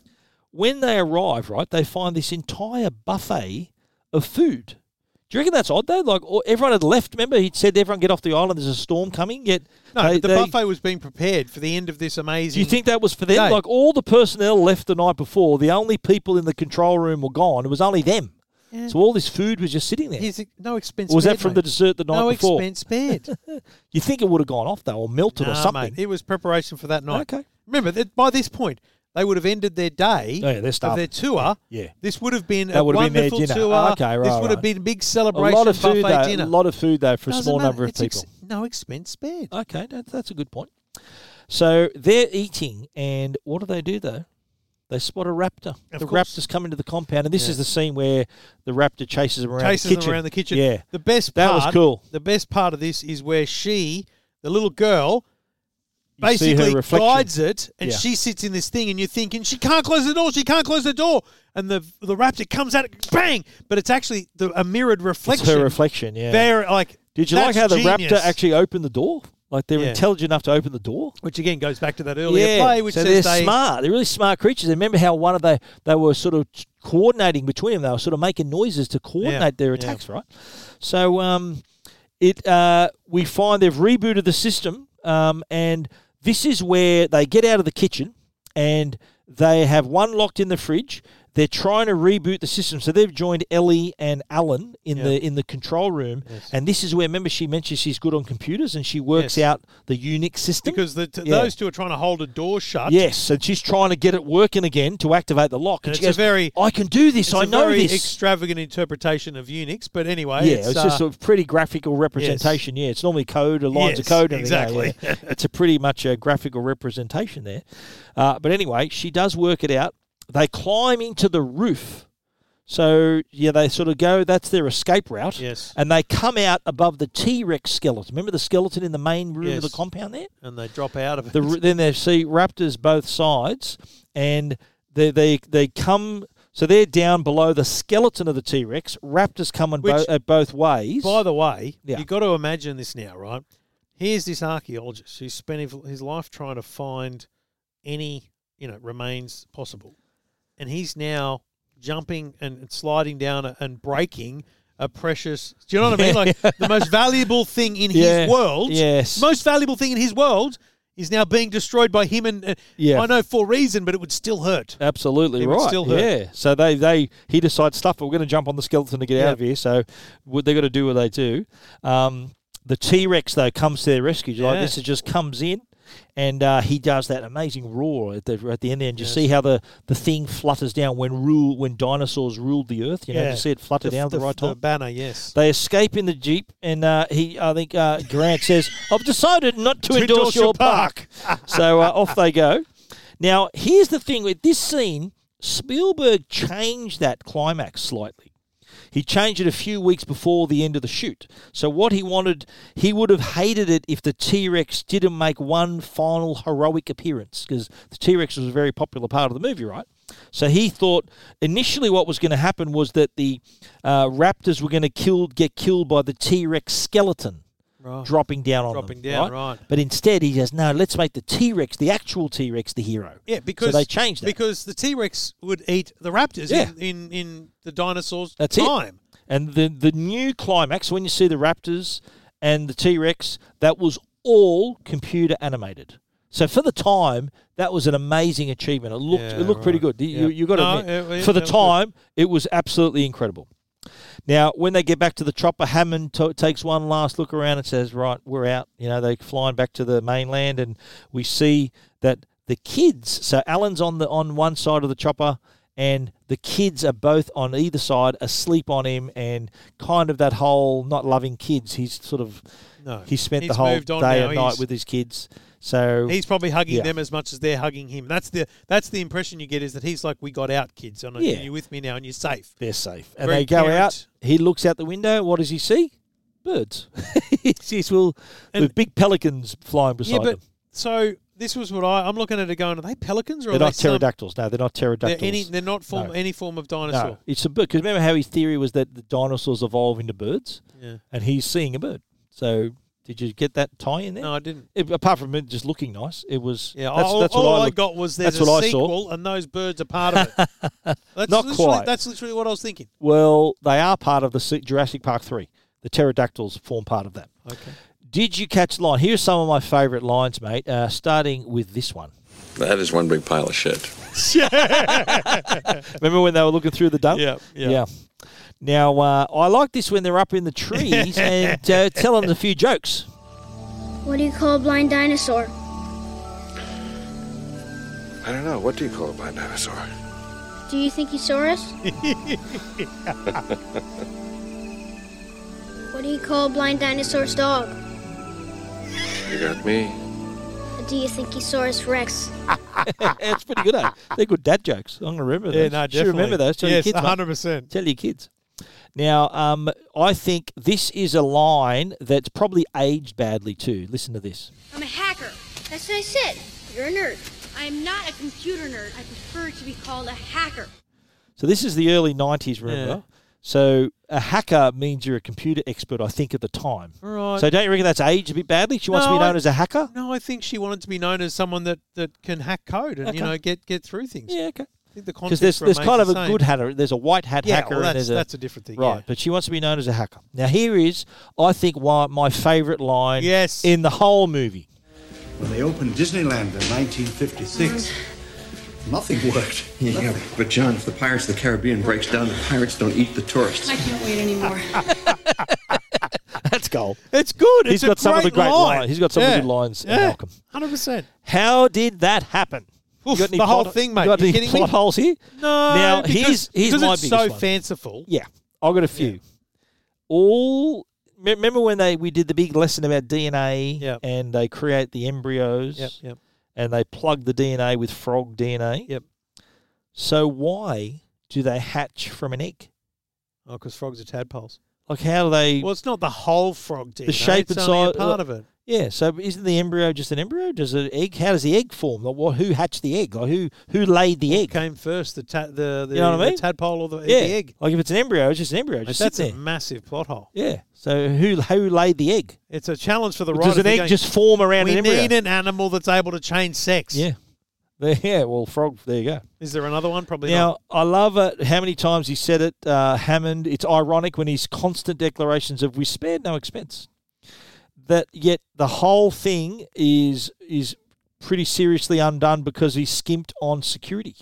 Speaker 6: When they arrive, right, they find this entire buffet of food. Do you reckon that's odd though? Like all, everyone had left. Remember, he said everyone get off the island. There's a storm coming. Yet
Speaker 7: No,
Speaker 6: they-
Speaker 7: but the
Speaker 6: they-
Speaker 7: buffet was being prepared for the end of this amazing.
Speaker 6: do you think that was for them?
Speaker 7: day.
Speaker 6: Like all the personnel left the night before. The only people in the control room were gone. It was only them.
Speaker 7: Yeah.
Speaker 6: So all this food was just sitting there.
Speaker 7: Here's a- no expense?
Speaker 6: Or was that
Speaker 7: spared,
Speaker 6: from
Speaker 7: mate.
Speaker 6: the dessert the night
Speaker 7: no
Speaker 6: before?
Speaker 7: expense spared.
Speaker 6: You think it would have gone off though, or melted
Speaker 7: Nah,
Speaker 6: or something?
Speaker 7: Mate, it was preparation for that night.
Speaker 6: Okay.
Speaker 7: Remember that by this point they would have ended their day
Speaker 6: Oh, yeah, they're
Speaker 7: of their
Speaker 6: starving.
Speaker 7: tour.
Speaker 6: Yeah.
Speaker 7: This would have been
Speaker 6: That
Speaker 7: a
Speaker 6: would have been their
Speaker 7: wonderful
Speaker 6: dinner.
Speaker 7: tour.
Speaker 6: Okay,
Speaker 7: This
Speaker 6: right,
Speaker 7: would have
Speaker 6: right.
Speaker 7: been a big
Speaker 6: a
Speaker 7: celebration
Speaker 6: lot of food
Speaker 7: buffet
Speaker 6: though.
Speaker 7: dinner.
Speaker 6: A lot of food though for a
Speaker 7: Doesn't
Speaker 6: small
Speaker 7: matter.
Speaker 6: number of
Speaker 7: It's ex-
Speaker 6: people.
Speaker 7: no expense spared.
Speaker 6: Okay, that, that's a good point. So they're eating, and what do they do though? They spot a raptor.
Speaker 7: Of
Speaker 6: the
Speaker 7: course.
Speaker 6: raptors come into the compound, and this
Speaker 7: Yeah.
Speaker 6: is the scene where the raptor chases them around
Speaker 7: chases
Speaker 6: the
Speaker 7: them
Speaker 6: kitchen.
Speaker 7: around the kitchen.
Speaker 6: Yeah,
Speaker 7: The best
Speaker 6: That
Speaker 7: part,
Speaker 6: was cool.
Speaker 7: The best part of this is where she, the little girl,
Speaker 6: You see her
Speaker 7: basically
Speaker 6: reflection.
Speaker 7: guides it, and
Speaker 6: Yeah.
Speaker 7: she sits in this thing, and you're thinking she can't close the door, she can't close the door, and the the raptor comes at it, bang! But it's actually the, a mirrored reflection.
Speaker 6: It's her reflection. Yeah.
Speaker 7: Very like.
Speaker 6: Did you like
Speaker 7: that's
Speaker 6: how the
Speaker 7: genius.
Speaker 6: raptor actually opened the door? Like they're
Speaker 7: Yeah.
Speaker 6: intelligent enough to open the door.
Speaker 7: Which again goes back to that earlier
Speaker 6: yeah.
Speaker 7: play, which
Speaker 6: so
Speaker 7: says
Speaker 6: they're
Speaker 7: they-
Speaker 6: smart. They're really smart creatures. And remember how one of they they were sort of coordinating between them. They were sort of making noises to coordinate their
Speaker 7: yeah.
Speaker 6: attacks, right? So um, it uh, we find they've rebooted the system, um, and this is where they get out of the kitchen and they have one locked in the fridge. They're trying to reboot the system, so they've joined Ellie and Alan in the in the control room, and this is where remember she mentions she's good on computers and she works
Speaker 7: Yes.
Speaker 6: out the Unix system
Speaker 7: because the, t-
Speaker 6: Yeah.
Speaker 7: those two are trying to hold a door shut.
Speaker 6: Yes, and she's trying to get it working again to activate the lock. And,
Speaker 7: And
Speaker 6: she
Speaker 7: it's a
Speaker 6: goes,
Speaker 7: very-
Speaker 6: "I can do this.
Speaker 7: It's
Speaker 6: I
Speaker 7: a
Speaker 6: know
Speaker 7: very
Speaker 6: this."
Speaker 7: extravagant interpretation of Unix, but anyway,
Speaker 6: yeah,
Speaker 7: it's,
Speaker 6: it's, just
Speaker 7: uh,
Speaker 6: a pretty graphical representation. Yeah, it's normally code or lines of
Speaker 7: Yes,
Speaker 6: code. and everything, yeah,
Speaker 7: exactly.
Speaker 6: yeah. it's a pretty much a graphical representation there. Uh, but anyway, she does work it out. They climb into the roof. So yeah, they sort of go. That's their escape route.
Speaker 7: Yes.
Speaker 6: and they come out above the T Rex skeleton. Remember the skeleton in the main room of the
Speaker 7: Yes.
Speaker 6: compound there.
Speaker 7: and they drop out of it.
Speaker 6: The, r- then they see raptors both sides, and they they they come. So they're down below the skeleton of the T Rex. Raptors coming bo-
Speaker 7: Which-
Speaker 6: at both ways.
Speaker 7: By the way,
Speaker 6: Yeah.
Speaker 7: you've got to imagine this now, right? Here's this archaeologist who's spent his- his life trying to find any you know remains possible, and he's now jumping and and sliding down a- and breaking a precious. Do you know what I mean? Like the most valuable thing in
Speaker 6: Yeah.
Speaker 7: his world.
Speaker 6: Yes.
Speaker 7: most valuable thing in his world. Is now being destroyed by him, and uh,
Speaker 6: Yeah. Uh,
Speaker 7: I know for reason, but it would still hurt.
Speaker 6: Absolutely
Speaker 7: It would
Speaker 6: right.
Speaker 7: still hurt.
Speaker 6: Yeah. So they they he decides stuff. We're going to jump on the skeleton to get out
Speaker 7: Yeah.
Speaker 6: of here. So what they got to do what they do. Um, the T Rex though comes to their rescue. Like
Speaker 7: Yeah.
Speaker 6: this, it just comes in. And uh, he does that amazing roar at the, at the end there, and you see how the, the thing flutters down when rule when dinosaurs ruled the earth. You know, you see it flutter
Speaker 7: The-
Speaker 6: down at the,
Speaker 7: the-
Speaker 6: right
Speaker 7: The
Speaker 6: time.
Speaker 7: banner, yes.
Speaker 6: They escape in the jeep, and uh, he, I think uh, Grant says, "I've decided not to, endorse, your park." so uh, off they go. Now, here's the thing with this scene: Spielberg changed that climax slightly. He changed it a few weeks before the end of the shoot. So what he wanted, he would have hated it if the T Rex didn't make one final heroic appearance because the T Rex was a very popular part of the movie, right? So he thought initially what was going to happen was that the uh, raptors were going to kill, get killed by the T Rex skeleton
Speaker 7: Right.
Speaker 6: dropping down on
Speaker 7: Dropping
Speaker 6: them.
Speaker 7: down, right.
Speaker 6: But instead he says, no, let's make the T Rex, the actual T Rex, the hero.
Speaker 7: Yeah, because
Speaker 6: so they changed that.
Speaker 7: because the T Rex would eat the raptors
Speaker 6: Yeah.
Speaker 7: in, in in the dinosaurs'
Speaker 6: That's
Speaker 7: time.
Speaker 6: it. And the the new climax when you see the Raptors and the T Rex, that was all computer animated. So for the time, that was an amazing achievement. It looked
Speaker 7: Yeah,
Speaker 6: it looked pretty
Speaker 7: right.
Speaker 6: good. You,
Speaker 7: Yeah.
Speaker 6: you, you got to
Speaker 7: No,
Speaker 6: admit,
Speaker 7: it- it-
Speaker 6: for the
Speaker 7: it was good.
Speaker 6: time, it was absolutely incredible. Now, when they get back to the chopper, Hammond to takes one last look around and says, "Right, we're out." You know, they're flying back to the mainland, and we see that the kids. So Alan's on the on one side of the chopper, and the kids are both on either side, asleep on him, and kind of that whole not loving kids. He's sort of
Speaker 7: No.
Speaker 6: he spent the
Speaker 7: He's
Speaker 6: whole
Speaker 7: moved on
Speaker 6: day
Speaker 7: now.
Speaker 6: and night
Speaker 7: He's-
Speaker 6: with his kids. So
Speaker 7: He's probably hugging
Speaker 6: Yeah.
Speaker 7: them as much as they're hugging him. That's the that's the impression you get is that he's like, "We got out, kids. I know
Speaker 6: Yeah.
Speaker 7: you're with me now, and you're safe."
Speaker 6: They're safe, and
Speaker 7: Very
Speaker 6: they go
Speaker 7: parent.
Speaker 6: out. He looks out the window. What does he see? Birds. he sees well, the big pelicans flying beside
Speaker 7: Yeah, but
Speaker 6: them.
Speaker 7: so this was what I I'm looking at it going, "Are they pelicans or
Speaker 6: They're
Speaker 7: are they
Speaker 6: not
Speaker 7: some-
Speaker 6: pterodactyls. No, they're not
Speaker 7: um, They're
Speaker 6: pterodactyls.
Speaker 7: any they're not form
Speaker 6: No.
Speaker 7: any form of dinosaur.
Speaker 6: no, it's a bird. Because remember how his theory was that the dinosaurs evolve into birds,
Speaker 7: Yeah.
Speaker 6: and he's seeing a bird. So did you get that tie in there?
Speaker 7: No, I didn't.
Speaker 6: It- apart from it just looking nice, it was.
Speaker 7: Yeah,
Speaker 6: that's,
Speaker 7: all,
Speaker 6: that's
Speaker 7: all
Speaker 6: what
Speaker 7: I,
Speaker 6: looked-
Speaker 7: got was
Speaker 6: that's
Speaker 7: there's
Speaker 6: what
Speaker 7: a
Speaker 6: I saw.
Speaker 7: sequel, and those birds are part of it. That's
Speaker 6: Not
Speaker 7: literally-
Speaker 6: quite.
Speaker 7: That's literally what I was thinking.
Speaker 6: Well, they are part of the se- Jurassic Park 3. The pterodactyls form part of that.
Speaker 7: Okay.
Speaker 6: Did you catch the line? Here's some of my favourite lines, mate, uh, starting with this one.
Speaker 14: That is one big pile of shit.
Speaker 6: Remember when they were looking through the dump?
Speaker 14: Yeah, yeah.
Speaker 6: Now, uh, I like this when they're up in the trees and uh, telling them a few jokes.
Speaker 22: What do you call a blind dinosaur?
Speaker 15: I don't know. What do you call a blind dinosaur?
Speaker 22: Do you think he saw us? What do you call a blind dinosaur's dog?
Speaker 14: You got me.
Speaker 22: Do you think he saw us, Rex?
Speaker 6: That's pretty good. eh? They're good dad jokes. I'm gonna remember those.
Speaker 7: Yeah, no,
Speaker 6: Should remember
Speaker 7: definitely.
Speaker 6: those. Tell your
Speaker 7: Yes,
Speaker 6: kids, mate.
Speaker 7: 100%.
Speaker 6: Tell your kids. Now, um, I think this is a line that's probably aged badly too. Listen to this.
Speaker 5: I'm a hacker. That's what I said. You're a nerd. I am not a computer nerd. I prefer to be called a hacker.
Speaker 6: So this is the early '90s, remember? So a hacker means you're a computer expert, I think, at the time.
Speaker 7: Right.
Speaker 6: So don't you reckon that's aged a bit badly? She wants to be
Speaker 7: No,
Speaker 6: known
Speaker 7: I-
Speaker 6: as a hacker.
Speaker 7: No, I think she wanted to be known as someone that, that can hack code and you
Speaker 6: Okay.
Speaker 7: know get, get through things.
Speaker 6: Yeah, okay.
Speaker 7: I think the
Speaker 6: Because
Speaker 7: context
Speaker 6: there's there's
Speaker 7: remains
Speaker 6: kind of
Speaker 7: the
Speaker 6: a
Speaker 7: same.
Speaker 6: good hacker. There's a white hat
Speaker 7: Yeah,
Speaker 6: hacker.
Speaker 7: well,
Speaker 6: and
Speaker 7: that's-
Speaker 6: there's a,
Speaker 7: that's a different thing,
Speaker 6: right?
Speaker 7: yeah.
Speaker 6: But she wants to be known as a hacker. Now here is, I think, why my favourite line.
Speaker 5: Yes.
Speaker 6: In the whole movie.
Speaker 11: When they opened Disneyland in 1956,
Speaker 22: Mm.
Speaker 11: Nothing worked.
Speaker 21: Yeah, but John, if the Pirates of the Caribbean breaks down, the pirates don't eat the tourists.
Speaker 1: I can't wait anymore.
Speaker 6: That's gold.
Speaker 7: It's good.
Speaker 6: He's
Speaker 7: It's a
Speaker 6: got some of the
Speaker 7: great
Speaker 6: great
Speaker 7: line.
Speaker 6: lines. He's got some of the
Speaker 7: Yeah.
Speaker 6: good lines. in
Speaker 7: Yeah.
Speaker 6: Malcolm.
Speaker 7: Hundred percent.
Speaker 6: How did that happen? You
Speaker 7: Oof,
Speaker 6: got any
Speaker 7: the whole
Speaker 6: plot-
Speaker 7: thing,
Speaker 6: you
Speaker 7: mate.
Speaker 6: got
Speaker 7: You
Speaker 6: any
Speaker 7: kidding me?
Speaker 6: plot holes here?
Speaker 7: No,
Speaker 6: Now
Speaker 7: because-
Speaker 6: here's here's
Speaker 7: because
Speaker 6: my
Speaker 7: it's
Speaker 6: biggest
Speaker 7: so
Speaker 6: one.
Speaker 7: fanciful.
Speaker 6: Yeah, I got a few. All me- remember when they we did the big lesson about DNA and they create the embryos.
Speaker 7: Yep, yep.
Speaker 6: And they plug the DNA with frog DNA.
Speaker 7: Yep.
Speaker 6: So why do they hatch from an egg?
Speaker 7: Oh, because frogs are tadpoles.
Speaker 6: Like how do they?
Speaker 7: Well, it's not the whole frog DNA.
Speaker 6: the shape
Speaker 7: it's
Speaker 6: and
Speaker 7: only a
Speaker 6: size
Speaker 7: part of it.
Speaker 6: Yeah. So isn't the embryo just an embryo? Does an egg? How does the egg form? Like, what? Who hatched the egg? Like, who who laid the egg?
Speaker 7: Came first, the ta- the, the,
Speaker 6: you know what I
Speaker 7: the
Speaker 6: mean?
Speaker 7: tadpole or the,
Speaker 6: yeah.
Speaker 7: the egg.
Speaker 6: Like if it's an embryo, it's just an embryo. It Just
Speaker 7: That's
Speaker 6: sits
Speaker 7: a
Speaker 6: there.
Speaker 7: massive plot hole.
Speaker 6: Yeah. So who who laid the egg?
Speaker 7: It's a challenge for the
Speaker 6: Does
Speaker 7: writer.
Speaker 6: an egg just form around
Speaker 7: we
Speaker 6: an embryo?"
Speaker 7: need an animal that's able to change sex.
Speaker 6: Yeah. There, yeah. Well, frog. There you go.
Speaker 7: Is there another one? Probably
Speaker 6: now
Speaker 7: not.
Speaker 6: I love it. How many times he said it, uh, Hammond? It's ironic when his constant declarations of "we spared no expense," that yet the whole thing is is pretty seriously undone because he skimped on security.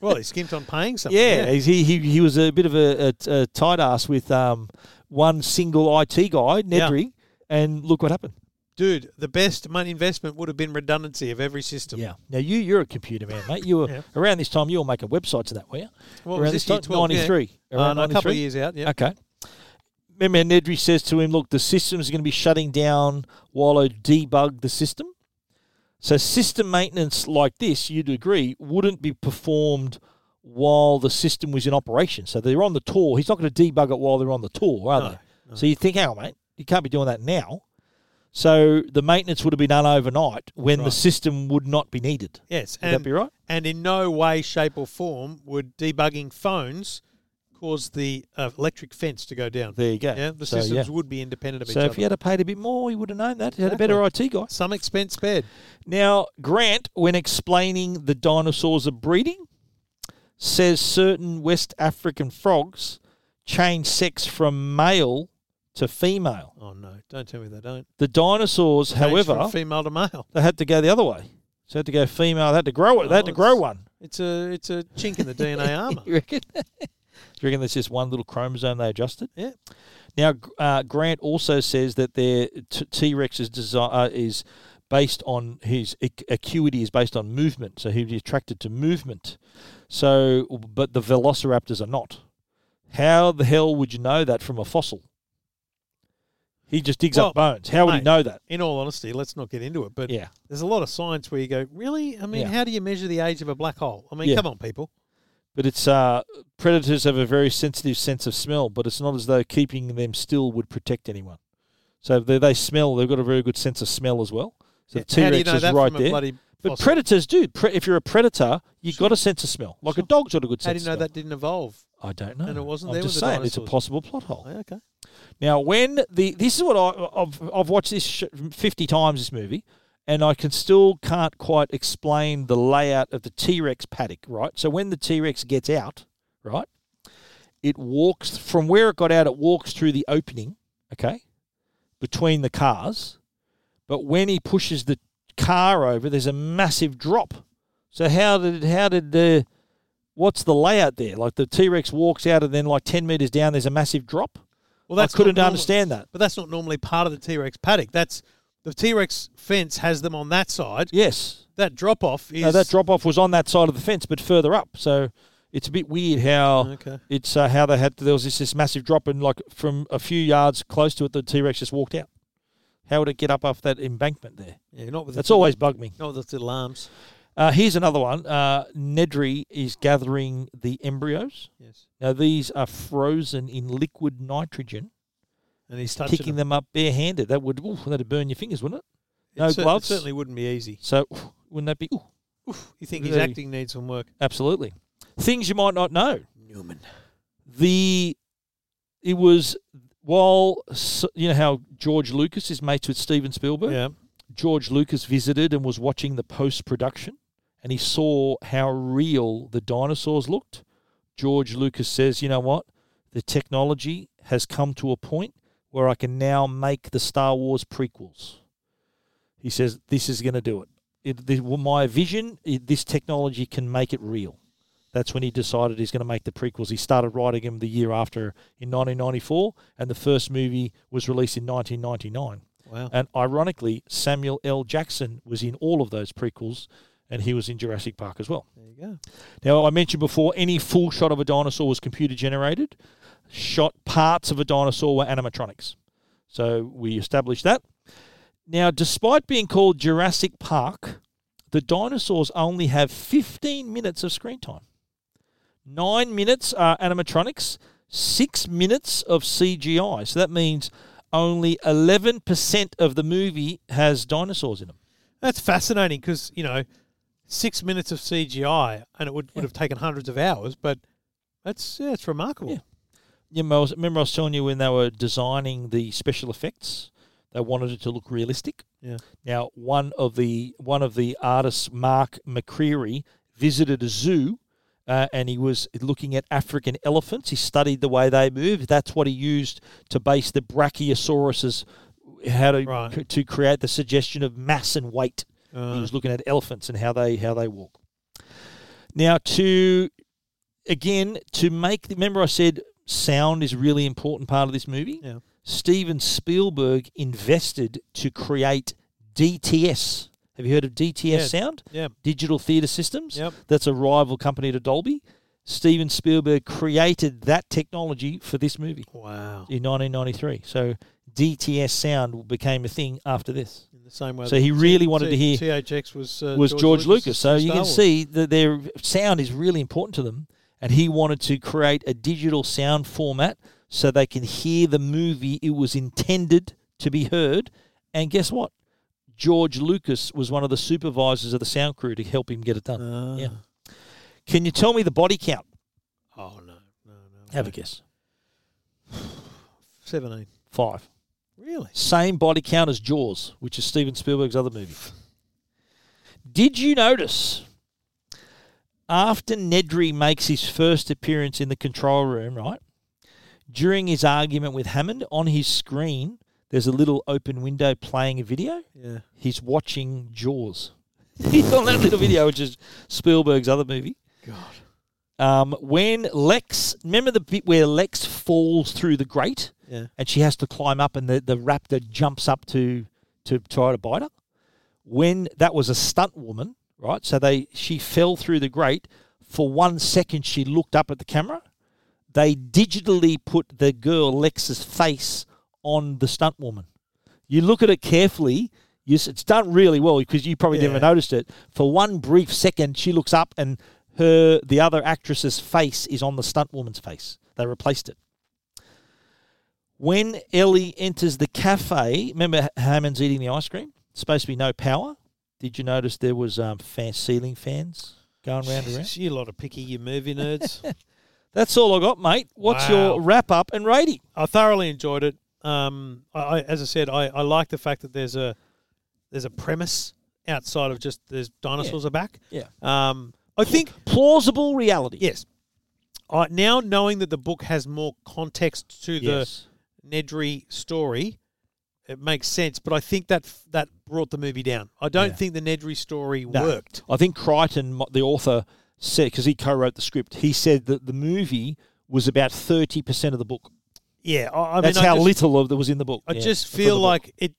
Speaker 7: Well, he skimped on paying something.
Speaker 6: Yeah, he's he, he he was a bit of a, a, a tight ass with um, one single IT guy, Nedry, and look what happened.
Speaker 7: Dude, the best money investment would have been redundancy of every system. Yeah.
Speaker 6: Now you you're a computer man, mate. You were
Speaker 7: Yeah.
Speaker 6: around this time. You were making websites and that, were you?
Speaker 7: What
Speaker 6: around
Speaker 7: was this, year 12? Yeah.
Speaker 6: ninety three.
Speaker 7: Uh, no, a couple of years out, yeah.
Speaker 6: Okay. Remember, Nedry says to him, "Look, the system's going to be shutting down while I debug the system." So system maintenance like this, you'd agree, wouldn't be performed while the system was in operation. So they're on the tour. He's not going to debug it while they're on the tour, are they? So you think, hang on, mate, you can't be doing that now. So the maintenance would have been done overnight when the
Speaker 7: Right.
Speaker 6: system would not be needed.
Speaker 7: Yes.
Speaker 6: Would that be right?
Speaker 7: And in no way, shape, or form would debugging phones cause the uh, electric fence to go down.
Speaker 6: There you go.
Speaker 7: Yeah, the
Speaker 6: So,
Speaker 7: systems
Speaker 6: yeah.
Speaker 7: would be independent of each
Speaker 6: So
Speaker 7: other.
Speaker 6: if you had paid a bit more, you would have known that. You had a better IT guy.
Speaker 7: Some expense spared.
Speaker 6: Now, Grant, when explaining the dinosaurs are breeding, says certain West African frogs change sex from male to female.
Speaker 7: Oh, no. Don't tell me they don't.
Speaker 6: The dinosaurs,
Speaker 7: Change
Speaker 6: however,
Speaker 7: from female to male.
Speaker 6: they had to go the other way. So they had to go female. They had to grow it. They
Speaker 7: Oh,
Speaker 6: had to grow one.
Speaker 7: It's a it's a chink in the DNA armor.
Speaker 6: you reckon? Do you reckon that's just one little chromosome they adjusted?
Speaker 7: Yeah.
Speaker 6: Now, Gr- uh, Grant also says that their T Rex is, desi- uh, is based on his ac- acuity is based on movement, so he'd be attracted to movement. So, but the Velociraptors are not. How the hell would you know that from a fossil? He just digs up
Speaker 7: Well,
Speaker 6: bones. How would he
Speaker 7: mate,
Speaker 6: know that?
Speaker 7: In all honesty, let's not get into it. But
Speaker 6: Yeah.
Speaker 7: there's a lot of science where you go, really? I mean,
Speaker 6: Yeah.
Speaker 7: how do you measure the age of a black hole? I mean,
Speaker 6: Yeah.
Speaker 7: come on, people.
Speaker 6: But it's uh, predators have a very sensitive sense of smell, but it's not as though keeping them still would protect anyone. So they, they smell; they've got a very good sense of smell as well. So
Speaker 7: Yeah,
Speaker 6: the T
Speaker 7: how do you
Speaker 6: Rex
Speaker 7: know
Speaker 6: is
Speaker 7: that
Speaker 6: right
Speaker 7: from a
Speaker 6: there.
Speaker 7: bloody
Speaker 6: but
Speaker 7: fossil?
Speaker 6: predators do. Pre- if you're a predator, you've got a sense of smell, like a dog's got a good
Speaker 7: How do
Speaker 6: sense.
Speaker 7: you know
Speaker 6: of smell.
Speaker 7: that didn't evolve?
Speaker 6: I don't know.
Speaker 7: And it wasn't
Speaker 6: I'm
Speaker 7: there. with
Speaker 6: just
Speaker 7: the
Speaker 6: saying, it's a
Speaker 7: dinosaurs?
Speaker 6: possible plot hole.
Speaker 7: Oh, Okay.
Speaker 6: Now, when the this is what I, I've I've watched this sh- fifty times this movie, and I can still can't quite explain the layout of the T Rex paddock. Right, so when the T Rex gets out, right, it walks from where it got out. It walks through the opening, okay, between the cars. But when he pushes the car over, there's a massive drop. So how did how did the what's the layout there? Like the T Rex walks out, and then like ten meters down, there's a massive drop.
Speaker 7: Well,
Speaker 6: I
Speaker 7: that's not
Speaker 6: couldn't
Speaker 7: normal-
Speaker 6: understand that.
Speaker 7: But that's not normally part of the T Rex paddock. That's the T Rex fence has them on that side.
Speaker 6: Yes.
Speaker 7: That drop off is
Speaker 6: No, that drop off was on that side of the fence, but further up. So it's a bit weird how
Speaker 7: Okay.
Speaker 6: it's uh, how they had there was this, this massive drop and like from a few yards close to it, the T Rex just walked out. How would it get up off that embankment there?
Speaker 7: Yeah, not with
Speaker 6: that's
Speaker 7: its little-
Speaker 6: always bugged me.
Speaker 7: Not with its little arms.
Speaker 6: Uh, here's another one. Uh, Nedry is gathering the embryos.
Speaker 7: Yes.
Speaker 6: Now these are frozen in liquid nitrogen.
Speaker 7: And he's touching
Speaker 6: picking them. up barehanded. That would ooh, that'd burn your fingers, wouldn't it?
Speaker 7: It
Speaker 6: No
Speaker 7: cer- it
Speaker 6: gloves.
Speaker 7: certainly wouldn't be easy.
Speaker 6: So ooh, wouldn't that be? Ooh,
Speaker 7: You think his
Speaker 6: Really?
Speaker 7: acting needs some work?
Speaker 6: Absolutely. Things you might not know.
Speaker 7: Newman.
Speaker 6: The it was while s- you know how George Lucas is mates with Steven Spielberg.
Speaker 7: Yeah.
Speaker 6: George Lucas visited and was watching the post production, and he saw how real the dinosaurs looked. George Lucas says, "You know what? The technology has come to a point where I can now make the Star Wars prequels." He says, "This is going to do it. it, the, well, my vision, it, this technology can make it real. That's when he decided he's going to make the prequels. He started writing them the year after in 1994, and the first movie was released in 1999.
Speaker 7: Wow.
Speaker 6: And ironically, Samuel L. Jackson was in all of those prequels, and he was in Jurassic Park as well.
Speaker 7: There you go.
Speaker 6: Now, I mentioned before, any full shot of a dinosaur was computer generated. Shot parts of a dinosaur were animatronics. So we established that. Now, despite being called Jurassic Park, the dinosaurs only have 15 minutes of screen time. Nine minutes are animatronics, six minutes of CGI. So that means only 11% of the movie has dinosaurs in them.
Speaker 7: That's fascinating because you know, six minutes of CGI and it would, would have taken hundreds of hours, but that's yeah, it's remarkable.
Speaker 6: You know, I was- remember I was telling you when they were designing the special effects, they wanted it to look realistic.
Speaker 7: Yeah.
Speaker 6: Now, one of the one of the artists, Mark McCreary, visited a zoo, uh, and he was looking at African elephants. He studied the way they moved. That's what he used to base the Brachiosaurus's how to to create the suggestion of mass and weight. he was looking at elephants and how they how they walk. Now, to again to make the, remember I said sound is a really important part of this movie.
Speaker 7: Yeah.
Speaker 6: Steven Spielberg invested to create DTS. Have you heard of DTS
Speaker 7: Yeah,
Speaker 6: sound?
Speaker 7: yeah.
Speaker 6: Digital Theatre Systems.
Speaker 7: Yep.
Speaker 6: That's a rival company to Dolby. Steven Spielberg created that technology for this movie.
Speaker 7: Wow.
Speaker 6: In 1993. So DTS sound became a thing after this.
Speaker 7: In the same way
Speaker 6: So
Speaker 7: that
Speaker 6: he
Speaker 7: T-
Speaker 6: really wanted to hear
Speaker 7: THX was, uh,
Speaker 6: was
Speaker 7: George
Speaker 6: George, Lucas.
Speaker 7: Lucas in
Speaker 6: So you
Speaker 7: Star
Speaker 6: can
Speaker 7: Wars.
Speaker 6: see that their sound is really important to them, and he wanted to create a digital sound format so they can hear the movie it was intended to be heard. And guess what? George Lucas was one of the supervisors of the sound crew to help him get it done.
Speaker 7: Ah.
Speaker 6: Yeah. Can you tell me the body count?
Speaker 7: Oh no,
Speaker 6: Have a guess.
Speaker 7: seventeen.
Speaker 6: Five.
Speaker 7: Really?
Speaker 6: Same body count as Jaws, which is Steven Spielberg's other movie. Did you notice after Nedry makes his first appearance in the control room, right? During his argument with Hammond, on his screen, there's a little open window playing a video.
Speaker 7: Yeah.
Speaker 6: He's watching Jaws. He's on that little video, which is Spielberg's other movie.
Speaker 7: God.
Speaker 6: Um, when Lex, remember the bit where Lex falls through the grate,
Speaker 7: Yeah.
Speaker 6: and she has to climb up, and the, the raptor jumps up to to try to bite her. When that was a stunt woman, right? So they she fell through the grate. For one second, she looked up at the camera. They digitally put the girl Lex's face on the stunt woman. You look at it carefully. You, s- it's done really well because you probably never
Speaker 7: Yeah.
Speaker 6: noticed it. For one brief second, she looks up and her the other actress's face is on the stunt woman's face. They replaced it. When Ellie enters the cafe, remember Hammond's eating the ice cream. It's supposed to be no power. Did you notice there was um, fan, ceiling fans going round and round?
Speaker 7: You lot of picky, you movie nerds.
Speaker 6: That's all I got, mate. What's your wrap up and rating?
Speaker 7: I thoroughly enjoyed it. Um, I, I, as I said, I, I like the fact that there's a there's a premise outside of just there's dinosaurs are back.
Speaker 6: Yeah.
Speaker 7: Um, I think
Speaker 6: plausible reality.
Speaker 7: Yes. I now knowing that the book has more context to
Speaker 6: Yes.
Speaker 7: the Nedry story, it makes sense. But I think that f- that brought the movie down. I don't
Speaker 6: Yeah.
Speaker 7: think the Nedry story
Speaker 6: No.
Speaker 7: worked.
Speaker 6: I think Crichton, mo- the author, said because he co-wrote the script, he said that the movie was about thirty percent of the book.
Speaker 7: Yeah, I, I mean,
Speaker 6: that's
Speaker 7: I
Speaker 6: how
Speaker 7: just-
Speaker 6: little of that was in the book.
Speaker 7: I
Speaker 6: Yeah,
Speaker 7: just
Speaker 6: from the
Speaker 7: feel
Speaker 6: book.
Speaker 7: like it.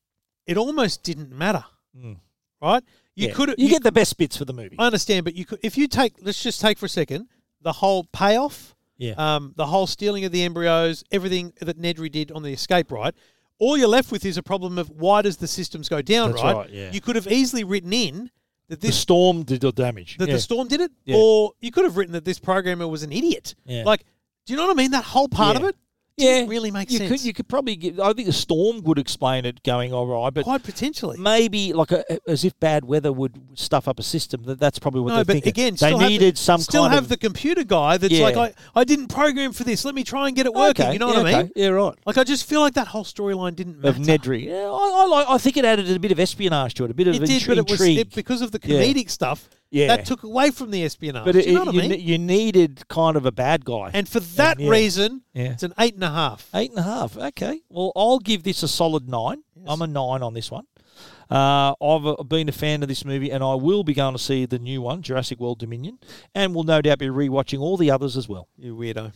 Speaker 7: It almost didn't matter,
Speaker 6: Mm.
Speaker 7: right? You
Speaker 6: Yeah.
Speaker 7: could
Speaker 6: You get the best bits for the movie.
Speaker 7: I understand, but you could if you take. Let's just take for a second the whole payoff.
Speaker 6: Yeah.
Speaker 7: Um, the whole stealing of the embryos, everything that Nedry did on the escape, right? All you're left with is a problem of why does the systems go down,
Speaker 6: That's right, yeah.
Speaker 7: You could have easily written in that this
Speaker 6: the storm did the damage.
Speaker 7: that
Speaker 6: Yeah.
Speaker 7: the storm did it,
Speaker 6: Yeah.
Speaker 7: or you could have written that this programmer was an idiot.
Speaker 6: Yeah.
Speaker 7: Like, do you know what I mean? That whole part
Speaker 6: Yeah.
Speaker 7: of it
Speaker 6: yeah,
Speaker 7: really makes
Speaker 6: you
Speaker 7: sense.
Speaker 6: Could, you could probably. Get, I think the storm would explain it going all right, but
Speaker 7: quite potentially
Speaker 6: maybe like a, as if bad weather would stuff up a system. That that's probably what
Speaker 7: no,
Speaker 6: they're
Speaker 7: but
Speaker 6: thinking.
Speaker 7: again,
Speaker 6: they
Speaker 7: still have the-
Speaker 6: needed some
Speaker 7: Still
Speaker 6: kind
Speaker 7: have
Speaker 6: of
Speaker 7: the computer guy that's
Speaker 6: Yeah.
Speaker 7: like, I, I didn't program for this. Let me try and get it working.
Speaker 6: Okay,
Speaker 7: You know what
Speaker 6: yeah,
Speaker 7: I mean?
Speaker 6: okay. Yeah, right.
Speaker 7: Like I just feel like that whole storyline didn't
Speaker 6: of
Speaker 7: matter.
Speaker 6: Nedry. Yeah, I, I, like, I think it added a bit of espionage to it, a bit of
Speaker 7: it did,
Speaker 6: intri-
Speaker 7: but it was
Speaker 6: intrigue.
Speaker 7: it, because of the
Speaker 6: Yeah.
Speaker 7: comedic stuff.
Speaker 6: Yeah.
Speaker 7: that took away from the espionage.
Speaker 6: but
Speaker 7: Do you know what I mean?
Speaker 6: ne- you needed kind of a bad guy.
Speaker 7: and for that
Speaker 6: yeah.
Speaker 7: reason,
Speaker 6: Yeah.
Speaker 7: it's an eight and a half.
Speaker 6: Eight and a half. Okay. Well, I'll give this a solid nine. I'm a nine on this one. Uh, I've been a fan of this movie, and I will be going to see the new one, Jurassic World Dominion, and will no doubt be rewatching all the others as well.
Speaker 7: You weirdo.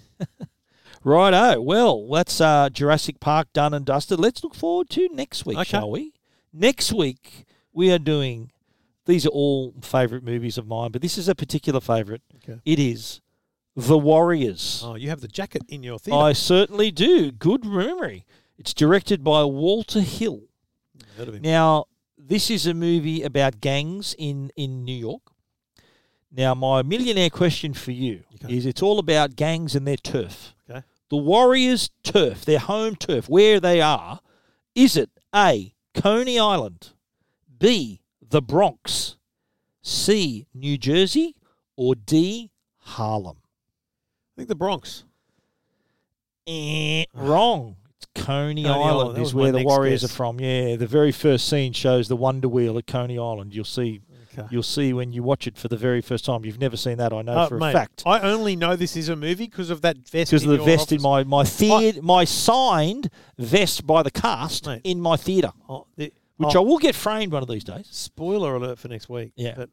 Speaker 6: Righto. Well, that's uh, Jurassic Park done and dusted. Let's look forward to next week,
Speaker 7: Okay.
Speaker 6: shall we? Next week we are doing. These are all favourite movies of mine, but this is a particular favourite.
Speaker 7: Okay.
Speaker 6: It is The Warriors.
Speaker 7: Oh, you have the jacket in your theater.
Speaker 6: I certainly do. Good memory. It's directed by Walter Hill.
Speaker 7: Heard of him.
Speaker 6: Now, this is a movie about gangs in, in New York. Now, my millionaire question for you is it's all about gangs and their turf.
Speaker 7: Okay.
Speaker 6: The Warriors' turf, their home turf, where they are, is it A, Coney Island, B, the Bronx, C, New Jersey, or D, Harlem?
Speaker 7: I think the Bronx.
Speaker 6: Eh, wrong. It's Coney,
Speaker 7: Coney
Speaker 6: Island,
Speaker 7: Island, that
Speaker 6: is
Speaker 7: was my
Speaker 6: where the
Speaker 7: next
Speaker 6: Warriors
Speaker 7: guess.
Speaker 6: are from. Yeah, the very first scene shows the Wonder Wheel at Coney Island. You'll see.
Speaker 7: Okay.
Speaker 6: You'll see when you watch it for the very first time. You've never seen that, I know
Speaker 7: Oh,
Speaker 6: for
Speaker 7: mate,
Speaker 6: a fact,
Speaker 7: I only know this is a movie because of that vest.
Speaker 6: because of
Speaker 7: in
Speaker 6: the
Speaker 7: your
Speaker 6: vest in
Speaker 7: office.
Speaker 6: my my theatre, my signed vest by the cast
Speaker 7: Mate.
Speaker 6: in my theatre,
Speaker 7: Oh, the-
Speaker 6: which
Speaker 7: oh.
Speaker 6: I will get framed one of these days.
Speaker 7: Spoiler alert for next week.
Speaker 6: Yeah.
Speaker 7: But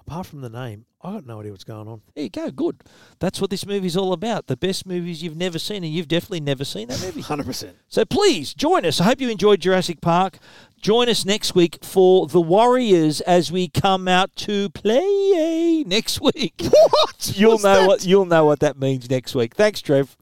Speaker 7: apart from the name, I got no idea what's going on.
Speaker 6: There you go. Good. That's what this movie's all about. The best movies you've never seen, and you've definitely never seen that movie.
Speaker 7: 100%.
Speaker 6: So please join us. I hope you enjoyed Jurassic Park. Join us next week for The Warriors as we come out to play next week. What? You'll know what you'll know what that means next week. Thanks, Trev.